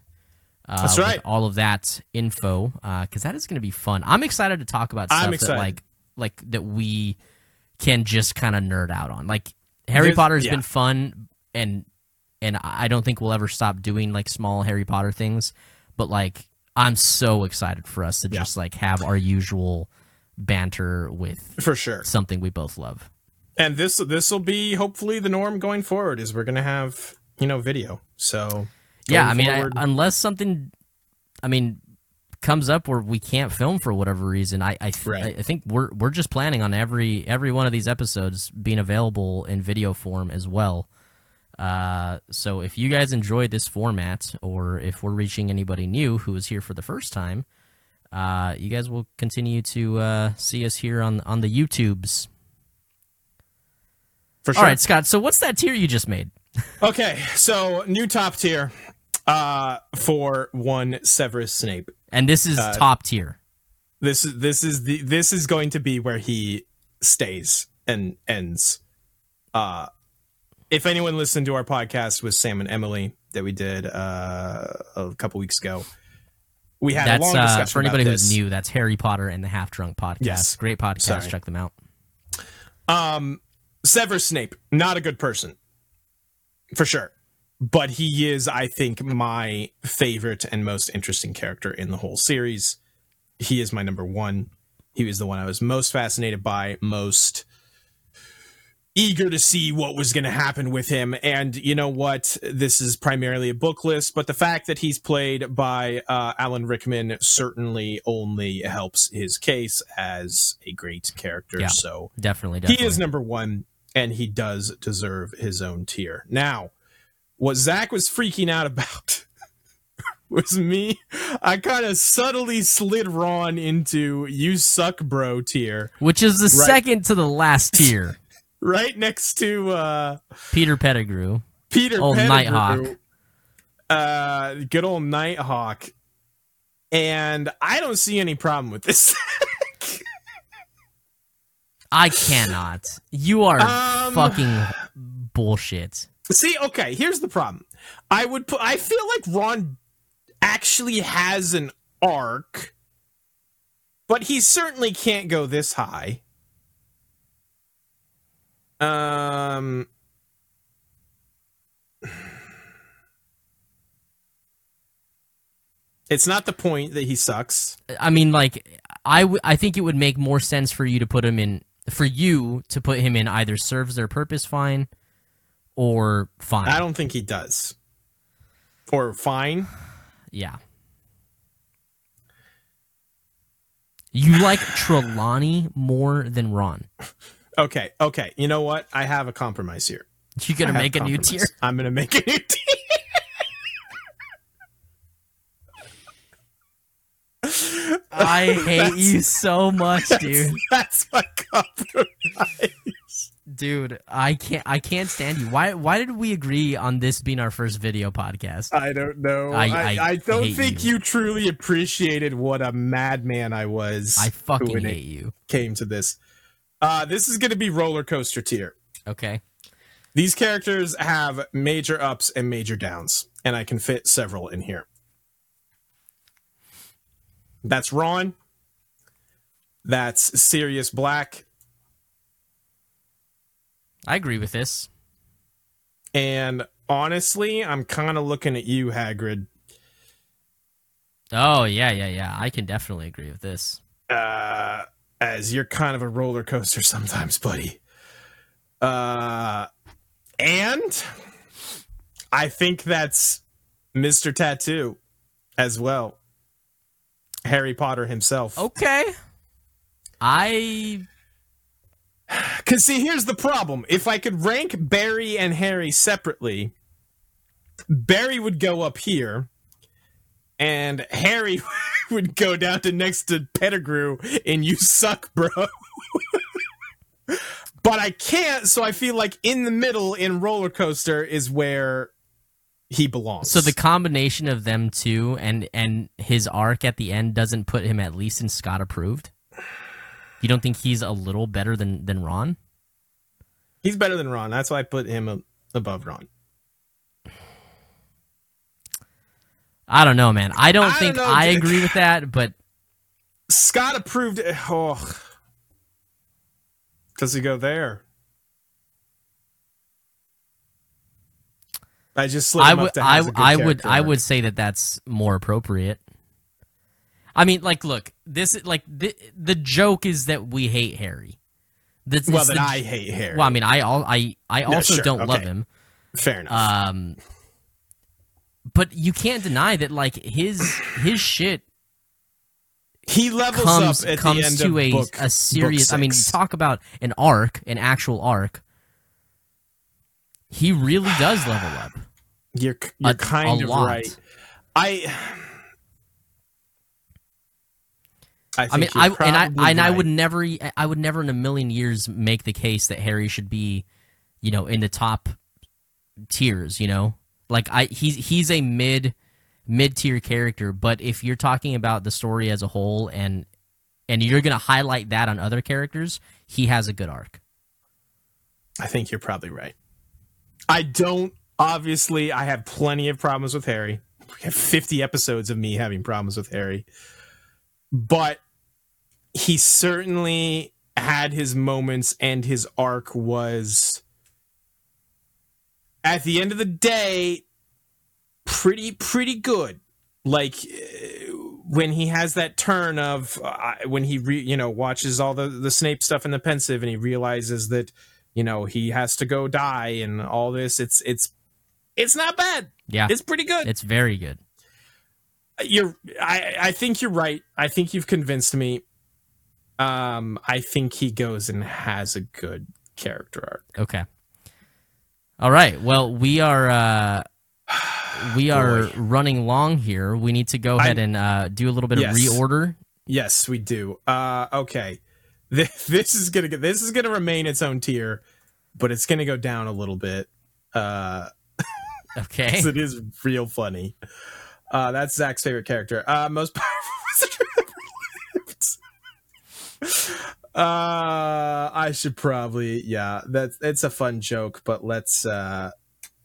A: Uh,
B: That's
A: with
B: right.
A: all of that info because that is going to be fun. I'm excited to talk about
B: I'm
A: stuff that
B: excited.
A: like like that we can just kind of nerd out on. Like Harry
B: There's-
A: Potter has
B: yeah.
A: been fun, and and I don't think we'll ever stop doing like small Harry Potter things. But like, I'm so excited for us to
B: Yeah.
A: just like have our usual banter with
B: For sure.
A: something we both love.
B: And this this will be hopefully the norm going forward is we're gonna have, you know, video. So
A: yeah,
B: going
A: I mean, I,
B: forward-
A: unless something, I mean, comes up where we can't film for whatever reason, I I, th-
B: Right.
A: I I think we're we're just planning on every every one of these episodes being available in video form as well. Uh, so if you guys enjoy this format, or if we're reaching anybody new who is here for the first time, uh, you guys will continue to uh, see us here on on the YouTubes.
B: for
A: All
B: sure.
A: right, Scott. So what's that tier you just made?
B: Okay, so new top tier uh for one Severus Snape.
A: And this is
B: Uh,
A: top tier.
B: This is this is the this is going to be where he stays and ends. Uh if anyone listened to our podcast with Sam and Emily that we did uh a couple weeks ago, we had a
A: that's
B: long
A: uh,
B: discussion
A: for
B: about
A: anybody
B: this.
A: who's new. That's Harry Potter and the Half Drunk Podcast.
B: Yes.
A: great podcast.
B: Sorry.
A: Check them out.
B: Um, Severus Snape, not a good person, for sure. But he is, I think, my favorite and most interesting character in the whole series. He is my number one. He was the one I was most fascinated by, most eager to see what was going to happen with him. And you know what? This is primarily a book list, but the fact that he's played by uh, Alan Rickman certainly only helps his case as a great character.
A: Yeah.
B: So
A: Definitely, definitely.
B: he is number one, and he does deserve his own tier. Now, what Zach was freaking out about was me. I kind of subtly slid Ron into "You suck, bro" tier,
A: Which is the
B: Right.
A: second to the last tier.
B: right next to uh,
A: Peter Pettigrew.
B: Peter
A: Old
B: Pettigrew,
A: Nighthawk.
B: uh, good old Nighthawk. And I don't see any problem with this.
A: I cannot. You are
B: Um,
A: fucking bullshit.
B: See, okay, here's the problem. I would put I feel like Ron actually has an arc, but he certainly can't go this high. Um It's not the point that he sucks.
A: I mean, like, I w- I think it would make more sense for you to put him in for you to put him in either serves their purpose fine or fine.
B: I don't think he does. Or fine.
A: Yeah. You like Trelawney more than Ron.
B: Okay, okay. You know what? I have a compromise here.
A: You gonna
B: I have
A: make a new tier?
B: compromise. I'm gonna make a new tier.
A: I hate
B: That's-
A: you so much, dude.
B: That's my compromise.
A: Dude, I can't. I can't stand you. Why? Why did we agree on this being our first video podcast?
B: I don't know.
A: I-
B: I, I,
A: I
B: don't
A: hate
B: think
A: you.
B: you. truly appreciated what a madman I was
A: I fucking
B: when it
A: hate you.
B: came to this. Uh, this is gonna be roller coaster tier.
A: Okay.
B: These characters have major ups and major downs, and I can fit several in here. That's Ron. That's Sirius Black.
A: I agree with this.
B: And honestly, I'm kind of looking at you, Hagrid.
A: Oh yeah, yeah, yeah. I can definitely agree with this.
B: uh, as you're kind of a roller coaster sometimes, buddy. Uh, and I think that's Mr. Tattoo as well. Harry Potter himself.
A: Okay. I
B: Because, see, here's the problem. If I could rank Barry and Harry separately, Barry would go up here, and Harry would go down to next to Pettigrew, and you suck, bro. but I can't, so I feel like in the middle in Roller Coaster is where he belongs.
A: so the combination of them two and and his arc at the end doesn't put him at least in Scott approved. You don't think he's a little better than than Ron?
B: He's better than Ron. That's why I put him a- above Ron.
A: I don't know, man. I don't
B: I
A: think
B: don't know,
A: I
B: dude.
A: agree with that, but
B: Scott approved. Oh. Does he go there? I just slid
A: I
B: him
A: would
B: up to
A: I,
B: has a good
A: I would
B: character
A: I
B: arc.
A: would say that that's more appropriate. I mean, like, look, this is like the the joke is that we hate Harry. This,
B: Well,
A: it's
B: then
A: the-
B: I hate Harry.
A: Well, I mean, I all I I
B: No,
A: also
B: sure,
A: don't love
B: okay.
A: him.
B: Fair enough.
A: Um, but you can't deny that like his his shit
B: he levels
A: comes
B: up at the
A: comes
B: end
A: to
B: of
A: a
B: book,
A: a serious.
B: book
A: I mean,
B: six.
A: talk about an arc, an actual arc. He really does level up.
B: you're you're
A: a-
B: kind
A: a
B: of
A: lot.
B: right. I. I,
A: I mean,
B: think
A: I
B: you're
A: and I and
B: probably
A: I
B: right.
A: would never, e, I would never in a million years make the case that Harry should be, you know, in the top tiers. You know, like I he's he's a mid mid tier character, but if you're talking about the story as a whole and and you're gonna highlight that on other characters, he has a good arc.
B: I think you're probably right. I don't. Obviously, I have plenty of problems with Harry. We have 50 episodes of me having problems with Harry. But he certainly had his moments, and his arc was, at the end of the day, pretty, pretty good. Like eh, when he has that turn of uh, when he re, you know watches all the the Snape stuff in the pensive, and he realizes that you know he has to go die and all this it's it's it's not bad
A: Yeah,
B: it's pretty good
A: it's very good.
B: you're i i think you're right i think you've convinced me um i think he goes and has a good character arc
A: Okay. All right. Well, we are uh we are
B: Boy.
A: running long here. We need to go
B: I'm-
A: ahead and uh do a little bit
B: Yes.
A: of reorder.
B: yes we do uh okay this, this is gonna get this is gonna remain its own tier but it's gonna go down a little bit uh
A: Okay.
B: 'cause it is real funny uh that's zach's favorite character uh most powerful wizard who ever lived Uh, I should probably, yeah, that's it's a fun joke, but let's uh,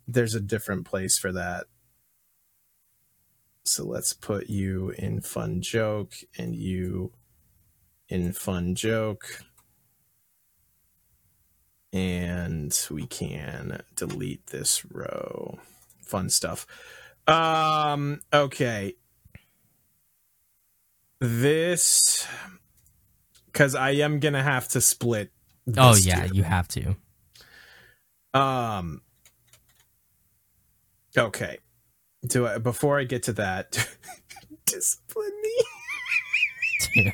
B: there's a different place for that. So let's put you in fun joke and you in fun joke. And we can delete this row. Fun stuff. Um, okay. This because I am gonna have to split. this
A: Oh yeah,
B: tier.
A: you have to.
B: Um. Okay. Do I before I get to that? discipline me.
A: Dude.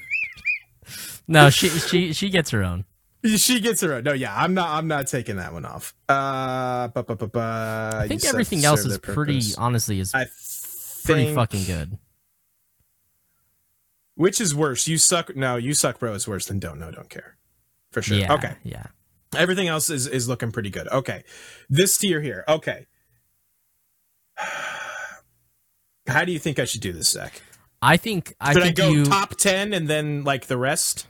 A: no, she she she gets her own.
B: She gets her own. No, yeah, I'm not. I'm not taking that one off. Uh, ba, ba, ba, ba,
A: I think everything else is pretty honestly is
B: I
A: pretty
B: think-
A: fucking good.
B: Which is worse? You suck. No, you suck, bro. Is worse than don't know, don't care. For sure.
A: Yeah.
B: Okay.
A: Yeah.
B: Everything else is is looking pretty good. Okay. This tier here. Okay. How do you think I should do this, Zach?
A: I think I
B: Should I,
A: think
B: go
A: you
B: top ten and then like the rest?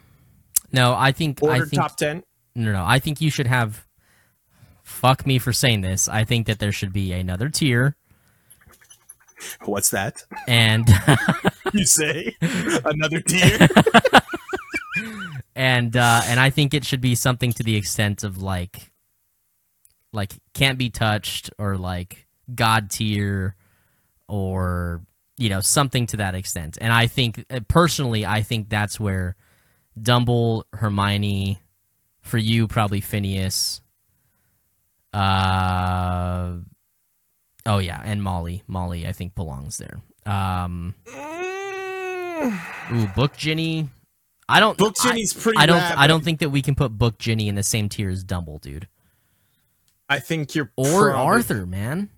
A: No, I think I
B: Order
A: think
B: top ten?
A: no no, I think you should have fuck me for saying this. I think that there should be another tier
B: What's that?
A: and
B: You say another tier?
A: and uh, and I think it should be something to the extent of like, like can't be touched or like god tier, or you know something to that extent. And I think uh, personally, I think that's where Dumble, Hermione. For you, probably Phineas. Uh, oh yeah, and Molly. Molly, I think belongs there. Um, ooh, Book Ginny. I don't.
B: Book
A: I-
B: Ginny's pretty
A: I don't.
B: bad,
A: I
B: but
A: don't think that we can put Book Ginny in the same tier as Dumble, dude,
B: I think you're
A: or
B: probably-
A: Arthur, man.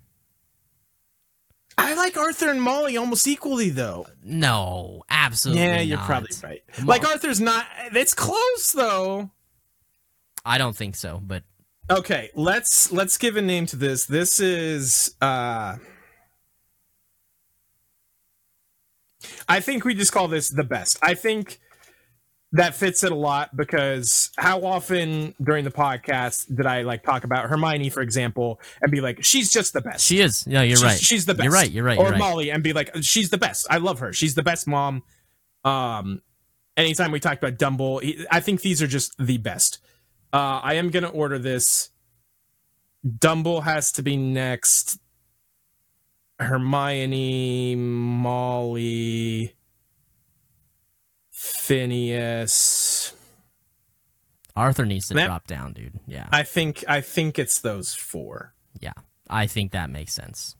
B: I like Arthur and Molly almost equally though.
A: No, absolutely.
B: yeah, you're
A: not.
B: probably right.
A: Come
B: Like
A: on.
B: Arthur's not. It's close though.
A: I don't think so, but
B: Okay, let's let's give a name to this. This is. uh I think we just call this the best. I think that fits it a lot because how often during the podcast did I like talk about Hermione, for example, and be like, she's just the best.
A: she is. Yeah, you're
B: she's,
A: right.
B: She's the best.
A: You're right. You're right.
B: or
A: You're right.
B: Molly and be like, she's the best. I love her. She's the best mom. Um, anytime we talked about Dumble, he- I think these are just the best. Uh, I am gonna order this. Dumble has to be next. Hermione, Molly, Phineas.
A: Arthur needs to
B: That-
A: drop down, dude. Yeah,
B: I think I think it's those four.
A: I think that makes sense.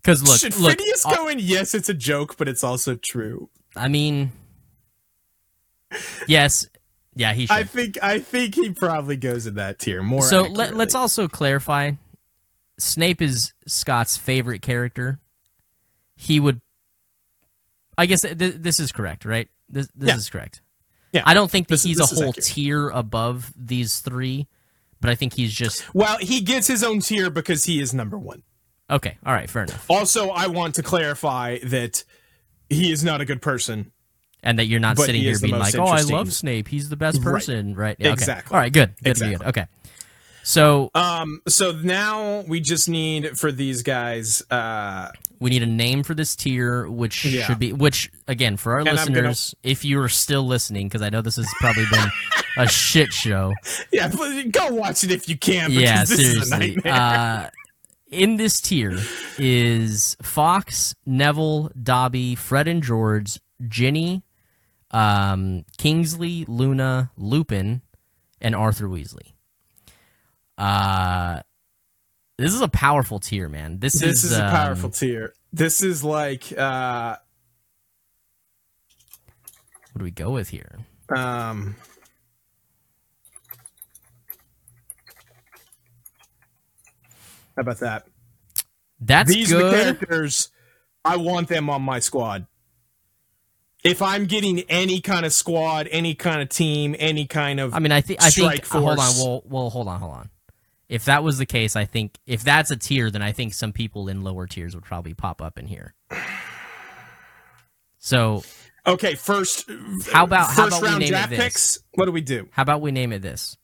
A: Because look,
B: Should
A: look. uh,
B: Phineas
A: Ar-
B: go in? Yes, it's a joke, but it's also true.
A: I mean, yes, yeah, he should.
B: I think I think he probably goes in that tier more.
A: so let,
B: accurately.
A: let's also clarify snape is scott's favorite character he would i guess th- th- this is correct right this, this
B: Yeah.
A: is correct
B: Yeah.
A: i don't think that
B: This is-
A: he's
B: this
A: a
B: is
A: whole
B: accurate.
A: tier above these three but i think he's just
B: Well, he gets his own tier because he is number one.
A: okay all right fair enough
B: Also, I want to clarify that he is not a good person.
A: and that you're not
B: But
A: sitting
B: he
A: here
B: is the
A: being
B: most
A: like oh i
B: interesting.
A: love snape he's the best
B: Right.
A: person right, Yeah, okay.
B: Exactly.
A: all right good good to be
B: Exactly.
A: good okay so
B: Um, so now we just need for these guys, uh,
A: We need a name for this tier, which
B: Yeah.
A: should be which again for our
B: And I'm gonna-
A: listeners. If you are still listening, because I know this has probably been a shit show.
B: yeah, but go watch it if you can. Because
A: yeah,
B: this is a
A: seriously.
B: nightmare.
A: Uh, in this tier is Fox, Neville, Dobby, Fred and George, Ginny, um, Kingsley, Luna, Lupin, and Arthur Weasley. Uh, this is a powerful tier, man. This,
B: this is, a
A: um,
B: powerful tier. This is like, uh,
A: What do we go with here?
B: um, how about that?
A: That's
B: These
A: good.
B: are the characters I want them on my squad. If I'm getting any kind of squad, any kind of team, any kind of
A: I mean, I think I think
B: Strike
A: hold on,
B: Force.
A: well, well, hold on, hold on. If that was the case, I think if that's a tier, then I think some people in lower tiers would probably pop up in here. So
B: okay, first
A: How about-
B: first
A: how about we
B: round
A: name it
B: draft
A: this?
B: picks? What do we do?
A: how about we name it this,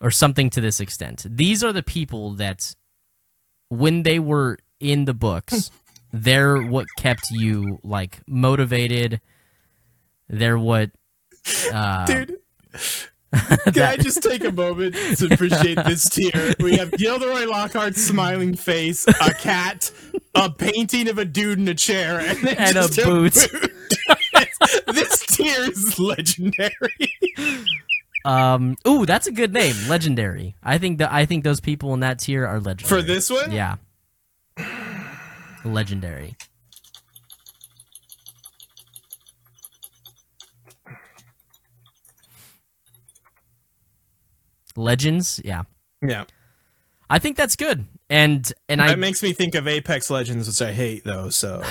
A: or something to this extent? These are the people that, when they were in the books, they're what kept you like motivated. They're what. Uh,
B: Dude, can I just take a moment to appreciate this tier? We have Gilderoy Lockhart's smiling face, a cat, a painting of a dude in a chair, and, then
A: And a
B: just
A: boot.
B: this tier is legendary.
A: Um. Ooh, that's a good name. Legendary. I think that I think those people in that tier are legendary.
B: For this one?
A: Yeah. Legendary. Legends. Yeah.
B: Yeah.
A: I think that's good. And and I
B: that makes me think of Apex Legends, which I hate though. So,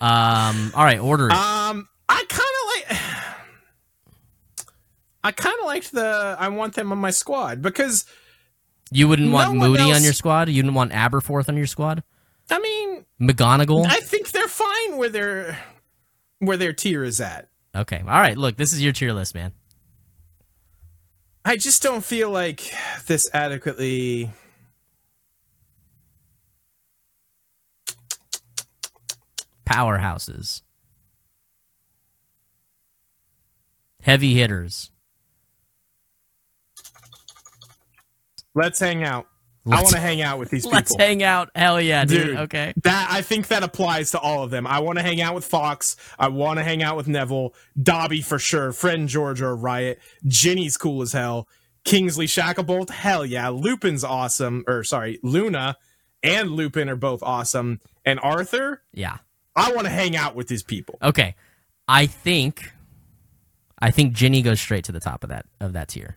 A: um. All right. Order it.
B: um, I kind of like. I kind of liked the. I want them on my squad because
A: you wouldn't want
B: no one
A: Moody on
B: else-
A: your squad. You wouldn't want Aberforth on your squad.
B: I mean
A: McGonagall.
B: I think they're fine where their where their tier is at.
A: okay. All right. Look, this is your tier list, man.
B: I just don't feel like this adequately.
A: powerhouses, heavy hitters.
B: Let's hang out. I want
A: Let's,
B: to hang out with these people.
A: let's hang out. Hell yeah, dude.
B: Dude.
A: Okay.
B: That I think that applies to all of them. I want to hang out with Fox. I want to hang out with Neville, Dobby for sure, Fred and George are a riot. Ginny's cool as hell. Kingsley Shacklebolt, hell yeah. Lupin's awesome. Or sorry, Luna and Lupin are both awesome. And Arthur,
A: Yeah.
B: I want to hang out with these people.
A: Okay. I think I think Ginny goes straight to the top of that of that tier.
B: You're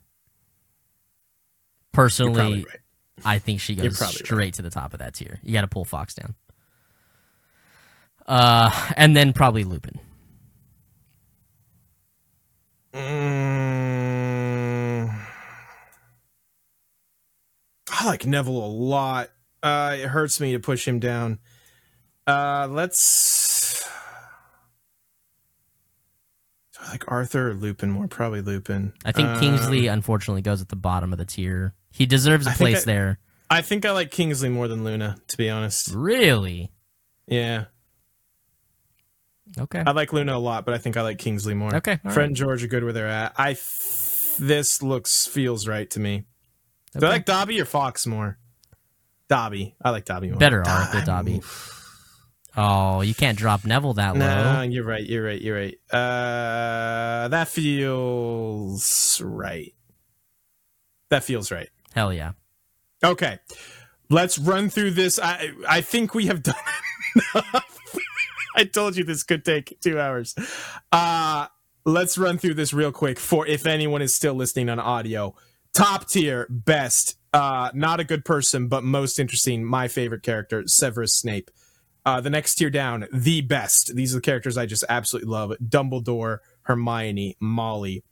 A: Personally,
B: probably right.
A: I think she
B: You're
A: goes
B: probably
A: straight to the top of that tier. You got to pull Fox down. Uh, and then probably Lupin.
B: Mm. I like Neville a lot. Uh, it hurts me to push him down. Uh, let's. Do I like Arthur or Lupin more? Probably Lupin.
A: I think
B: Um,
A: Kingsley unfortunately goes at the bottom of the tier. He deserves a
B: I think
A: place
B: I-
A: there.
B: I think I like Kingsley more than Luna, to be honest.
A: Really?
B: Yeah.
A: Okay.
B: I like Luna a lot, but I think I like Kingsley more.
A: Okay. all
B: Fred and George are good where they're at. I. F- this looks feels right to me.
A: right.
B: Do I
A: Okay.
B: like Dobby or Fox more? Dobby. I like Dobby more.
A: Better
B: Do-
A: Arthur Dobby. Oh, you can't drop Neville that low.
B: No, you're right. You're right. You're right. Uh, that feels right. That feels right.
A: Hell yeah.
B: Okay, let's run through this. I I think we have done enough. I told you this could take two hours. Uh, let's run through this real quick for if anyone is still listening on audio. Top tier, best, uh, not a good person, but most interesting. My favorite character, Severus Snape. Uh, the next tier down, the best. These are the characters I just absolutely love: Dumbledore, Hermione, Molly.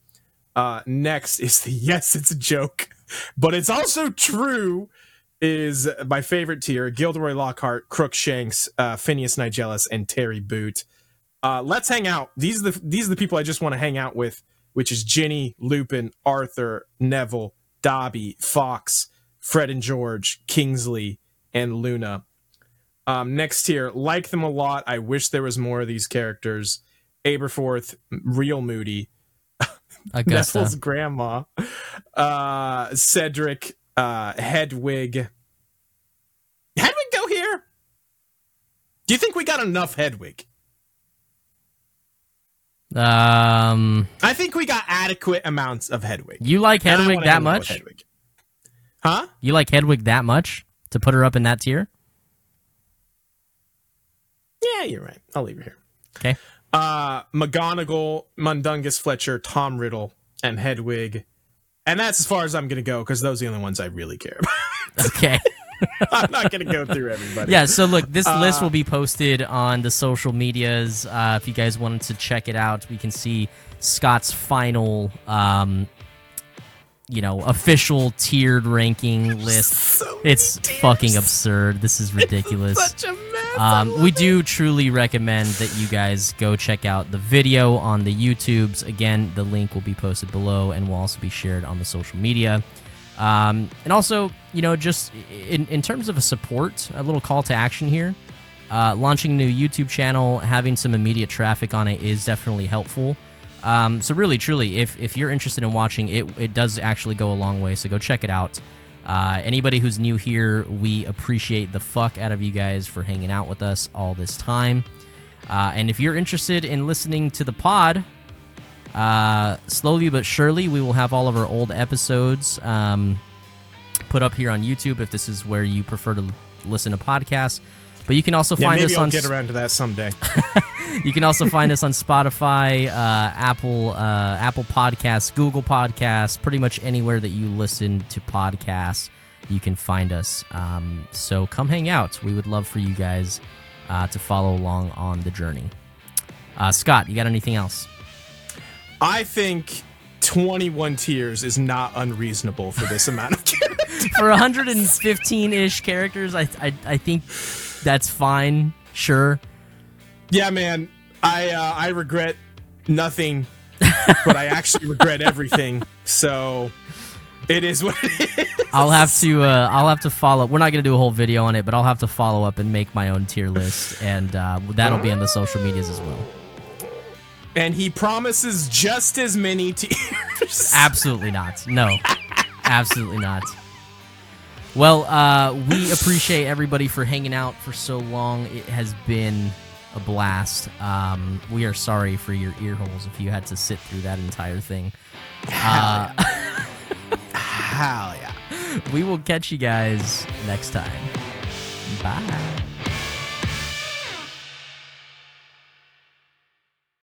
B: Uh, next is the yes, it's a joke, but it's also true. Is my favorite tier: Gilderoy Lockhart, Crookshanks, uh, Phineas Nigellus, and Terry Boot. Uh, let's hang out. These are the these are the people I just want to hang out with, which is Ginny, Lupin, Arthur, Neville, Dobby, Fox, Fred and George, Kingsley, and Luna. Um, next tier, like them a lot. I wish there was more of these characters. Aberforth, Real Moody,
A: Augusta.
B: Neville's grandma, uh, Cedric, uh, Hedwig. Hedwig, go here. Do you think we got enough Hedwig?
A: Um,
B: I think we got adequate amounts of Hedwig.
A: you like
B: And I
A: Hedwig
B: wanna
A: that
B: hang out with
A: much?
B: Hedwig. Huh?
A: You like Hedwig that much to put her up in that tier?
B: Yeah, you're right. I'll leave her here.
A: Okay.
B: Uh, McGonagall, Mundungus Fletcher, Tom Riddle, and Hedwig. And that's as far as I'm going to go because those are the only ones I really care about.
A: Okay.
B: I'm not going to go through everybody.
A: yeah. So look, this list
B: Uh,
A: will be posted on the social medias. Uh, if you guys wanted to check it out, we can see Scott's final, um, you know, official tiered ranking list.
B: So
A: It's
B: many tears.
A: fucking absurd. This is ridiculous.
B: Such a mess.
A: Um, we do truly recommend that you guys go check out the video on the YouTubes. Again, the link will be posted below and will also be shared on the social media. Um, and also, you know, just in, in terms of a support, a little call to action here. Uh, launching a new YouTube channel, having some immediate traffic on it is definitely helpful. Um, so really, truly, if if you're interested in watching, it it does actually go a long way. So go check it out. Uh, anybody who's new here, we appreciate the fuck out of you guys for hanging out with us all this time. Uh, and if you're interested in listening to the pod, uh, slowly but surely, we will have all of our old episodes um, put up here on YouTube if this is where you prefer to listen to podcasts. But you can also
B: yeah,
A: find
B: maybe
A: us
B: I'll
A: on
B: get around to that someday.
A: you can also find us on Spotify, uh, Apple, uh, Apple Podcasts, Google Podcasts, pretty much anywhere that you listen to podcasts. You can find us. Um, so come hang out. We would love for you guys uh, to follow along on the journey. Uh, Scott, you got anything else?
B: I think 21 tiers is not unreasonable for this amount of kids.
A: For 115 ish characters, I, I I think that's fine. Sure.
B: Yeah, man. I uh, I regret nothing, but I actually regret everything. So it is what it is.
A: I'll have to uh, I'll have to follow. We're not gonna do a whole video on it, but I'll have to follow up and make my own tier list, and uh, that'll be on the social medias as well.
B: And he promises just as many tiers.
A: Absolutely not. No, absolutely not. Well, uh, we appreciate everybody for hanging out for so long. It has been a blast. Um, we are sorry for your ear holes if you had to sit through that entire thing. Uh,
B: Hell yeah.
A: we will catch you guys next time. Bye.